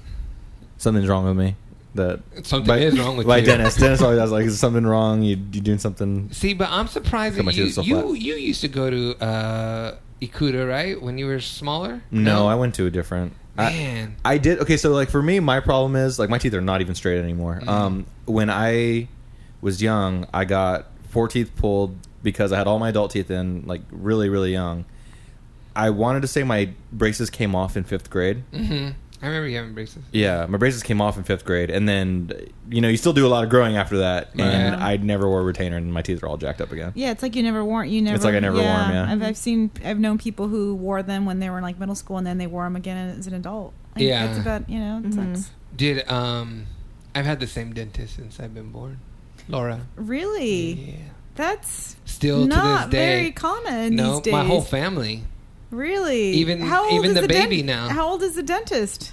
Speaker 3: something's wrong with me. That
Speaker 1: Something is wrong with
Speaker 3: my
Speaker 1: you.
Speaker 3: dentist. Dentist always asks like, "Is something wrong? You you doing something?"
Speaker 1: See, but I'm surprised
Speaker 3: Got my
Speaker 1: that you
Speaker 3: teeth so
Speaker 1: you,
Speaker 3: flat.
Speaker 1: you used to go to uh, Ikuta, right? When you were smaller.
Speaker 3: No, I went to a different. I,
Speaker 1: Man.
Speaker 3: I did okay. So like for me, my problem is like my teeth are not even straight
Speaker 1: Mm.
Speaker 3: anymore. Um, when I was young, I got four teeth pulled because I had all my adult teeth in, like really really young. I wanted to say my braces came off in fifth grade.
Speaker 1: hmm I remember you having braces.
Speaker 3: Yeah, my braces came off in fifth grade, and then you know you still do a lot of growing after that. And
Speaker 5: Right.
Speaker 3: I never wore a retainer, and my teeth are all jacked up again.
Speaker 5: Yeah, it's like you never wore. You never.
Speaker 3: like I never wore 'em, yeah.
Speaker 5: I've, I've seen. I've known people who wore them when they were in like middle school, and then they wore them again as an adult. Like,
Speaker 1: Yeah.
Speaker 5: it's about you know. It sucks.
Speaker 1: Did um, I've had the same dentist since I've been born, Laura.
Speaker 5: Really,
Speaker 1: Yeah.
Speaker 5: that's
Speaker 1: Still
Speaker 5: not
Speaker 1: to this day.
Speaker 5: very common
Speaker 1: no,
Speaker 5: these days.
Speaker 1: my whole family.
Speaker 5: Really,
Speaker 1: Even- even the
Speaker 5: dent-
Speaker 1: baby now.
Speaker 5: How old is the dentist?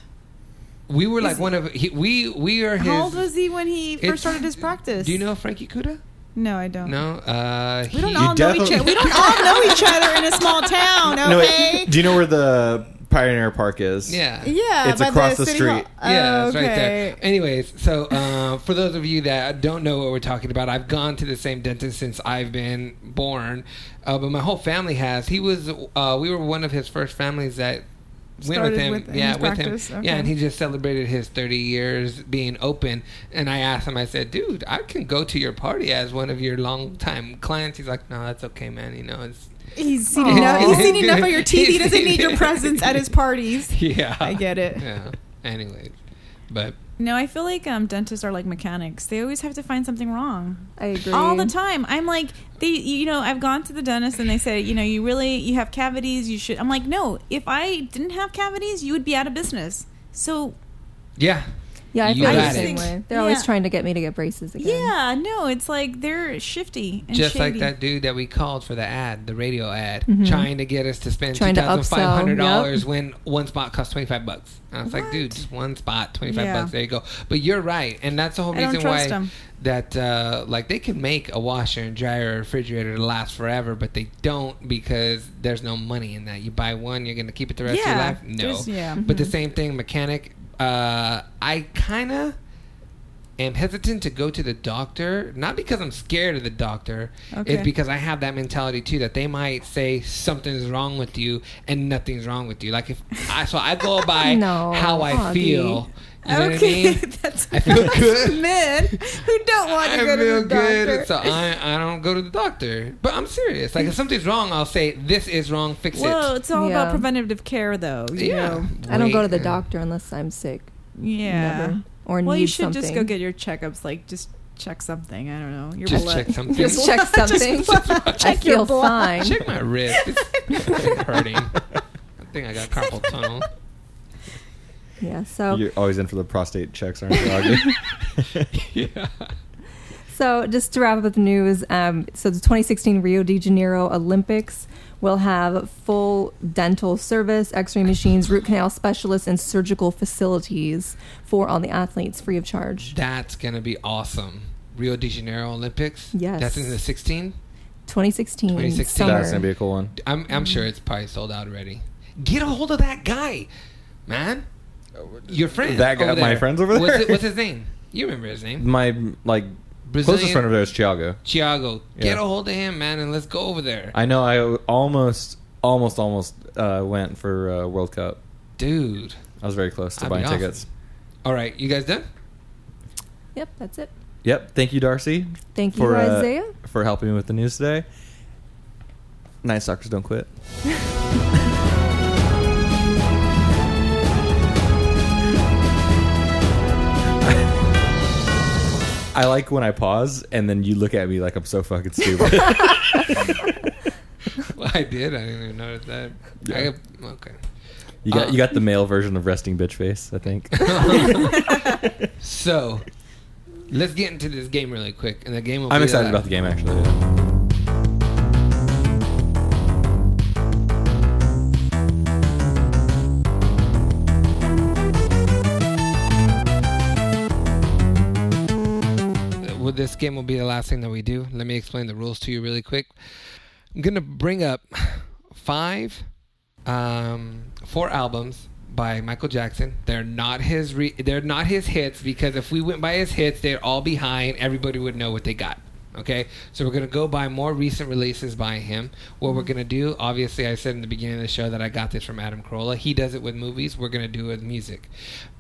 Speaker 1: We were like
Speaker 5: Is-
Speaker 1: one of he, we we are his.
Speaker 5: how old was he when he
Speaker 1: it's-
Speaker 5: first started his practice?
Speaker 1: Do you know Frankie Kuda?
Speaker 5: No, I don't.
Speaker 1: No. Uh,
Speaker 5: We don't
Speaker 1: he-
Speaker 5: all know each
Speaker 3: definitely-
Speaker 5: other. We don't all know each other in a small town.
Speaker 3: No, wait,
Speaker 5: Okay.
Speaker 3: do you know where the Pioneer Park is?
Speaker 1: Yeah.
Speaker 5: yeah,
Speaker 3: It's by the across the city hall. street.
Speaker 1: Yeah,
Speaker 5: Oh,
Speaker 1: it's right there. Anyways, so uh, for those of you that don't know what we're talking about, I've gone to the same dentist since I've been born, uh, but my whole family has. He was, uh, we were one of his first families that went with
Speaker 5: Started
Speaker 1: him.
Speaker 5: with- in
Speaker 1: yeah,
Speaker 5: his
Speaker 1: with
Speaker 5: practice,
Speaker 1: him.
Speaker 5: okay.
Speaker 1: Yeah, and he just celebrated his 30 years being open. And I asked him, I said, dude, I can go to your party as one of your longtime clients. He's like, no, that's okay, man. You know, it's.
Speaker 5: He's seen
Speaker 1: Aw.
Speaker 5: enough. He's seen enough of your teeth. He
Speaker 1: He's-
Speaker 5: doesn't need your presence at his parties.
Speaker 1: Yeah.
Speaker 5: I get it.
Speaker 1: Yeah. Anyways, but.
Speaker 5: No, I feel like um, dentists are like mechanics. They always have to find something wrong
Speaker 2: I agree
Speaker 5: all the time. I'm like they, you know, I've gone to the dentist and they say, you know, you really you have cavities. You should. I'm like, no. If I didn't have cavities, you would be out of business. So
Speaker 1: Yeah.
Speaker 2: Yeah, I
Speaker 1: You
Speaker 2: feel the
Speaker 1: got it.
Speaker 2: same way. They're
Speaker 5: Yeah.
Speaker 2: always trying to get me to get braces again.
Speaker 5: yeah, no, it's like they're shifty and
Speaker 1: Just
Speaker 5: shady. Mm-hmm.
Speaker 1: like that dude that we called for the ad, the radio ad, trying to get us to spend two
Speaker 2: Trying to
Speaker 1: thousand five hundred
Speaker 2: upsell,
Speaker 1: dollars
Speaker 2: yep.
Speaker 1: when one spot costs twenty five bucks. And I was like,
Speaker 5: What?
Speaker 1: dude, just one spot, twenty five
Speaker 5: Yeah.
Speaker 1: bucks. There you go. But you're right, and that's the whole
Speaker 5: I don't
Speaker 1: reason why
Speaker 5: trust 'em.
Speaker 1: that uh, like they can make a washer and dryer or refrigerator to last forever, but they don't because there's no money in that. You buy one, you're gonna keep it the rest
Speaker 5: Yeah,
Speaker 1: of your life.
Speaker 5: there's-
Speaker 1: No,
Speaker 5: yeah.
Speaker 1: But the same thing, mechanic. Uh, I kind of am hesitant to go to the doctor, not because I'm scared of the doctor.
Speaker 5: Okay.
Speaker 1: It's because I have that mentality too that they might say something's wrong with you and nothing's wrong with you. Like if I so I go by
Speaker 2: No,
Speaker 1: how I
Speaker 2: Augie.
Speaker 1: feel. You know
Speaker 5: okay,
Speaker 1: what I mean?
Speaker 5: that's
Speaker 1: I feel good.
Speaker 5: men who don't want to
Speaker 1: I
Speaker 5: go to
Speaker 1: feel
Speaker 5: the doctor.
Speaker 1: good, so I, I don't go to the doctor. But I'm serious. Like if something's wrong, I'll say this is wrong. Fix
Speaker 5: Well,
Speaker 1: it.
Speaker 5: it's all
Speaker 2: Yeah.
Speaker 5: about preventative care, though. You
Speaker 1: yeah,
Speaker 5: Know?
Speaker 2: I don't go to
Speaker 1: Wait.
Speaker 2: the doctor unless I'm sick.
Speaker 5: Yeah.
Speaker 2: Never. Or
Speaker 5: well,
Speaker 2: need
Speaker 5: you should just go
Speaker 2: something.
Speaker 5: get your checkups. Like, just check something. I don't know. Your
Speaker 1: Just
Speaker 5: blood.
Speaker 1: check something.
Speaker 2: Just check something. I
Speaker 5: check
Speaker 2: feel
Speaker 5: your blood.
Speaker 2: fine.
Speaker 1: Check my wrist. It's, it's hurting. I think I got carpal tunnel.
Speaker 2: Yeah. So
Speaker 3: You're always in for the prostate checks, aren't you? Augie?
Speaker 1: Yeah.
Speaker 2: So, just to wrap up the news, um, so the 2016 Rio de Janeiro Olympics will have full dental service, x ray machines, root canal specialists, and surgical facilities for all the athletes free of charge.
Speaker 1: That's gonna be awesome. Rio de Janeiro Olympics.
Speaker 2: Yes.
Speaker 1: That's in the 16.
Speaker 2: 2016.
Speaker 1: 2016.
Speaker 2: summer.
Speaker 3: That's gonna be a cool one.
Speaker 1: I'm I'm sure it's probably sold out already. Get a hold of that guy, man. Your friend.
Speaker 3: That guy-
Speaker 1: over
Speaker 3: my
Speaker 1: there.
Speaker 3: friends over
Speaker 1: What's,
Speaker 3: there?
Speaker 1: it, what's his name? You remember his name?
Speaker 3: My like
Speaker 1: Brazilian-
Speaker 3: closest friend over there is Thiago.
Speaker 1: Thiago.
Speaker 3: Yeah.
Speaker 1: Get a hold of him, man, and let's go over there,
Speaker 3: I know. I almost, almost, almost uh, went for uh, World Cup.
Speaker 1: dude.
Speaker 3: I was very close to
Speaker 1: That'd be
Speaker 3: buying
Speaker 1: awesome.
Speaker 3: tickets.
Speaker 1: All right, you guys done?
Speaker 2: Yep, that's it.
Speaker 3: Yep. Thank you, Darcy,
Speaker 2: Thank you,
Speaker 3: for uh,
Speaker 2: Isaiah.
Speaker 3: for helping me with the news today. Night suckers don't quit. I like when I pause and then you look at me like I'm so fucking stupid.
Speaker 1: Well, I did. I didn't even notice that. I
Speaker 3: Yeah.
Speaker 1: okay.
Speaker 3: You got
Speaker 1: Uh.
Speaker 3: you got the male version of resting bitch face, I think.
Speaker 1: So, let's get into this game really quick, and the game. Will
Speaker 3: I'm
Speaker 1: be
Speaker 3: excited
Speaker 1: that-
Speaker 3: about the game actually. yeah.
Speaker 1: well, this game will be the last thing that we do. Let me explain the rules to you really quick. I'm gonna bring up five, um, four albums by Michael Jackson. They're not his. Re- they're not his hits because if we went by his hits, they're all behind. Everybody would know what they got. Okay, so we're gonna go by more recent releases by him. What we're gonna do, obviously, I said in the beginning of the show that I got this from Adam Carolla. He does it with movies. We're gonna do it with music.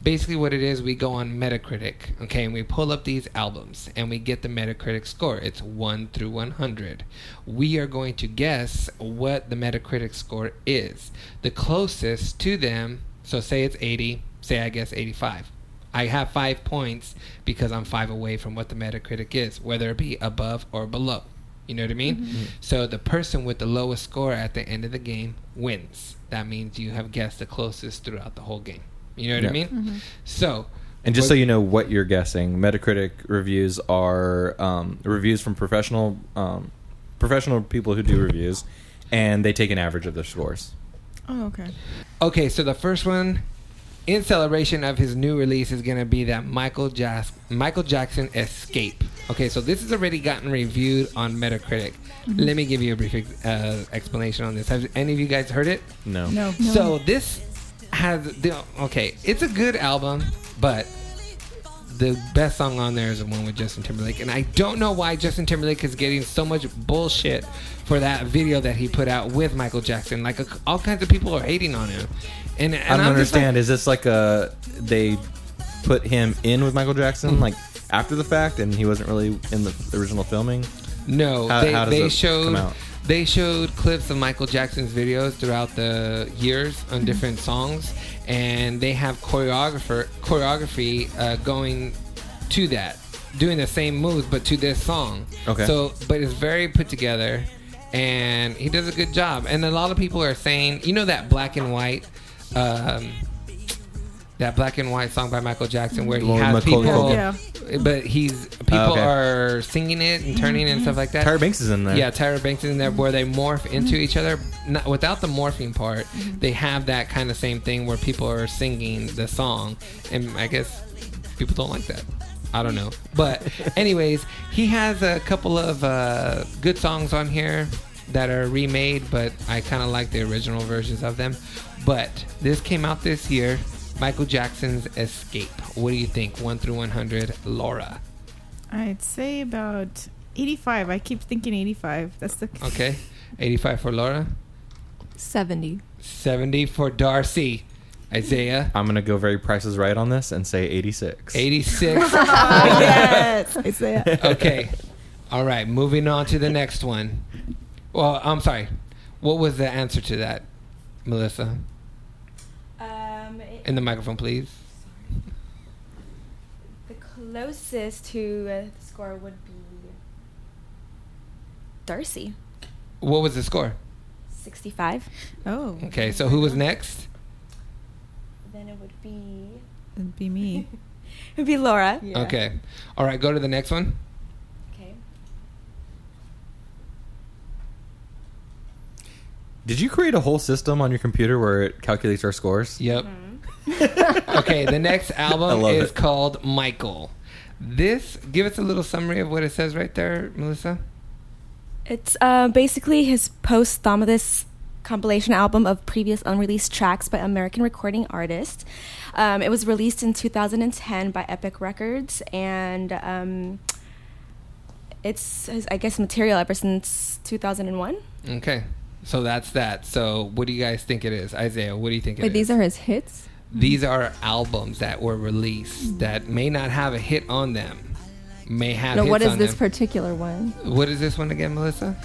Speaker 1: Basically, what it is, we go on Metacritic, okay, and we pull up these albums and we get the Metacritic score. It's one through one hundred. We are going to guess what the Metacritic score is. The closest to them. So say it's eighty. Say I guess eighty-five. I have five points because I'm five away from what the Metacritic is, whether it be above or below. You know what I mean?
Speaker 3: Mm-hmm.
Speaker 1: So the person with the lowest score at the end of the game wins. That means you have guessed the closest throughout the whole game. You know what I
Speaker 3: Yeah.
Speaker 1: mean? So,
Speaker 3: And just
Speaker 1: What-
Speaker 3: so you know what you're guessing, Metacritic reviews are um, reviews from professional um, professional people who do reviews, and they take an average of their scores.
Speaker 5: Oh, okay.
Speaker 1: okay, so the first one in celebration of his new release is going to be that Michael, Jas- Michael Jackson Escape. Okay, so this has already gotten reviewed on Metacritic. Let me give you a brief ex- uh, explanation on this. Have any of you guys heard it?
Speaker 3: No,
Speaker 5: No.
Speaker 1: So this has the okay. It's a good album, but the best song on there is the one with Justin Timberlake, and I don't know why Justin Timberlake is getting so much bullshit for that video that he put out with Michael Jackson. Like all kinds of people are hating on him, and, and
Speaker 3: I don't
Speaker 1: I'm just like-
Speaker 3: understand. Is this like a they put him in with Michael
Speaker 1: Hmm.
Speaker 3: Jackson like after the fact, and he wasn't really in the original filming?
Speaker 1: No,
Speaker 3: How-
Speaker 1: they,
Speaker 3: how does
Speaker 1: they
Speaker 3: it come
Speaker 1: showed
Speaker 3: out?
Speaker 1: they showed clips of Michael Jackson's videos throughout the years on
Speaker 3: Mm-hmm.
Speaker 1: different songs, and they have choreographer choreography uh, going to that, doing the same moves but to this song.
Speaker 3: Okay.
Speaker 1: So, but it's very put together, and he does a good job. And a lot of people are saying, you know, that black and white. Um, that black and white song by Michael Jackson, where he
Speaker 3: Lord
Speaker 1: has
Speaker 3: Macaulay
Speaker 1: people,
Speaker 5: Culkin.
Speaker 1: but he's people
Speaker 3: okay.
Speaker 1: are singing it and turning and stuff like that.
Speaker 3: Tyra Banks is in there.
Speaker 1: Yeah, Tyra Banks is in there where they morph into each other. Not, without the morphing part, they have that kind of same thing where people are singing the song, and I guess people don't like that. I don't know, but anyways, he has a couple of uh, good songs on here that are remade, but I kind of like the original versions of them. But this came out this year. Michael Jackson's Escape. What do you think? One through one hundred, Laura.
Speaker 5: I'd say about 85. I keep thinking 85. That's the.
Speaker 1: Okay, eighty-five for Laura.
Speaker 2: 70.
Speaker 1: 70 for Darcy. Isaiah,
Speaker 3: I'm gonna go very prices right on this and say 86.
Speaker 1: 86.
Speaker 2: yes. I say it.
Speaker 1: okay. All right, moving on to the next one. Well, I'm sorry. What was the answer to that, Melissa?
Speaker 7: Um, it-
Speaker 1: In the microphone, please.
Speaker 7: the closest to uh, the score would be Darcy,
Speaker 1: What was the score?
Speaker 7: 65.
Speaker 5: Oh,
Speaker 1: Okay, so who was next?
Speaker 7: Then it would be
Speaker 5: it'd be me.
Speaker 7: it would be Laura. Uh,
Speaker 1: Okay. All right, go to the next one.
Speaker 7: Okay.
Speaker 3: Did you create a whole system on your computer where it calculates our scores?
Speaker 7: uh,
Speaker 1: Yep.
Speaker 7: Hmm.
Speaker 1: okay, the next
Speaker 3: Mm-hmm. I
Speaker 1: album
Speaker 3: love
Speaker 1: is
Speaker 3: it.
Speaker 1: called Michael. This, give us a little summary of what it says right there, Melissa.
Speaker 7: It's uh, basically his post Thomodis compilation album of previous unreleased tracks by American recording artists. Um, it was released in 2010 by Epic Records, and um, it's, his, I guess, material ever since 2001.
Speaker 1: Okay. So that's that. So what do you guys think it is? Isaiah, what do you think it is?
Speaker 2: Wait, these are his hits?
Speaker 1: these are albums that were released that may not have a hit on them. May have
Speaker 2: No,
Speaker 1: hits
Speaker 2: what is
Speaker 1: on
Speaker 2: this
Speaker 1: them.
Speaker 2: particular one?
Speaker 1: what is this one again, Melissa?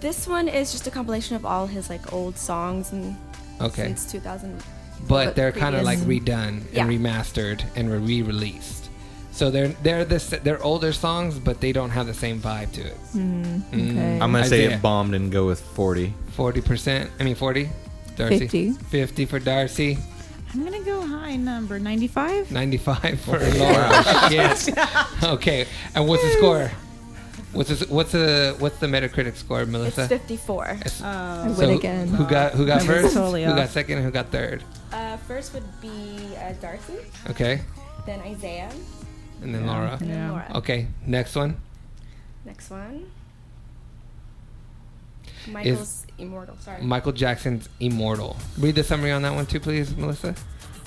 Speaker 7: This one is just a compilation of all his like old songs and
Speaker 1: Okay.
Speaker 7: since 2000.
Speaker 1: but
Speaker 7: but
Speaker 1: they're kind of like
Speaker 7: previous-
Speaker 1: redone
Speaker 7: Yeah.
Speaker 1: and remastered and were re-released. So they're they're this they're older songs, but they don't have the same vibe to it.
Speaker 2: Hmm,
Speaker 1: Hmm.
Speaker 2: Okay.
Speaker 3: I'm gonna say
Speaker 1: Isaiah.
Speaker 3: it bombed and go with forty.
Speaker 1: Forty percent. I mean forty. Darcy.
Speaker 2: 50.
Speaker 1: 50 for Darcy.
Speaker 5: I'm gonna go high number 95.
Speaker 1: 95 for Laura. yes. Okay. And what's the score? What's the, what's the what's the Metacritic score,
Speaker 7: It's
Speaker 1: Melissa?
Speaker 7: 54.
Speaker 1: It's-
Speaker 2: I
Speaker 1: so
Speaker 2: win again.
Speaker 1: Who got who got
Speaker 5: I'm
Speaker 1: first?
Speaker 5: totally
Speaker 1: who
Speaker 5: off.
Speaker 1: got second? and Who got third?
Speaker 7: Uh, first would be uh, Darcy,
Speaker 1: Okay.
Speaker 7: then Isaiah,
Speaker 1: And then Laura.
Speaker 7: and then
Speaker 5: Yeah.
Speaker 7: Laura.
Speaker 1: Okay. Next one.
Speaker 7: Next one. Michael's immortal. Sorry.
Speaker 1: Michael Jackson's Immortal. Read the summary on that one too, please, Melissa.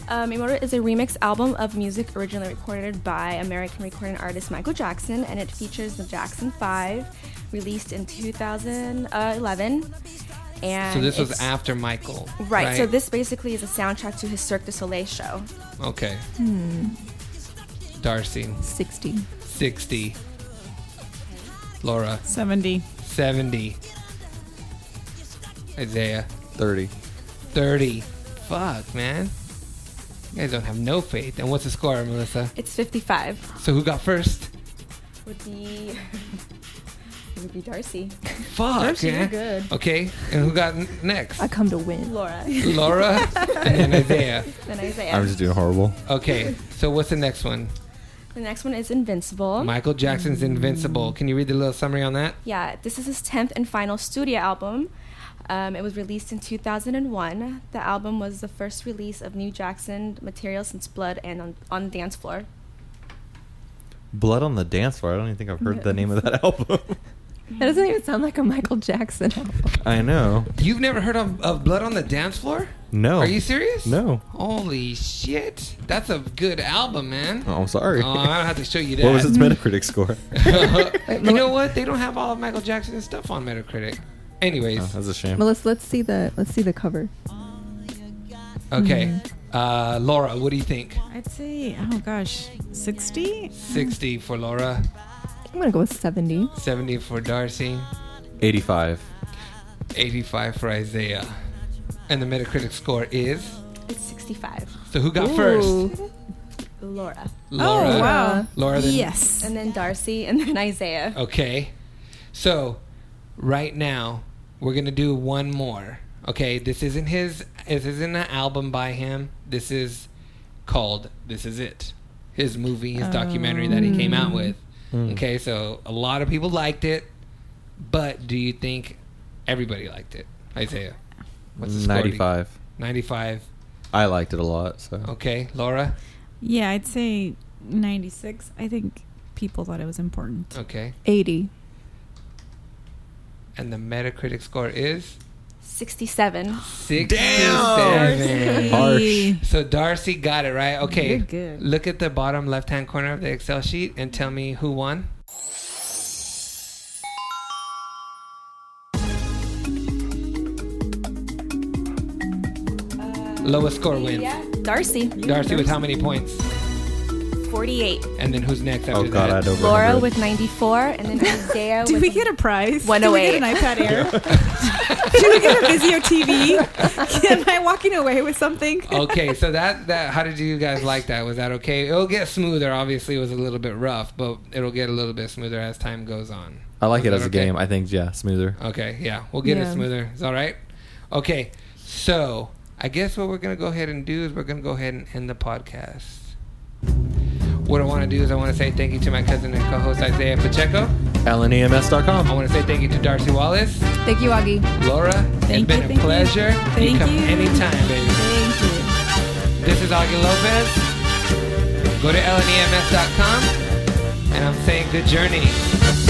Speaker 7: Um, Immortal is a remix album of music originally recorded by American recording artist Michael Jackson, and it features the Jackson Five, released in 2011. And
Speaker 1: So this was
Speaker 7: it's-
Speaker 1: after Michael.
Speaker 7: Right, so this basically is a soundtrack to his Cirque du Soleil show.
Speaker 1: Okay.
Speaker 7: Hmm.
Speaker 1: Darcy,
Speaker 2: 60.
Speaker 1: 60. Laura,
Speaker 5: 70.
Speaker 1: 70. Isaiah,
Speaker 3: Thirty.
Speaker 1: 30. Fuck, man. You guys don't have no faith. And what's the score, Melissa?
Speaker 7: It's 55.
Speaker 1: So who got first?
Speaker 7: Would be would be Darcy,
Speaker 1: Fuck, man. Okay, and who got n- next?
Speaker 2: I come to win.
Speaker 7: Laura,
Speaker 1: Laura and then Isaiah.
Speaker 7: then Isaiah.
Speaker 3: I'm just doing horrible.
Speaker 1: Okay, so what's the next one?
Speaker 7: the next one is Invincible.
Speaker 1: Michael Jackson's Invincible. Can you read the little summary on that?
Speaker 7: Yeah, this is his 10th and final studio album. Um, it was released in 2001. The album was the first release of new Jackson material since Blood and on, on the Dance Floor.
Speaker 3: Blood on the Dance Floor. I don't even think I've heard the name of that album.
Speaker 2: That doesn't even sound like a Michael Jackson album.
Speaker 3: I know.
Speaker 1: You've never heard of, of Blood on the Dance Floor?
Speaker 3: No.
Speaker 1: Are you serious?
Speaker 3: No.
Speaker 1: Holy shit. That's a good album, man.
Speaker 3: Oh, I'm sorry.
Speaker 1: Oh, I don't have to show you that.
Speaker 3: what was its Metacritic score? Oh,
Speaker 1: you know what? They don't have all of Michael Jackson's stuff on Metacritic. Anyways,
Speaker 3: Oh, that's a shame.
Speaker 2: Melissa, let's see the let's see the cover.
Speaker 1: okay.
Speaker 5: Mm-hmm.
Speaker 1: Uh, Laura, what do you think?
Speaker 5: I'd say, oh gosh, 60?
Speaker 1: 60 for Laura,
Speaker 2: I'm gonna go with 70.
Speaker 1: 70 for Darcy,
Speaker 3: 85.
Speaker 1: 85 for Isaiah. And the Metacritic score is.
Speaker 7: It's 65.
Speaker 1: So who got first?
Speaker 2: Ooh.
Speaker 7: Laura.
Speaker 1: Laura.
Speaker 5: Oh, wow.
Speaker 1: Laura, then
Speaker 5: yes.
Speaker 7: And then Darcy, and then Isaiah.
Speaker 1: Okay. So, right now, we're going to do one more. Okay, this isn't his this isn't an album by him. This is called This Is It. His movie, his documentary that he came out with. Okay, so a lot of people liked it, but do you think everybody liked it? Isaiah. What's the score?
Speaker 3: 95.
Speaker 1: 95.
Speaker 3: I liked it a lot. So
Speaker 1: Okay, Laura.
Speaker 5: Yeah, I'd say 96. I think people thought it was important.
Speaker 1: Okay.
Speaker 2: 80.
Speaker 1: And the Metacritic score is
Speaker 7: 67.
Speaker 1: 67.
Speaker 3: harsh.
Speaker 1: So Darcy got it right. Okay.
Speaker 5: You're good.
Speaker 1: Look at the bottom left hand corner of the Excel sheet and tell me who won. Lowest score wins.
Speaker 7: Yeah, Darcy,
Speaker 1: Darcy with how many points?
Speaker 7: 48.
Speaker 1: And then who's next after
Speaker 3: Oh God, I
Speaker 1: that?
Speaker 3: don't.
Speaker 7: Laura with 94, and then Isaiah
Speaker 5: Did
Speaker 7: with
Speaker 5: we get a prize? Did we
Speaker 7: 108.
Speaker 5: get an iPad Air? Did we get a Vizio TV? Am I walking away with something?
Speaker 1: okay, so that that how did you guys like that? Was that okay? It'll get smoother. Obviously, it was a little bit rough, but it'll get a little bit smoother as time goes on.
Speaker 3: I like it
Speaker 1: Was
Speaker 3: as a
Speaker 1: that okay?
Speaker 3: game. I think yeah, smoother.
Speaker 1: Okay, yeah, we'll get it
Speaker 2: Yeah.
Speaker 1: smoother. It's all right. Okay, so I guess what we're gonna go ahead and do is we're gonna go ahead and end the podcast. What I want to do is I want to say thank you to my cousin and co-host Isaiah Pacheco. I
Speaker 3: E LNEMS.com.
Speaker 1: want to say thank you to Darcy Wallace,
Speaker 2: Thank you, Augie.
Speaker 1: Laura.
Speaker 5: Thank
Speaker 1: it's
Speaker 5: you,
Speaker 1: been
Speaker 5: thank
Speaker 1: a
Speaker 5: you.
Speaker 1: pleasure.
Speaker 5: Thank
Speaker 1: come
Speaker 5: you.
Speaker 1: anytime, baby.
Speaker 5: Thank you.
Speaker 1: This is Augie E Lopez. Go to LNEMS.com, and I'm saying good journey.